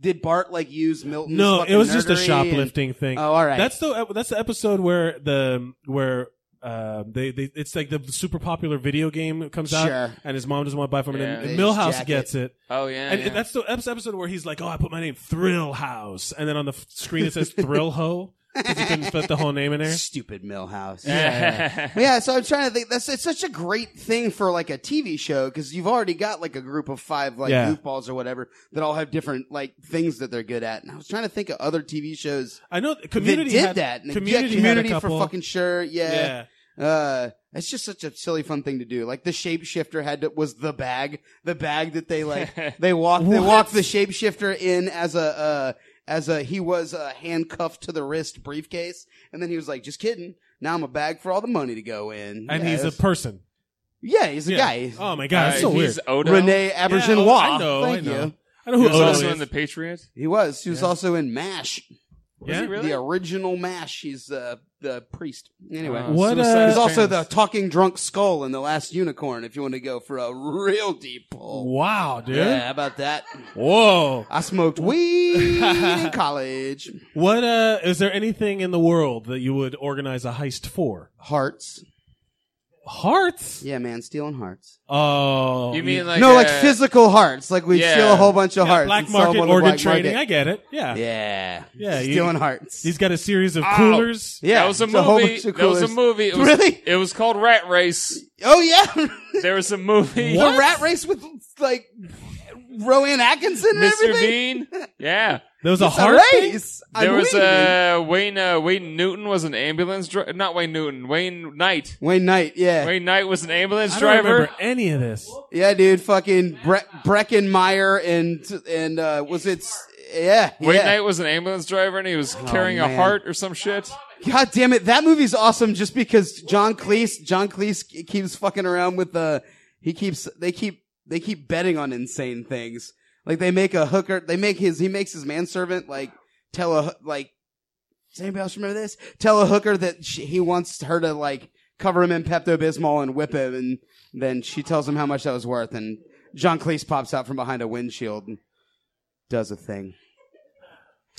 Did Bart like use Milton? No, it was just a shoplifting thing. Oh, all right. That's the uh, that's the episode where the where uh, they they it's like the super popular video game that comes out, Sure. and his mom doesn't want to buy from Yeah. him, and, They and just Millhouse jack it. gets it. Oh, yeah, and, yeah. and that's the ep- episode where he's like, "Oh, I put my name Thrill House," and then on the f- screen it says Thrill Ho because he couldn't fit the whole name in there. Stupid Millhouse. [LAUGHS] Yeah. yeah, so I'm trying to think. That's it's such a great thing for like a TV show because you've already got like a group of five like Yeah. goofballs or whatever that all have different like things that they're good at. And I was trying to think of other TV shows. I know that Community did had- that. And yeah, Community had a community for couple. fucking sure. Yeah. Uh, it's just such a silly fun thing to do. Like the shapeshifter had to, was the bag, the bag that they like they walked they What? walked the shapeshifter in as a uh as a he was uh, handcuffed to the wrist briefcase, and then he was like, "Just kidding." Now I'm a bag for all the money to go in, And Yeah, he's a it's- person. yeah, he's a Yeah. guy. Oh my god, it's so weird. oh, Renee Auberginois. I know. Thank I know. you. I know who He was Odo also is. in The Patriot. He was. He was also in Mash. Was he Yeah? really? The original Mash. He's the the priest. Anyway, Uh, What, Suicide uh, He's also the Silence. talking drunk skull in the Last Unicorn. If you want to go for a real deep pull. Wow, dude. Yeah, how about that? Whoa. I smoked [LAUGHS] weed in college. What uh is there anything in the world that you would organize a heist for? Hearts. Hearts? Yeah, man, stealing hearts. Oh. You mean like no, like uh, physical hearts. Like we Yeah. steal a whole bunch of Yeah, hearts. black and sell them market on the organ black trading. market. I get it. Yeah. Yeah. Yeah, you- Stealing hearts. He's got a series of Ow. coolers. Yeah, Oh, that was a it's a whole movie. bunch of that was a coolers. movie. It was, Really? It was called Rat Race. Oh yeah. There was a movie. The rat race with like Rowan Atkinson and Mr. everything. Bean. Yeah. There was a It's a heart thing? race. There I'm was waiting. uh, Wayne. Uh, Wayne Newton was an ambulance. Dri- not Wayne Newton. Wayne Knight. Wayne Knight, yeah. Wayne Knight was an ambulance I don't driver. remember any of this. Yeah, dude, fucking Bre- Breckenmeyer and and uh was it s- yeah, Wayne yeah. Oh, Knight was an ambulance driver and he was carrying a man. heart or some shit. God damn it, that movie's awesome just because John Cleese, John Cleese k- keeps fucking around with the he keeps they keep they keep betting on insane things. Like they make a hooker, they make his he makes his manservant like tell a like does anybody else remember this? Tell a hooker that she, he wants her to like cover him in Pepto Bismol and whip him, and then she tells him how much that was worth, and John Cleese pops out from behind a windshield and does a thing.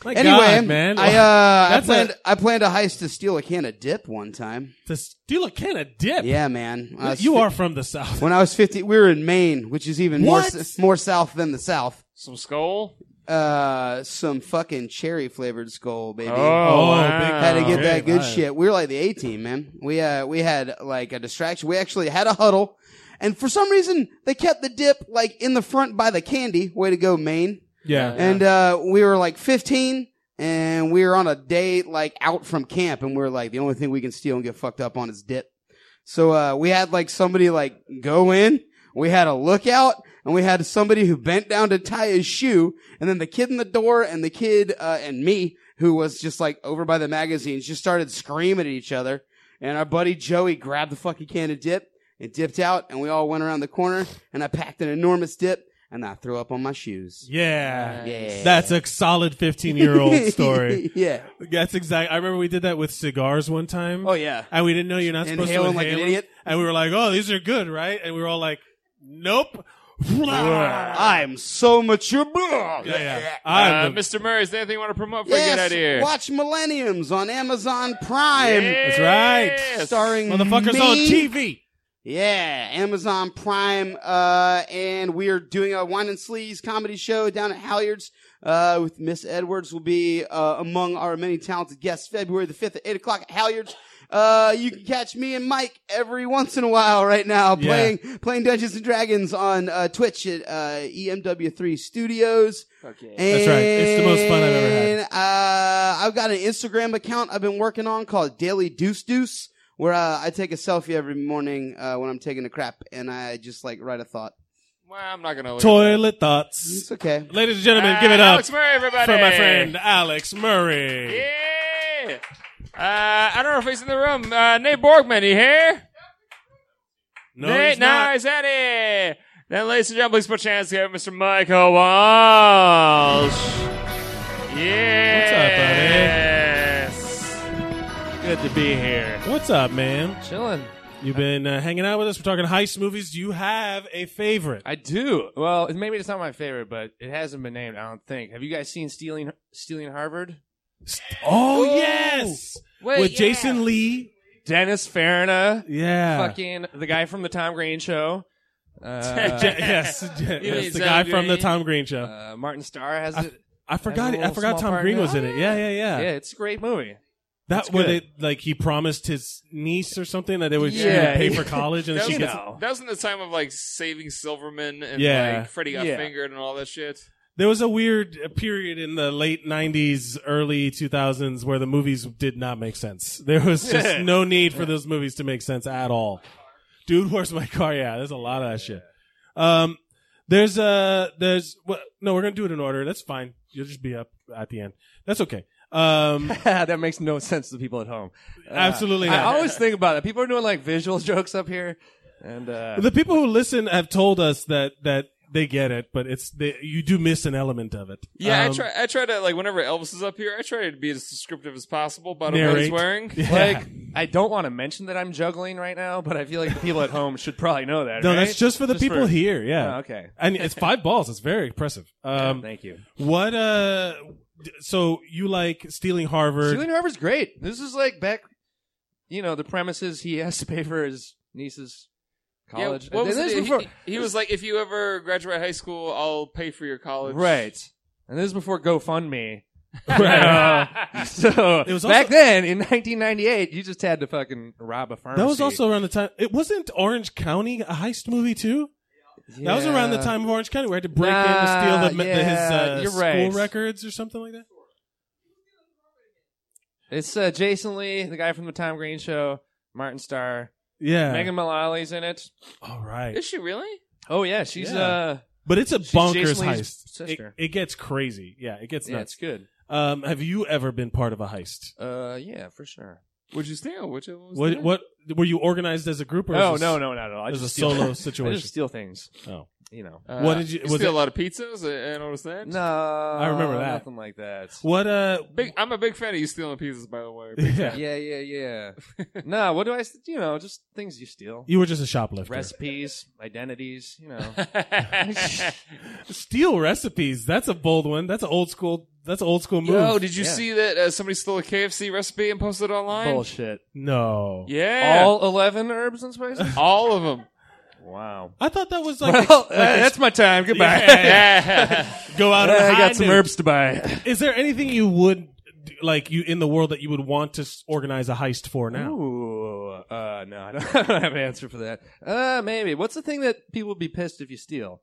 My anyway, God, man. [LAUGHS] I uh, I That's a- planned I planned a heist to steal a can of dip one time. To steal a can of dip? Yeah, man. I was You fi- are from the South. When I was fifty, we were in Maine, which is even more What? s- more south than the South. Some skull. Uh, some fucking cherry flavored skull, baby. Oh, Oh, wow. big had to get cherry that good vibe. shit. We were like the A team, man. We uh, we had like a distraction. We actually had a huddle, and for some reason they kept the dip like in the front by the candy. Way to go, Maine. Yeah. And uh, we were like 15, and we were on a day like out from camp, and we were like, the only thing we can steal and get fucked up on is dip. So uh, we had like somebody like go in. We had a lookout, and we had somebody who bent down to tie his shoe, and then the kid in the door and the kid uh, and me, who was just like over by the magazines, just started screaming at each other. And our buddy Joey grabbed the fucking can of dip and dipped out, and we all went around the corner, and I packed an enormous dip, and I threw up on my shoes. Yeah. Yeah. That's a solid 15 year [LAUGHS] old story. yeah. That's exact. I remember we did that with cigars one time. Oh, yeah. And we didn't know you're not supposed to Inhaling inhale like an them. idiot. And we were like, oh, these are good, right? And we were all like, [LAUGHS] nope. I'm so mature. Yeah, yeah. Uh, I'm the- Mr. Murray, is there anything you want to promote before I Yes, get out of here? watch Millenniums on Amazon Prime. Yes. That's right. Starring Motherfuckers me. on TV. Yeah, Amazon Prime. Uh, and we are doing a Wine and Sleaze comedy show down at Halyards. Uh, with Miss Edwards will be uh, among our many talented guests February the 5th at 8 o'clock at Halyards. Uh, you can catch me and Mike every once in a while right now Yeah. playing playing Dungeons and Dragons on uh, Twitch at uh, EMW3 Studios. That's right. It's the most fun I've ever had. And, uh, I've got an Instagram account I've been working on called Daily Deuce Deuce, where uh, I take a selfie every morning uh, when I'm taking a crap, and I just like write a thought. Well, I'm not going to. Toilet thoughts. It's okay. Ladies and gentlemen, give it up Alex Murray, everybody. for my friend Alex Murray. Yeah. Uh, I don't know if he's in the room. Uh, Nate Borgman, you here? No, Nate, he's not. no, he's out here. Then, ladies and gentlemen, please put your hands together, for Mr. Michael Walsh. Yeah. What's up, buddy? Good to to be here. What's up, man? Chilling. You've been uh, hanging out with us. We're talking heist movies. Do you have a favorite? I do. Well, it- maybe it's not my favorite, but it hasn't been named. I don't think. Have you guys seen Stealing Stealing Harvard? Oh, Ooh. yes, Wait, with yeah. Jason Lee. Dennis Farina. Yeah. Fucking the guy from the Tom Green [LAUGHS] show. Uh, Ja- yes, ja- You mean yes, the Tom guy from the Green? Tom Green show. Uh, Martin Starr has I- it. I has a forgot it. I little forgot small Tom part Green it. was in it. Yeah, yeah, yeah. Yeah, it's a great movie. That That's what good. it like he promised his niece or something that they would she would Yeah. pay for college and that she was, gets that was in the time of like saving Silverman and Yeah. like Freddy got Yeah. fingered and all that shit. There was a weird uh, period in the late '90s, early 2000s where the movies did not make sense. There was [LAUGHS] just no need for those movies to make sense at all. Dude, where's my car? Yeah, there's a lot of that shit. Um, there's uh there's well, no, we're gonna do it in order. That's fine. You'll just be up at the end. That's okay. Um, [LAUGHS] that makes no sense to people at home. Uh, Absolutely I not. always think about it. People are doing like visual [LAUGHS] jokes up here, and uh, the people who listen have told us that that they get it, but it's they, you do miss an element of it. Yeah, Um, I try. I try to like whenever Elvis is up here, I try to be as descriptive as possible about what he's Narrate. [LAUGHS] wearing. Like, I don't want to mention that I'm juggling right now, but I feel like the people at home should probably know that. No, right? that's just for the people here. Yeah. Oh, okay. And it's five balls. It's very impressive. [LAUGHS] Um, Yeah, thank you. What? Uh, d- so you like stealing Harvard? Julian Harper's great. This is like back, you know, the premises he has to pay for his niece's college. Yeah, what was And this it? is before- He, he was like, if you ever graduate high school, I'll pay for your college. right, and this is before [LAUGHS] GoFundMe. Right. Uh, [LAUGHS] so It was back also- then in 1998, you just had to fucking rob a pharmacy. That was also around the time. It wasn't Orange County a heist movie too. That was around the Yeah. time of Orange County where I had to break in to Nah, steal the, the- yeah, his uh, you're school right. records or something like that. It's uh, Jason Lee, the guy from the Tom Green show, Martin Starr. Yeah. Megan Mullally's in it. All right. Is she really? Oh yeah, she's Yeah. uh but it's a she's Jason bonkers Lee's heist. It, Sister. it gets crazy. Yeah, it gets Yeah, nuts. it's good. Um, have you ever been part of a heist? uh yeah, for sure. Would you steal? Which one was What? that? What? Were you organized as a group or? No, was this- Oh, no, no, not at all. I as just a steal- [LAUGHS] I solo just situation. steal things. Oh, You know. what did you? Uh, you was steal it- a lot of pizzas? I, I noticed that. No, I remember that. Nothing like that. What? Uh, Big, I'm a big fan of you [LAUGHS] stealing pizzas, by [LAUGHS] the way. Big Yeah, fan. yeah, [LAUGHS] yeah. no, what do I? s- You know, just things you steal. You were just a shoplifter. Recipes, identities. You [LAUGHS] know. Steal recipes. That's a bold one. That's an old school. That's an old school move. Yo, did you see that uh, somebody stole a KFC recipe and posted it online? Bullshit. No. Yeah. All [LAUGHS] eleven herbs and spices. [LAUGHS] All of them. Wow. I thought that was like. Well, a- like uh, a- that's my time. Goodbye. [LAUGHS] [LAUGHS] Yeah. Go out. and I got hide some it. herbs to buy. [LAUGHS] Is there anything you would d- like you in the world that you would want to s- organize a heist for now? Ooh, uh, no, I don't, [LAUGHS] I don't have an answer for that. Uh, maybe. What's the thing that people would be pissed if you steal?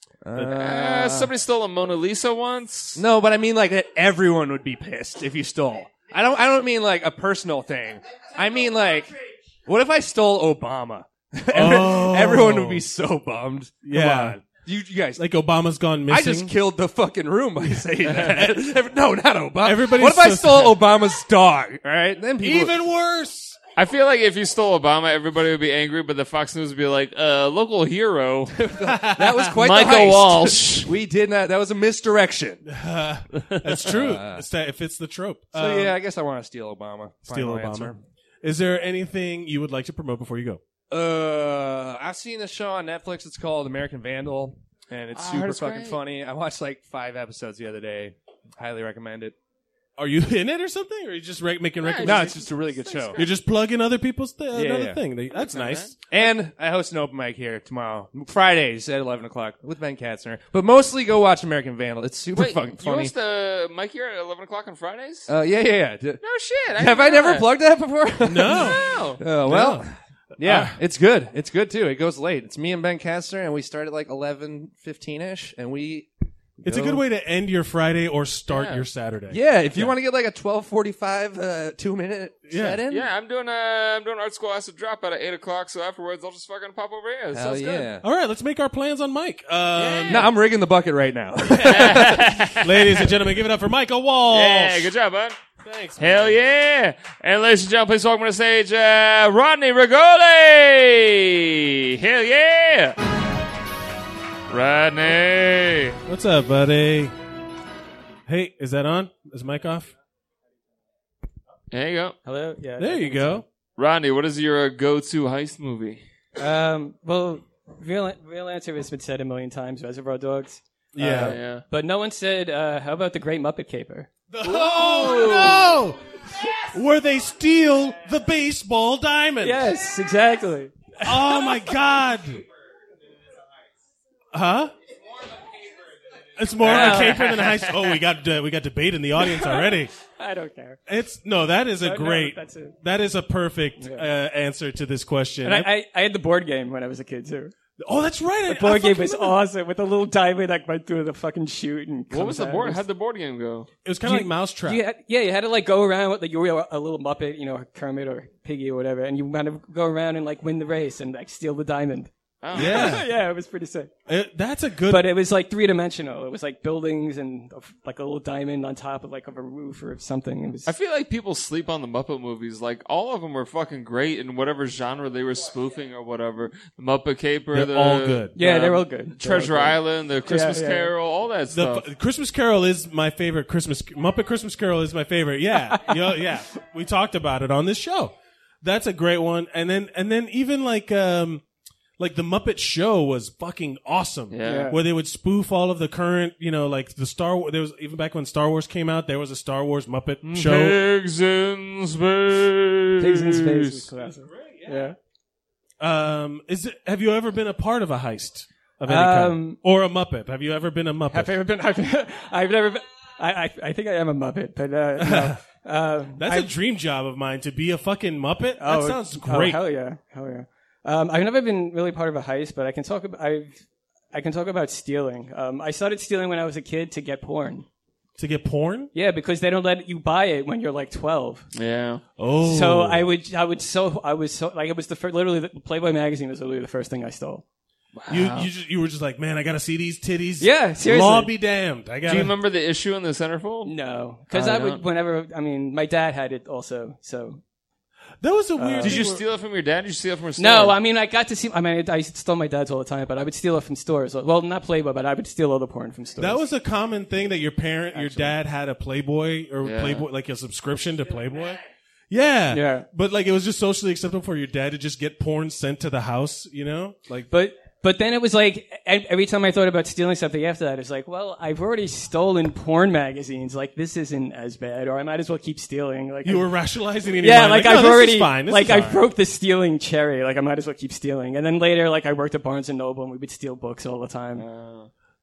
[LAUGHS] Uh, somebody stole a Mona Lisa once. No, but I mean like that everyone would be pissed if you stole. I don't. I don't mean like a personal thing. I mean like, what if I stole Obama? [LAUGHS] Every- Oh. Everyone would be so bummed. Come Yeah. on. You, you guys. Like Obama's gone missing. I just killed the fucking room [LAUGHS] by saying that. Every- no, not Obama. Everybody's what if I so- stole Obama's dog? All right, then people. Even worse. I feel like if you stole Obama, everybody would be angry, but the Fox News would be like, uh, local hero. [LAUGHS] That was quite Michael the heist. [LAUGHS] Walsh. we did not. [LAUGHS] That was a misdirection. [LAUGHS] That's [LAUGHS] true. It's that- it fits the trope. So Um, yeah, I guess I want to steal Obama. steal Final Obama. answer. Is there anything you would like to promote before you go? Uh, I've seen this show on Netflix. It's called American Vandal, and it's Ah, I heard super it's fucking great. funny. I watched like five episodes the other day. Highly recommend it. [LAUGHS] Are you in it or something? Or are you just re- making recommendations? No, it's just a really good show. You're just plugging other people's th- Yeah, another yeah. thing. They- That's nice. And I host an open mic here tomorrow, Fridays at eleven o'clock with Ben Katzner. But mostly go watch American Vandal. It's super Wait, fucking you funny. watch the Mike here at 11 o'clock on Fridays? uh, yeah, yeah, yeah. D- no shit. I Have didn't I know never that. plugged that [LAUGHS] before? No. [LAUGHS] Oh well. Uh. Yeah, it's good. It's good too. It goes late. It's me and Ben Kastner, and we start at like eleven fifteen ish, and we. It's a go- good way to end your Friday or start your Saturday. Yeah, if you want to get like a twelve forty five uh, two minute Yeah. set in. Yeah, I'm doing uh, I'm doing art school acid drop out at 8 o'clock, so afterwards I'll just fucking pop over here. Hell Sounds good. yeah. All right, let's make our plans on Mike. Um, No, I'm rigging the bucket right now. [LAUGHS] ladies and gentlemen, give it up for Michael Walsh. [LAUGHS] Yeah, good job, bud. Thanks. Hell yeah. [LAUGHS] And [LAUGHS] ladies and gentlemen, please welcome to the stage uh, Rodney Rigoli. Hell yeah. Rodney. What's up, buddy? Hey, is that on? Is mic off? There you go. Hello. Yeah. There you go. Rodney, what is your uh, go-to heist movie? Um, well, real real answer has been said a million times. Reservoir Dogs. Yeah. Uh, Yeah. But no one said, uh, how about the Great Muppet Caper? Oh no! Where they steal the baseball diamond? Yes, exactly. Oh my god! Huh? It's more of a caper than a heist. Oh, we got uh, we got debate in the audience already. [LAUGHS] I don't care. It's no, that is No, a no, great. that's it. that is a perfect uh, answer to this question. And I, I, I had the board game when I was a kid too. Oh, that's right. I- The board I game fucking was remember. awesome with a little diamond that went through the fucking chute and. What comes was the out. board? How'd the board game go? It was kinda like Mousetrap. You had, yeah, you had to like go around with like you were a little Muppet, you know, Kermit or Piggy or whatever, and you kind of go around and like win the race and like steal the diamond. [LAUGHS] Oh. Yeah. yeah, it was pretty sick. that's a good. But it was like three dimensional. It was like buildings and of- like a little diamond on top of like of a roof or something. It was I feel like people sleep on the Muppet movies. Like all of them were fucking great in whatever genre they were spoofing or whatever. The Muppet Caper, They're the, all good. Yeah, the they're all good. They're all um, Treasure good. Island, the Christmas Yeah, yeah. Carol, all that The stuff. f- Christmas Carol is my favorite Christmas Muppet Christmas Carol is my favorite. [LAUGHS] Yeah, Yo, yeah. We talked about it on this show. That's a great one. And then and then even like um like the Muppet Show was fucking awesome. Yeah. Where they would spoof all of the current, you know, like the Star Wars. There was even back when Star Wars came out, there was a Star Wars Muppet Show. Pigs in space. Mm. Pigs in Space was classic. yeah. Um, is it? Have you ever been a part of a heist of any kind Um, or a Muppet? Have you ever been a Muppet? Have I ever been? [LAUGHS] I've, I've never. Been, I, I I think I am a Muppet, [LAUGHS] but uh, no. um, That's I- a dream job of mine to be a fucking Muppet. that sounds oh, great. hell yeah, hell yeah. Um, I've never been really part of a heist, but I can talk. About, I've I can talk about stealing. Um, I started stealing when I was a kid to get porn. To get porn? Yeah, because they don't let you buy it when you're like twelve. Yeah. Oh. So I would, I would, so I was so like it was the first. Literally, the Playboy magazine was literally the first thing I stole. You you, just, you were just like, man, I gotta see these titties. Uh-huh. Yeah, seriously. Law be damned. I Do gotta. you remember the issue in the centerfold? No, because I I, would don't. whenever. I mean, my dad had it also. So that was a weird Did thing you where- steal it from your dad? Did you steal it from a store? no, I mean, I got to see. I mean, I, I stole my dad's all the time, but I would steal it from stores. Well, not Playboy, but I would steal other porn from stores. that was a common thing that your parent, your dad had a Playboy or Yeah. Playboy, like a subscription to Playboy. Yeah. Yeah. But like, it was just socially acceptable for your dad to just get porn sent to the house. You know, like. But but then it was like e- every time I thought about stealing something after that, it's like, well, I've already stolen porn magazines. Like this isn't as bad, or I might as well keep stealing. Like You were rationalizing it in your yeah, mind, like, like, I've no, this is already fine, this like is I fine. broke the stealing cherry. Like I might as well keep stealing. And then later, like I worked at Barnes and Noble, and we would steal books all the time.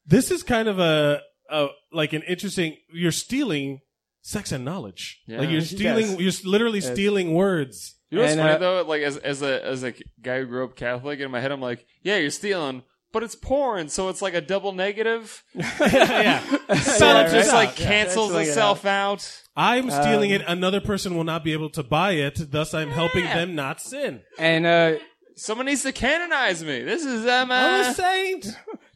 This is kind of a, a like an interesting. You're stealing sex and knowledge. Yeah. Like you're Yes. stealing. You're literally Yes. uh, stealing words. You know what's uh, funny though? Like as as a as a guy who grew up Catholic, in my head I'm like, yeah, you're stealing, but it's porn, so it's like a double negative. yeah, [LAUGHS] so it just like cancels itself out. I'm stealing Um, it. Another person will not be able to buy it. Thus, I'm helping them not sin. And uh, someone needs to canonize me. This is um, I'm uh, a saint.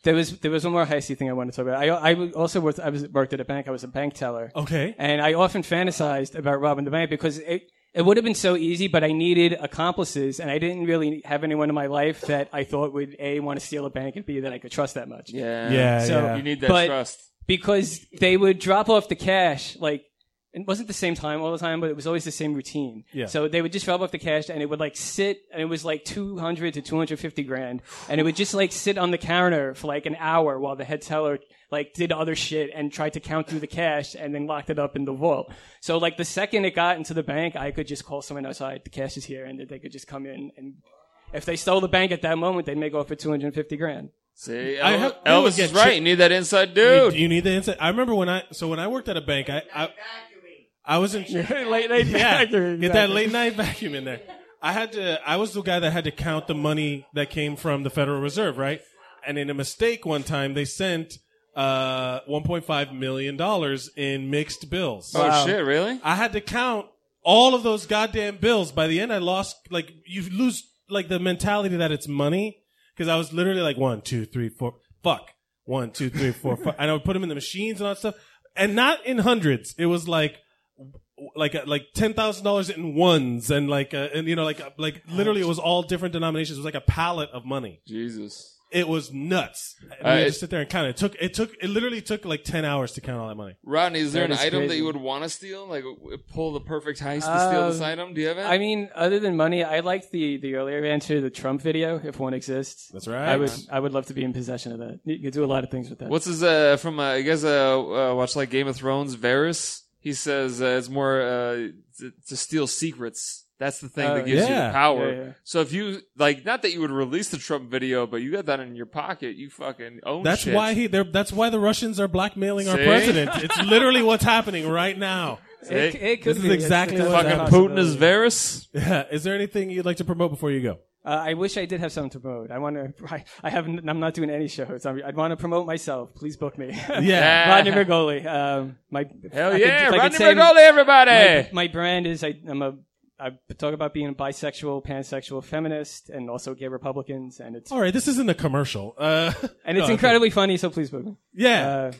There was there was one more heisty thing I wanted to talk about. I I also worked I was worked at a bank. I was a bank teller. Okay. And I often fantasized about robbing the bank because it it would have been so easy, but I needed accomplices, and I didn't really have anyone in my life that I thought would a want to steal a bank and b that I could trust that much. Yeah. Yeah, yeah. You need that but trust. because they would drop off the cash like. It wasn't the same time all the time, but it was always the same routine. Yeah. So they would just drop off the cash, and it would like sit, and it was like two hundred to two hundred fifty grand, and it would just like sit on the counter for like an hour while the head teller like did other shit and tried to count through the cash, and then locked it up in the vault. So like the second it got into the bank, I could just call someone outside. The cash is here, and they could just come in, and if they stole the bank at that moment, they'd make off for two hundred fifty grand. See, I El- hope they would Elvis get is right. chi- you need that inside dude. You, you need the insight. I remember when I so when I worked at a bank, I I, I was in [LAUGHS] late night yeah, vacuum, Get that exactly. late night vacuum in there. I had to. I was the guy that had to count the money that came from the Federal Reserve, right? And in a mistake one time, they sent uh 1.5 million dollars in mixed bills. Oh, Wow. shit, really? I had to count all of those goddamn bills. By the end, I lost like you lose like the mentality that it's money because I was literally like one, two, three, four, fuck, one, two, three, four, five, and I would put them in the machines and all that stuff, and not in hundreds. It was like like uh, like ten thousand dollars in ones and like uh, and you know like uh, like literally it was all different denominations. It was like a pallet of money. Jesus. It was nuts. And Uh, we it- just sit there and count. It took it took it literally took like ten hours to count all that money. Rodney, is there an item that you would want to steal? Like w- pull the perfect heist to steal this Um, item? Do you have it? I mean, other than money, I liked the the earlier answer, the Trump video, if one exists. That's right. I would I would love to be in possession of that. You could do a lot of things with that. What's his uh from uh, you guys uh, uh watch like Game of Thrones Varys? He says uh, it's more uh to, to steal secrets. That's the thing Oh, Uh, that gives yeah. you power. Yeah, yeah. So if you like, not that you would release the Trump video, but you got that in your pocket, you fucking own. That's shit. why he. They're, that's why the Russians are blackmailing our See? president. It's literally what's happening right now. It- it this could is be. It's- exactly it's what's fucking happening. Putin is Varus. Yeah. Is there anything you'd like to promote before you go? Uh, I wish I did have something to promote. I want to. [LAUGHS] I, I haven't. I'm not doing any shows. I, I want to promote myself. Please book me. [LAUGHS] Yeah. [LAUGHS] Rodney Mergoli. Um, my Hell I could- yeah, if I could Rodney say- Mergoli, everybody! My, my brand is I, I'm a. I talk about being bisexual, pansexual, feminist, and also gay Republicans, and it's All right. This isn't a commercial. Uh, and [LAUGHS] no, it's okay. incredibly funny. So please book me. Yeah. Uh,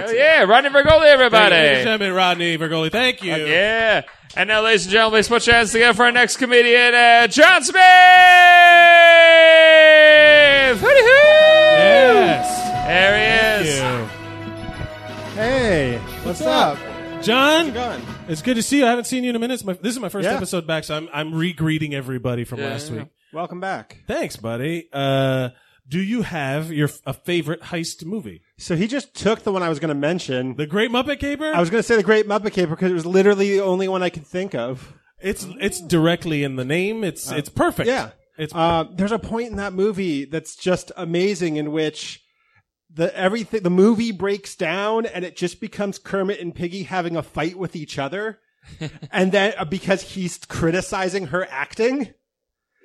Hell yeah, Rodney Vergoli, everybody. Thank you, ladies and gentlemen, Rodney Vergoli. Thank you. yeah. And now, ladies and gentlemen, please put your hands together for our next comedian, uh, John Smith. Hooty hoo! Yes. There Hey, he is. what's up? John? It's good to see you. I haven't seen you in a minute. It's my- this is my first Yeah. episode back, so I'm I'm re-greeting everybody from Yeah, last yeah, week. Welcome back. Thanks, buddy. Uh, do you have your f- a favorite heist movie? So he just took the one I was going to mention. The Great Muppet Caper? I was going to say The Great Muppet Caper because it was literally the only one I could think of. It's it's directly in the name. It's it's perfect. Oh. Yeah. It's Uh, there's a point in that movie that's just amazing in which the everything the movie breaks down and it just becomes Kermit and Piggy having a fight with [LAUGHS] each other. and then uh, because he's criticizing her acting.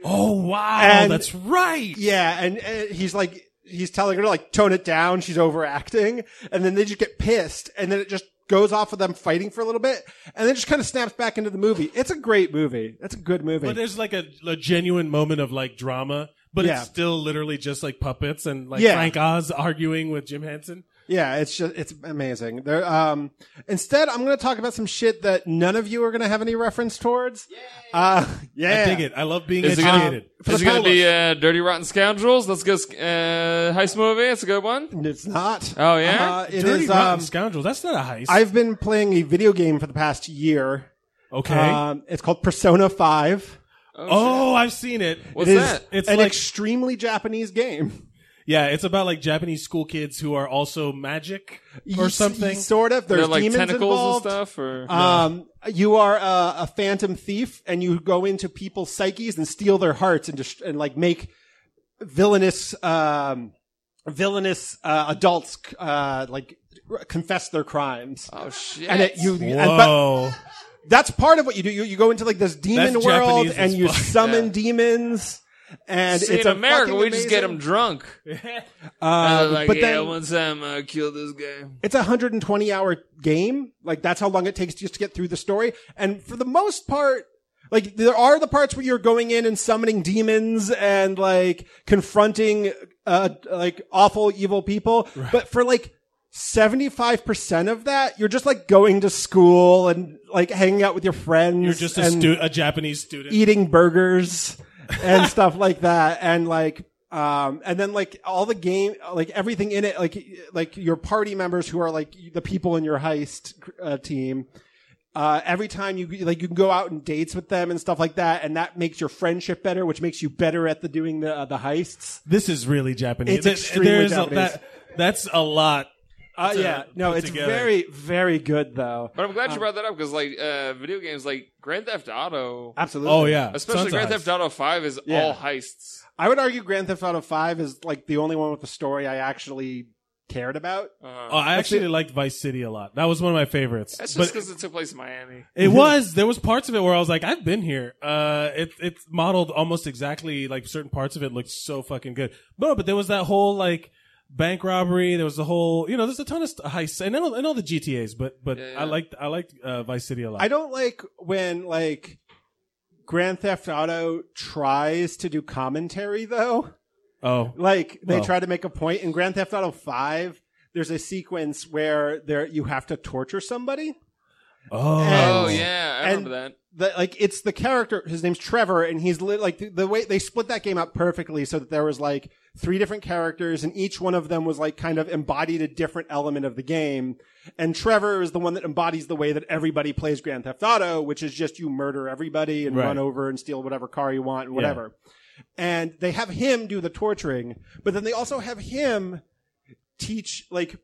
Oh wow, that's right. Yeah, and, and he's like he's telling her to like tone it down, she's overacting, and then they just get pissed and then it just goes off with them fighting for a little bit and then just kind of snaps back into the movie. It's a great movie. It's a good movie. But there's like a, a genuine moment of like drama, but Yeah. it's still literally just like puppets and like Yeah. Frank Oz arguing with Jim Henson. Yeah, it's just it's amazing. There, um, instead, I'm going to talk about some shit that none of you are going to have any reference towards. Uh, yeah, I dig it. I love being Is it gonna- educated. for is the it going to Polish. be uh, Dirty Rotten Scoundrels? Let's go. Uh, heist movie. It's a good one. It's not. Oh yeah. Uh, it Dirty is, Rotten um, Scoundrels. That's not a heist. I've been playing a video game for the past year. Okay. um, it's called Persona Five. Oh, I've seen it. It is an extremely Japanese game. Yeah, it's about like Japanese school kids who are also magic You or s- something. Sort of. There's demons involved. um, you are a, a phantom thief, and you go into people's psyches and steal their hearts and just and like make villainous, um, villainous uh, adults uh, like r- confess their crimes. Oh shit! And it, you, and- but Whoa. that's part of what you do. You, you go into like this demon That's world, Japanese as and you fuck. summon demons. And See, it's in a America, fucking we just get them amazing- drunk. Uh, And they're like, but yeah, then- one time I killed this guy. it's a 120 hour game. Like that's how long it takes just to get through the story. And for the most part, like there are the parts where you're going in and summoning demons and like confronting, uh, like awful evil people. But for like 75% of that, you're just like going to school and like hanging out with your friends. You're just a, and- stu- a Japanese student. eating burgers and [LAUGHS] stuff like that and like um and then like all the game like everything in it like like your party members who are like the people in your heist uh, team uh every time you like you can go out on dates with them and stuff like that and that makes your friendship better which makes you better at the doing the uh, the heists This is really Japanese. It's There- extremely there's a- Japanese. that- that's a lot. uh, to yeah no put it's together. very very good though But I'm glad you Um, brought that up because, like, uh, video games like Grand Theft Auto. Absolutely. Oh, yeah. Especially Tons of Grand heists. Theft Auto 5 is Yeah. all heists. I would argue Grand Theft Auto Five is like the only one with a story I actually cared about. Oh, I actually liked Vice City a lot. That was one of my favorites. That's But just because it took place in Miami. It Mm-hmm. was. There was parts of it where I was like, I've been here. Uh, it it's modeled almost exactly like certain parts of it looked so fucking good. No, but there was that whole like bank robbery. There was the whole, you know, there's a ton of st- heists and all, and all the GTA's. But but I liked I liked uh, Vice City a lot. I don't like when like Grand Theft Auto tries to do commentary though. Oh, Like they Oh. try to make a point in Grand Theft Auto Five. There's a sequence where there you have to torture somebody. Oh. Oh, yeah, I remember and The, like it's the character. His name's Trevor, and he's li- like the, the way they split that game up perfectly, so that there was like three different characters, and each one of them was like kind of embodied a different element of the game. And Trevor is the one that embodies the way that everybody plays Grand Theft Auto, which is just you murder everybody and Right. run over and steal whatever car you want and Yeah. whatever. And they have him do the torturing, but then they also have him teach like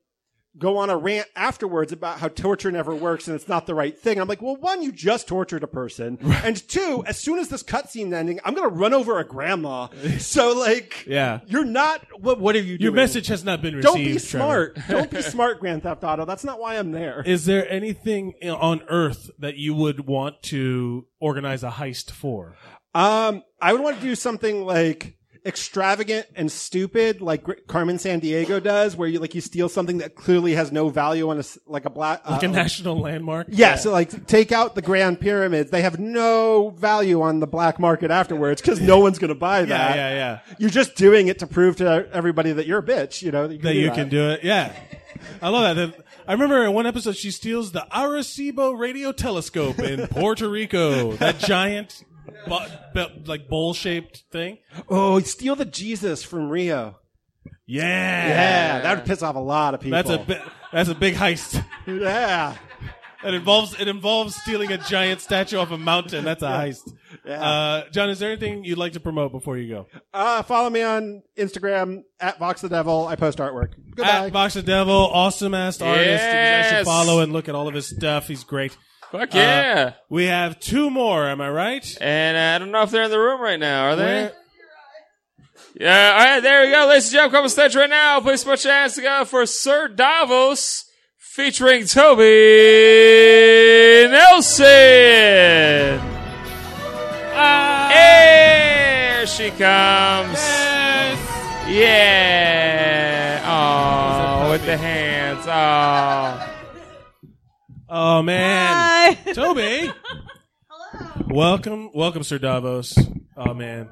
go on a rant afterwards about how torture never works and it's not the right thing. I'm like, well, one, you just tortured a person, and two, as soon as this cutscene's ending, I'm gonna run over [LAUGHS] a grandma. So like, Yeah. you're not. What, what are you doing? Your message has not been Don't be received, Trevor. [LAUGHS] smart. Don't be smart, Grand Theft Auto. That's not why I'm there. Is there anything i- on Earth that you would want to organize a heist for? Um, I would want to do something like extravagant and stupid, like Gr- Carmen San Diego does, where you like you steal something that clearly has no value on a s- like a black Like a national landmark? Yeah, so like take out the Grand Pyramids; they have no value on the black market afterwards because no one's going to buy Yeah, that. yeah, yeah. You're just doing it to prove to everybody that you're a bitch. You know that you can, that do, you that. can do it. Yeah. I love that. That- I remember in one episode she steals the Arecibo radio telescope [LAUGHS] in Puerto Rico. That giant, bu- bu- like bowl shaped thing. Oh, steal the Jesus from Rio. Yeah, yeah, that would piss off a lot of people. That's a bi- that's a big heist. yeah. It involves it involves stealing a giant statue off a mountain. That's a Yeah. heist. Yeah. Uh, John, is there anything you'd like to promote before you go? Uh, follow me on Instagram at Vox the Devil. I post artwork. Goodbye. At Box the Devil, awesome ass artist. You guys should Yes. follow and look at all of his stuff. He's great. Fuck Uh, yeah. we have two more. Am I right? And uh, I don't know if they're in the room right now. Are they? Where- Yeah. All right. There we go, ladies and gentlemen. Come on stage right now. Please put your hands together for Sir Davos featuring Toby Nelson. Ah. Here she comes. Yeah. Oh, with the hands. Oh. Oh man, [LAUGHS] Toby. Welcome, welcome, Sir Davos. Oh man,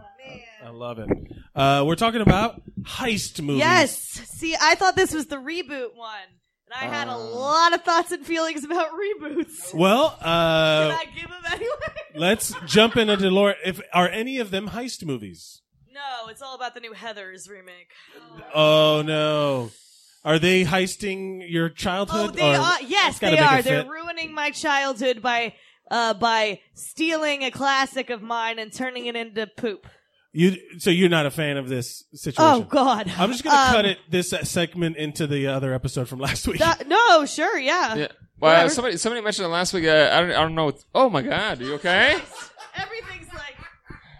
I love it. Uh, we're talking about heist movies. Yes. See, I thought this was the reboot one. And I had a lot of thoughts and feelings about reboots. [LAUGHS] Uh. Well, uh, Can I give them anyway? let's jump into Delore. If are any of them heist movies? No, it's all about the new Heather's remake. Oh no, are they heisting your Oh, childhood? they or- are. Yes, It's gotta they make it are. They're fit. ruining my childhood by uh, by stealing a classic of mine and turning it into poop. You so you're not a fan of this Oh, situation? God. I'm just gonna Um, cut it this uh, segment into the other episode [LAUGHS] from last week. That- no, sure, yeah. Yeah. Well, Whatever. somebody somebody mentioned it last week. Uh, I don't I don't know. What, oh my God. Are you [LAUGHS] okay? Everything's like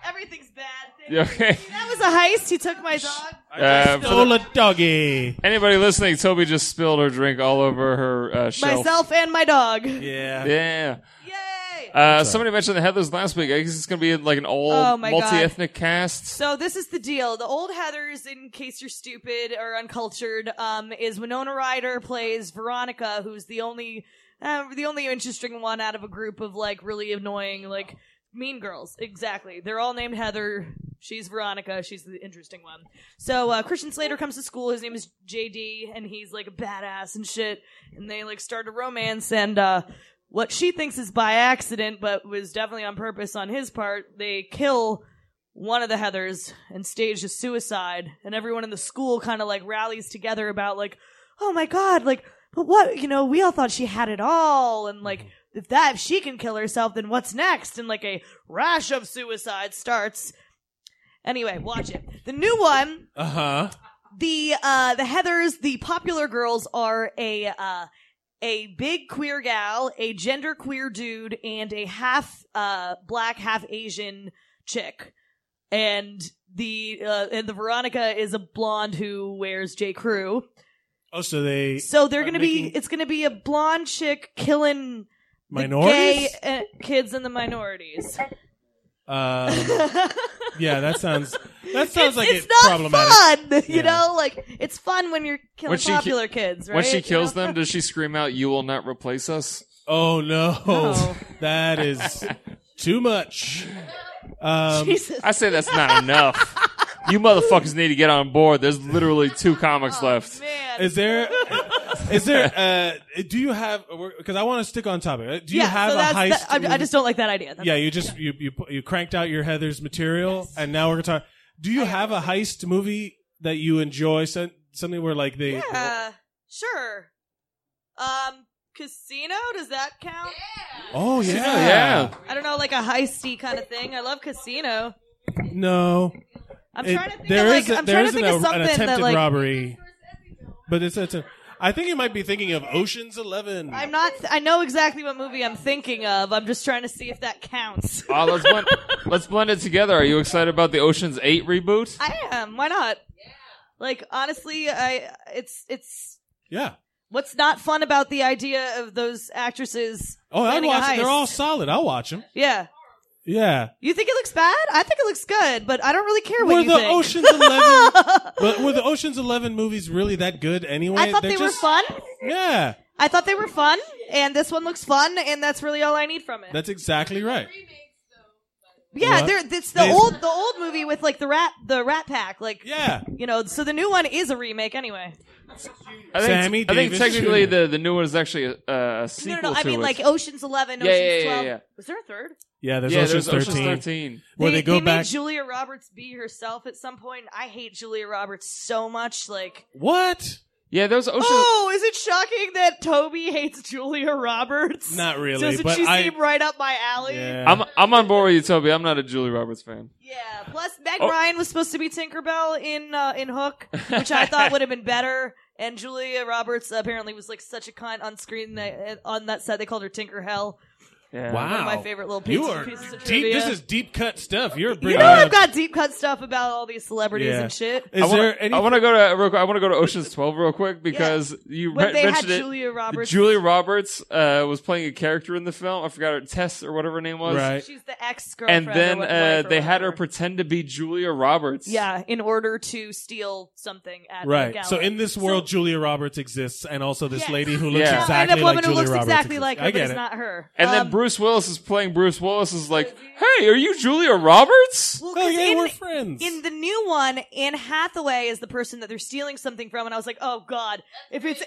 everything's bad. You okay? That was a heist. He took my dog. Uh, stole a doggy. Anybody listening? Toby just spilled her drink all over her uh, shelf. Myself and my dog. Yeah. Yeah. Yay. Uh, somebody mentioned the Heather's last week. I guess it's gonna be like an old Oh, my God. multi-ethnic cast. So this is the deal. The old Heather's, in case you're stupid or uncultured, um, is Winona Ryder plays Veronica, who's the only, uh, the only interesting one out of a group of like really annoying like mean girls. Exactly. They're all named Heather. She's Veronica. She's the interesting one. So uh, Christian Slater comes to school. His name is JD, and he's like a badass and shit. And they like start a romance, and uh, what she thinks is by accident, but was definitely on purpose on his part, they kill one of the Heathers and staged a suicide, and everyone in the school kind of like rallies together about like, oh my god, like, but what you know, we all thought she had it all, and like, if that if she can kill herself, then what's next? And like a rash of suicide starts. Anyway, watch it. The new one Uh huh. the uh the heathers the popular girls are a uh a big queer gal a gender queer dude and a half uh black half asian chick and the uh and the veronica is a blonde who wears j crew Oh, so they. so they're are gonna making be it's gonna be a blonde chick killing the gay minorities. uh, kids and the minorities Um, [LAUGHS] yeah, that sounds that It's- sounds like it's it not problematic. fun [LAUGHS] you Yeah. know like it's fun when you're killing When she ki- popular kids right When she You kills know? them, does she scream out, "You will not replace us"? Oh no, [LAUGHS] that is too much. Um, Jesus. I say that's not enough. Oh, You motherfuckers need to get on board. There's literally two comics left. Is there [LAUGHS] Is there? Uh, do you have? Because I want to stick on topic. Uh, Do you yeah, have so a that's, heist? that- I, I just don't like that idea. That's yeah, all. you just you, you pu- you cranked out your Heather's material, and now we're gonna talk. Do you have a heist movie that you enjoy? Some- Something where like they Yeah, Uh, sure. Um, casino. Does that count? Oh yeah. I don't know, like a heisty kind of thing. I love casino. No. I'm trying to think there of, like- is a- I'm there trying to is think an, of an something that, attempted like- robbery. But it's it's a I think you might be thinking of Ocean's 11. I'm not. I know exactly what movie I'm thinking of. I'm just trying to see if that counts. Uh, let's blend, let's blend it together. Are you excited about the Ocean's Eight reboot? I am. Why not? Like honestly, I it's it's Yeah. what's not fun about the idea of those actresses. Oh, I'd planning a watch it. They're heist. all solid. I'll watch them. Yeah. Yeah. You think it looks bad? I think it looks good, but I don't really care what Were you the think. Ocean's 11 But were the Ocean's 11 movies really that good anyway? [LAUGHS] I thought They're they just- were fun. Yeah. I thought they were fun, and this one looks fun, and that's really all I need from it. That's exactly right. Yeah, What? they're, it's the They- old the old movie with like the rat the Rat Pack, like yeah, you know. So the new one is a remake anyway. I think, Sammy I think Davis technically Jr. the, the new one is actually a, a No, sequel no, no. I to mean it. like Ocean's Eleven, Yeah, Ocean's yeah, yeah, Twelve. yeah. Was there a third? Yeah, there's Yeah, Ocean's, there's Ocean's 13, 13. Where they, go back made Julia Roberts be herself at some point. I hate Julia Roberts so much. Like, What? Yeah, those Ocean. oh, is it shocking that Toby hates Julia Roberts? Not really, Doesn't but she I- seem right up my alley? I'm I'm on board with you, Toby. I'm not a Julie Roberts fan. Yeah, Plus, Meg Oh. Ryan was supposed to be Tinkerbell in uh, in Hook, which I thought would have been better. And Julia Roberts apparently was like such a cunt on screen. They, on that set, they called her Tinker Hell. Yeah. Wow. One of my favorite little You pieces, are pieces of deep. trivia. This is deep cut stuff. You're You bringing know up- I've got deep cut stuff about all these celebrities Yeah. and shit. I wanna, I want to go to real quick, I want to go to Ocean's Twelve real quick because you When re- they had mentioned it. Julia Roberts- Julia Roberts uh, was playing a character in the film. I forgot her Tess or whatever her name was. Right. She's the ex-girlfriend And or then what- uh, wife or they had her pretend to be Julia Roberts. Yeah, in order to steal something at the Right. gala. So in this world, Julia Roberts exists, and also this lady who looks Yeah. exactly and a woman like who Julia looks Roberts. exactly exists. like her, I but get it's it. not her. And Um, then Bruce Willis is playing Bruce Willis is like, "Hey, are you Julia Roberts?" Well, 'cause in, Oh, we're friends. In the new one, Anne Hathaway is the person that they're stealing something from, and I was like, oh god, if it's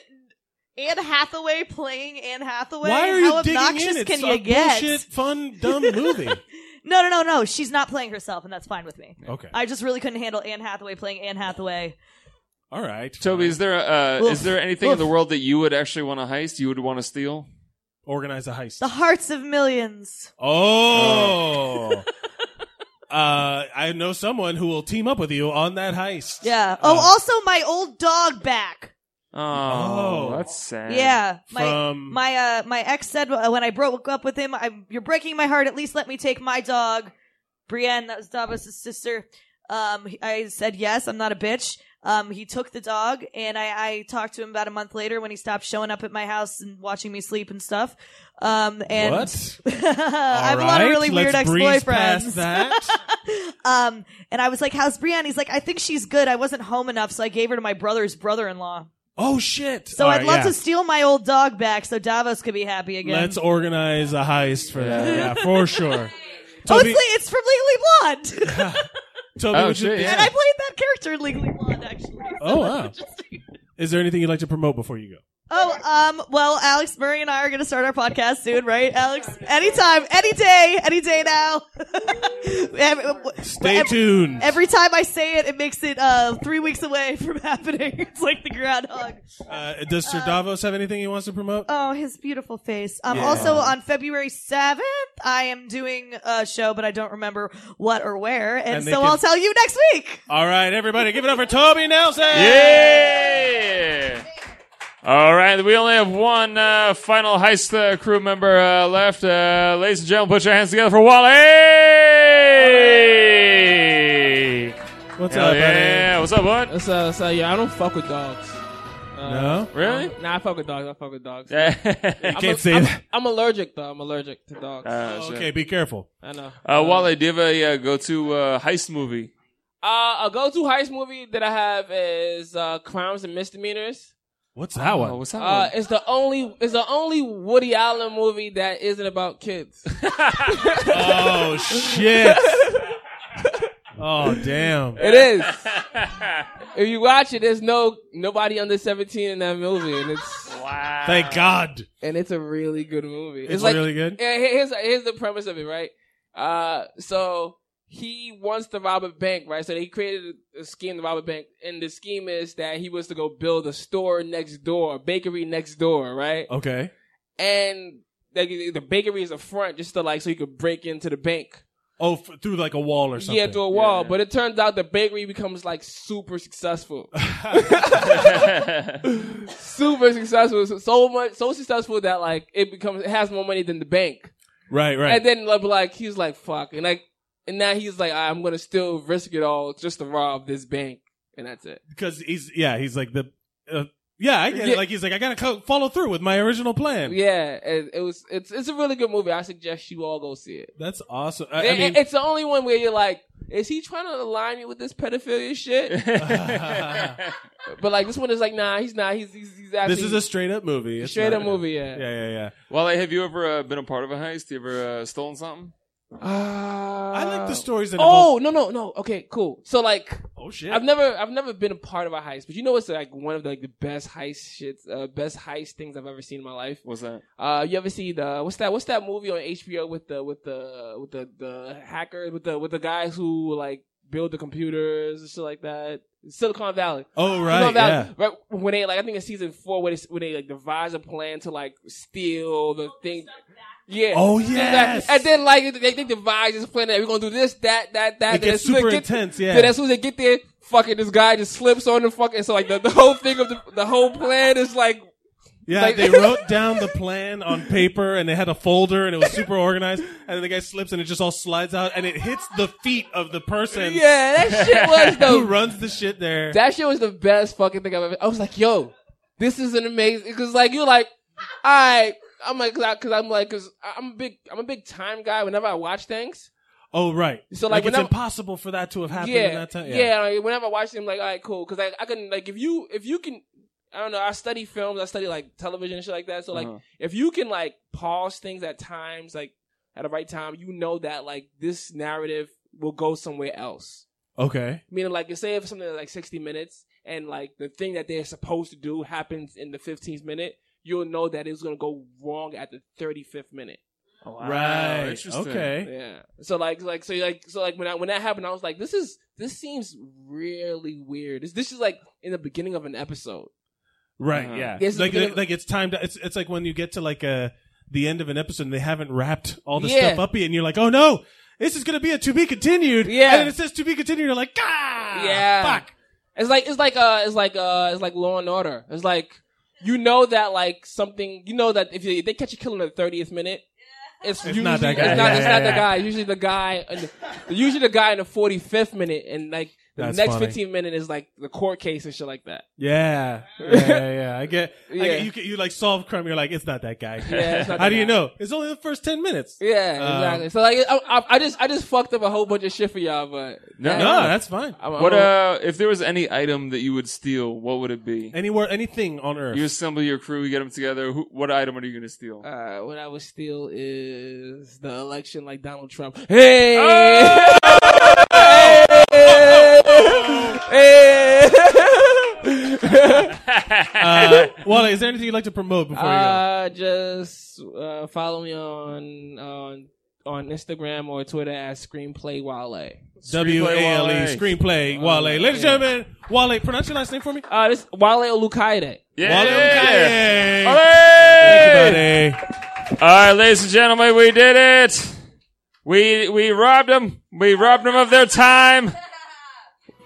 Anne Hathaway playing Anne Hathaway, Why are you how digging obnoxious in? It's can a you get? bullshit, fun, dumb [LAUGHS] movie. No, no, no, no. She's not playing herself, and that's fine with me. Okay. I just really couldn't handle Anne Hathaway playing Anne Hathaway. All right. Toby, is there uh, Oof. is there anything in the Oof. world that you would actually want to heist? You would want to steal? Organize a heist. The hearts of millions. Oh. uh, I know someone who will team up with you on that heist. Yeah. Oh, also my old dog back. Oh, Oh. that's sad. Yeah. My From- my uh my ex said uh, when I broke up with him, I, you're breaking my heart. At least let me take my dog, Brienne. That was Davos' sister. Um, he- I said yes. I'm not a bitch. Um, he took the dog, and I, I talked to him about a month later when he stopped showing up at my house and watching me sleep and stuff. Um, and What? [LAUGHS] I have a lot of Alright, really weird let's breeze ex-boyfriends. past that. [LAUGHS] um, and I was like, "How's Brienne?" He's like, "I think she's good. I wasn't home enough, so I gave her to my brother's brother-in-law." Oh shit! So All I'd right, love yeah. to steal my old dog back, so Davos could be happy again. Let's organize a heist for that. Yeah, for sure. [LAUGHS] Mostly, it's from Legally Blonde. [LAUGHS] [LAUGHS] Toby, would you- And I played that character in Legally Blonde, actually. Oh [LAUGHS] wow. Is there anything you'd like to promote before you go? Oh, um, well, Alex Murray and I are going to start our podcast soon, right, Alex? Anytime, any day, any day now. [LAUGHS] Stay tuned. Every time I say it, it makes it uh, three weeks away [LAUGHS] from happening. It's like the groundhog. Uh, does Sir Davos have anything he wants to promote? Oh, his beautiful face. Um, Yeah. Also, on February 7th, I am doing a show, but I don't remember what or where. And, And they so can- I'll tell you next week. All right, everybody, give it up for Toby Nelson. Yeah. All right, we only have one uh, final heist uh, crew member uh, left. Uh, ladies and gentlemen, put your hands together for Wally. What's Hell up, buddy? Yeah, what's up, bud? What's up? What's up? Yeah, I don't fuck with dogs. No? Really? um, nah, I fuck with dogs. I fuck with dogs. Yeah. [LAUGHS] I'm Can't a- say I'm, that. I'm allergic though. I'm allergic to dogs. Uh, Oh, okay, be careful. I know. Uh, Wally, do you have a uh, go-to uh, heist movie? Uh, a go-to heist movie that I have is uh, Crimes and Misdemeanors. What's that one? What's that [LAUGHS] Uh, one? it's the only it's the only Woody Allen movie that isn't about kids. oh shit! oh [LAUGHS] damn! It is. if you watch it, there's no nobody under 17 in that movie, and it's Wow. Thank God. And it's a really good movie. It's really good? Yeah, here- here's here's the premise of it, right? Uh, so he wants to rob a bank, right? So they created a scheme to rob a bank, and the scheme is that he was to go build a store next door, a bakery next door, right? Okay. And like the bakery is a front just to like so he could break into the bank. Oh, f- through like a wall or something. Yeah, through a wall. But it turns out the bakery becomes like [LAUGHS] super successful. [LAUGHS] super successful. So- So much so successful that like it becomes it has more money than the bank. Right, right. And then like, like he's like fuck. And like and now he's like I'm gonna still risk it all just to rob this bank. And that's it. because he's yeah, he's like the uh, yeah, I get it. Yeah. Like he's like I gotta co- follow through with my original plan. Yeah, it, it was it's it's a really good movie. I suggest you all go see it. That's awesome. I, I It- mean, it's the only one where you're like, is he trying to align me with this [LAUGHS] pedophilia shit? but like this one is like, nah, he's not. He's he's, he's actually. this is a straight up movie. It's Straight not- up movie, yeah. yeah, yeah, yeah. Wally, have you ever uh, been a part of a heist? You ever uh, stolen something? I like the stories that Uh, Oh no no no! Okay, cool. So like, oh shit! I've never I've never been a part of a heist, but you know what's like one of the, like the best heist shits, uh, best heist things I've ever seen in my life. What's that? Uh, you ever see the what's that? What's that movie on HBO with the with the with the the hacker with the with the guys who like build the computers and shit like that? Silicon Valley. Oh, right, Silicon Valley. yeah. Right when they like, I think in season four, when they, when they like devise a plan to like steal the thing. Yeah. Oh, Steal that. yes. And then like they, they devise this plan that we're gonna do this, that, that, It that. and gets as soon as super they intense, yeah. Then as soon as they get there, fucking this guy just slips on the fucking. So like the, the whole thing of the, the whole plan is like Yeah, Like- [LAUGHS] they wrote down the plan on paper and they had a folder and it was super organized. And then the guy slips and it just all slides out and it hits the feet of the person. Yeah, that shit was [LAUGHS] dope. Who runs the shit there? That shit was the best fucking thing I've ever. I was like, yo, this is an amazing because like you're like, I I'm like because I'm like because I'm a big I'm a big time guy. Whenever I watch things, oh, right. So, like, it's whenever- impossible for that to have happened yeah, in that time. yeah. like, whenever I watch them, like, all right, cool, because like I can like if you if you can. I don't know. I study films. I study like television and shit like that. So like, Uh-huh. if you can like pause things at times, like at the right time, you know that like this narrative will go somewhere else. Okay. Meaning, like, say if something is like 60 minutes and, like, the thing that they're supposed to do happens in the 15th minute, you'll know that it's going to go wrong at the 35th minute. Right. Interesting. Okay. Yeah. So like, like, so like, so like, when I when that happened, I was like, this is this seems really weird. This this is like in the beginning of an episode. Right, Uh-huh. yeah. This is Like, the beginning- like it's time to, it's, it's like when you get to like uh the end of an episode and they haven't wrapped all the Yeah. stuff up yet and you're like, oh no, this is going to be a to be continued. Yeah. And then it says to be continued. You're like, ah, yeah. fuck. It's like it's like uh it's like uh it's like Law and Order. It's like you know that like something you know that if, you, if they catch you killing in the thirtieth minute, it's, usually, not that guy. It's not, Yeah, it's yeah, not the yeah. guy. Usually the guy. in the- usually the guy in the forty fifth minute, and like the That's next funny. fifteen minute is like the court case and shit like that. [LAUGHS] Yeah, yeah, yeah. I get. I Yeah. get you, can- you like solve crime. You're like, it's not that guy. Yeah, it's not How that do you guy. [LAUGHS] know? It's only the first ten minutes. Yeah, Um, exactly. So like I, I, I just I just fucked up a whole bunch of shit for y'all, but No, no, that's fine. I'm- what I'm- uh, if there was any item that you would steal? What would it be? Anywhere, anything on Earth. You assemble your crew, you get them together. Who, what item are you going to steal? Uh, what I would steal is the election, like Donald Trump. Hey, hey, [LAUGHS] [LAUGHS] uh, well, is there anything you'd like to promote before uh, just uh, follow me on on on Instagram or Twitter at Screenplay Wale. you go? W A L E screenplay Wale. Wale, Ladies yeah. and gentlemen, Wale. Pronounce your last name for me. Uh, this Wale Olukaide. Wale Okaye. Olé! All right, ladies and gentlemen, we did it. We we robbed them. We robbed them of their time.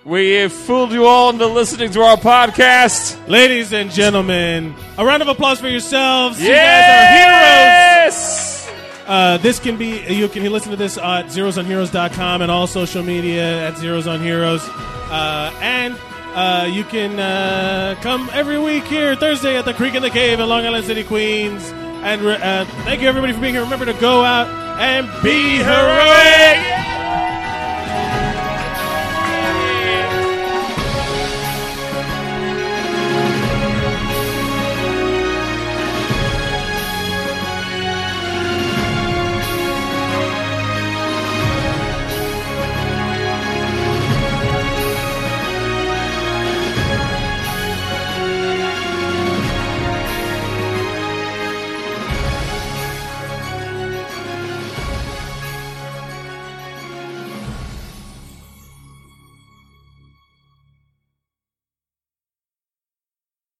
We fooled you all into listening to our podcast. Ladies and gentlemen, a round of applause for yourselves. Yes! You guys are heroes. Uh, this can be, you can listen to this at zerosonheroes.com and all social media at Zeros on Heroes. Uh, and uh, you can uh, come every week here, Thursday at the Creek in the Cave in Long Island City, Queens. And re- uh, thank you everybody for being here. Remember to go out and be heroic.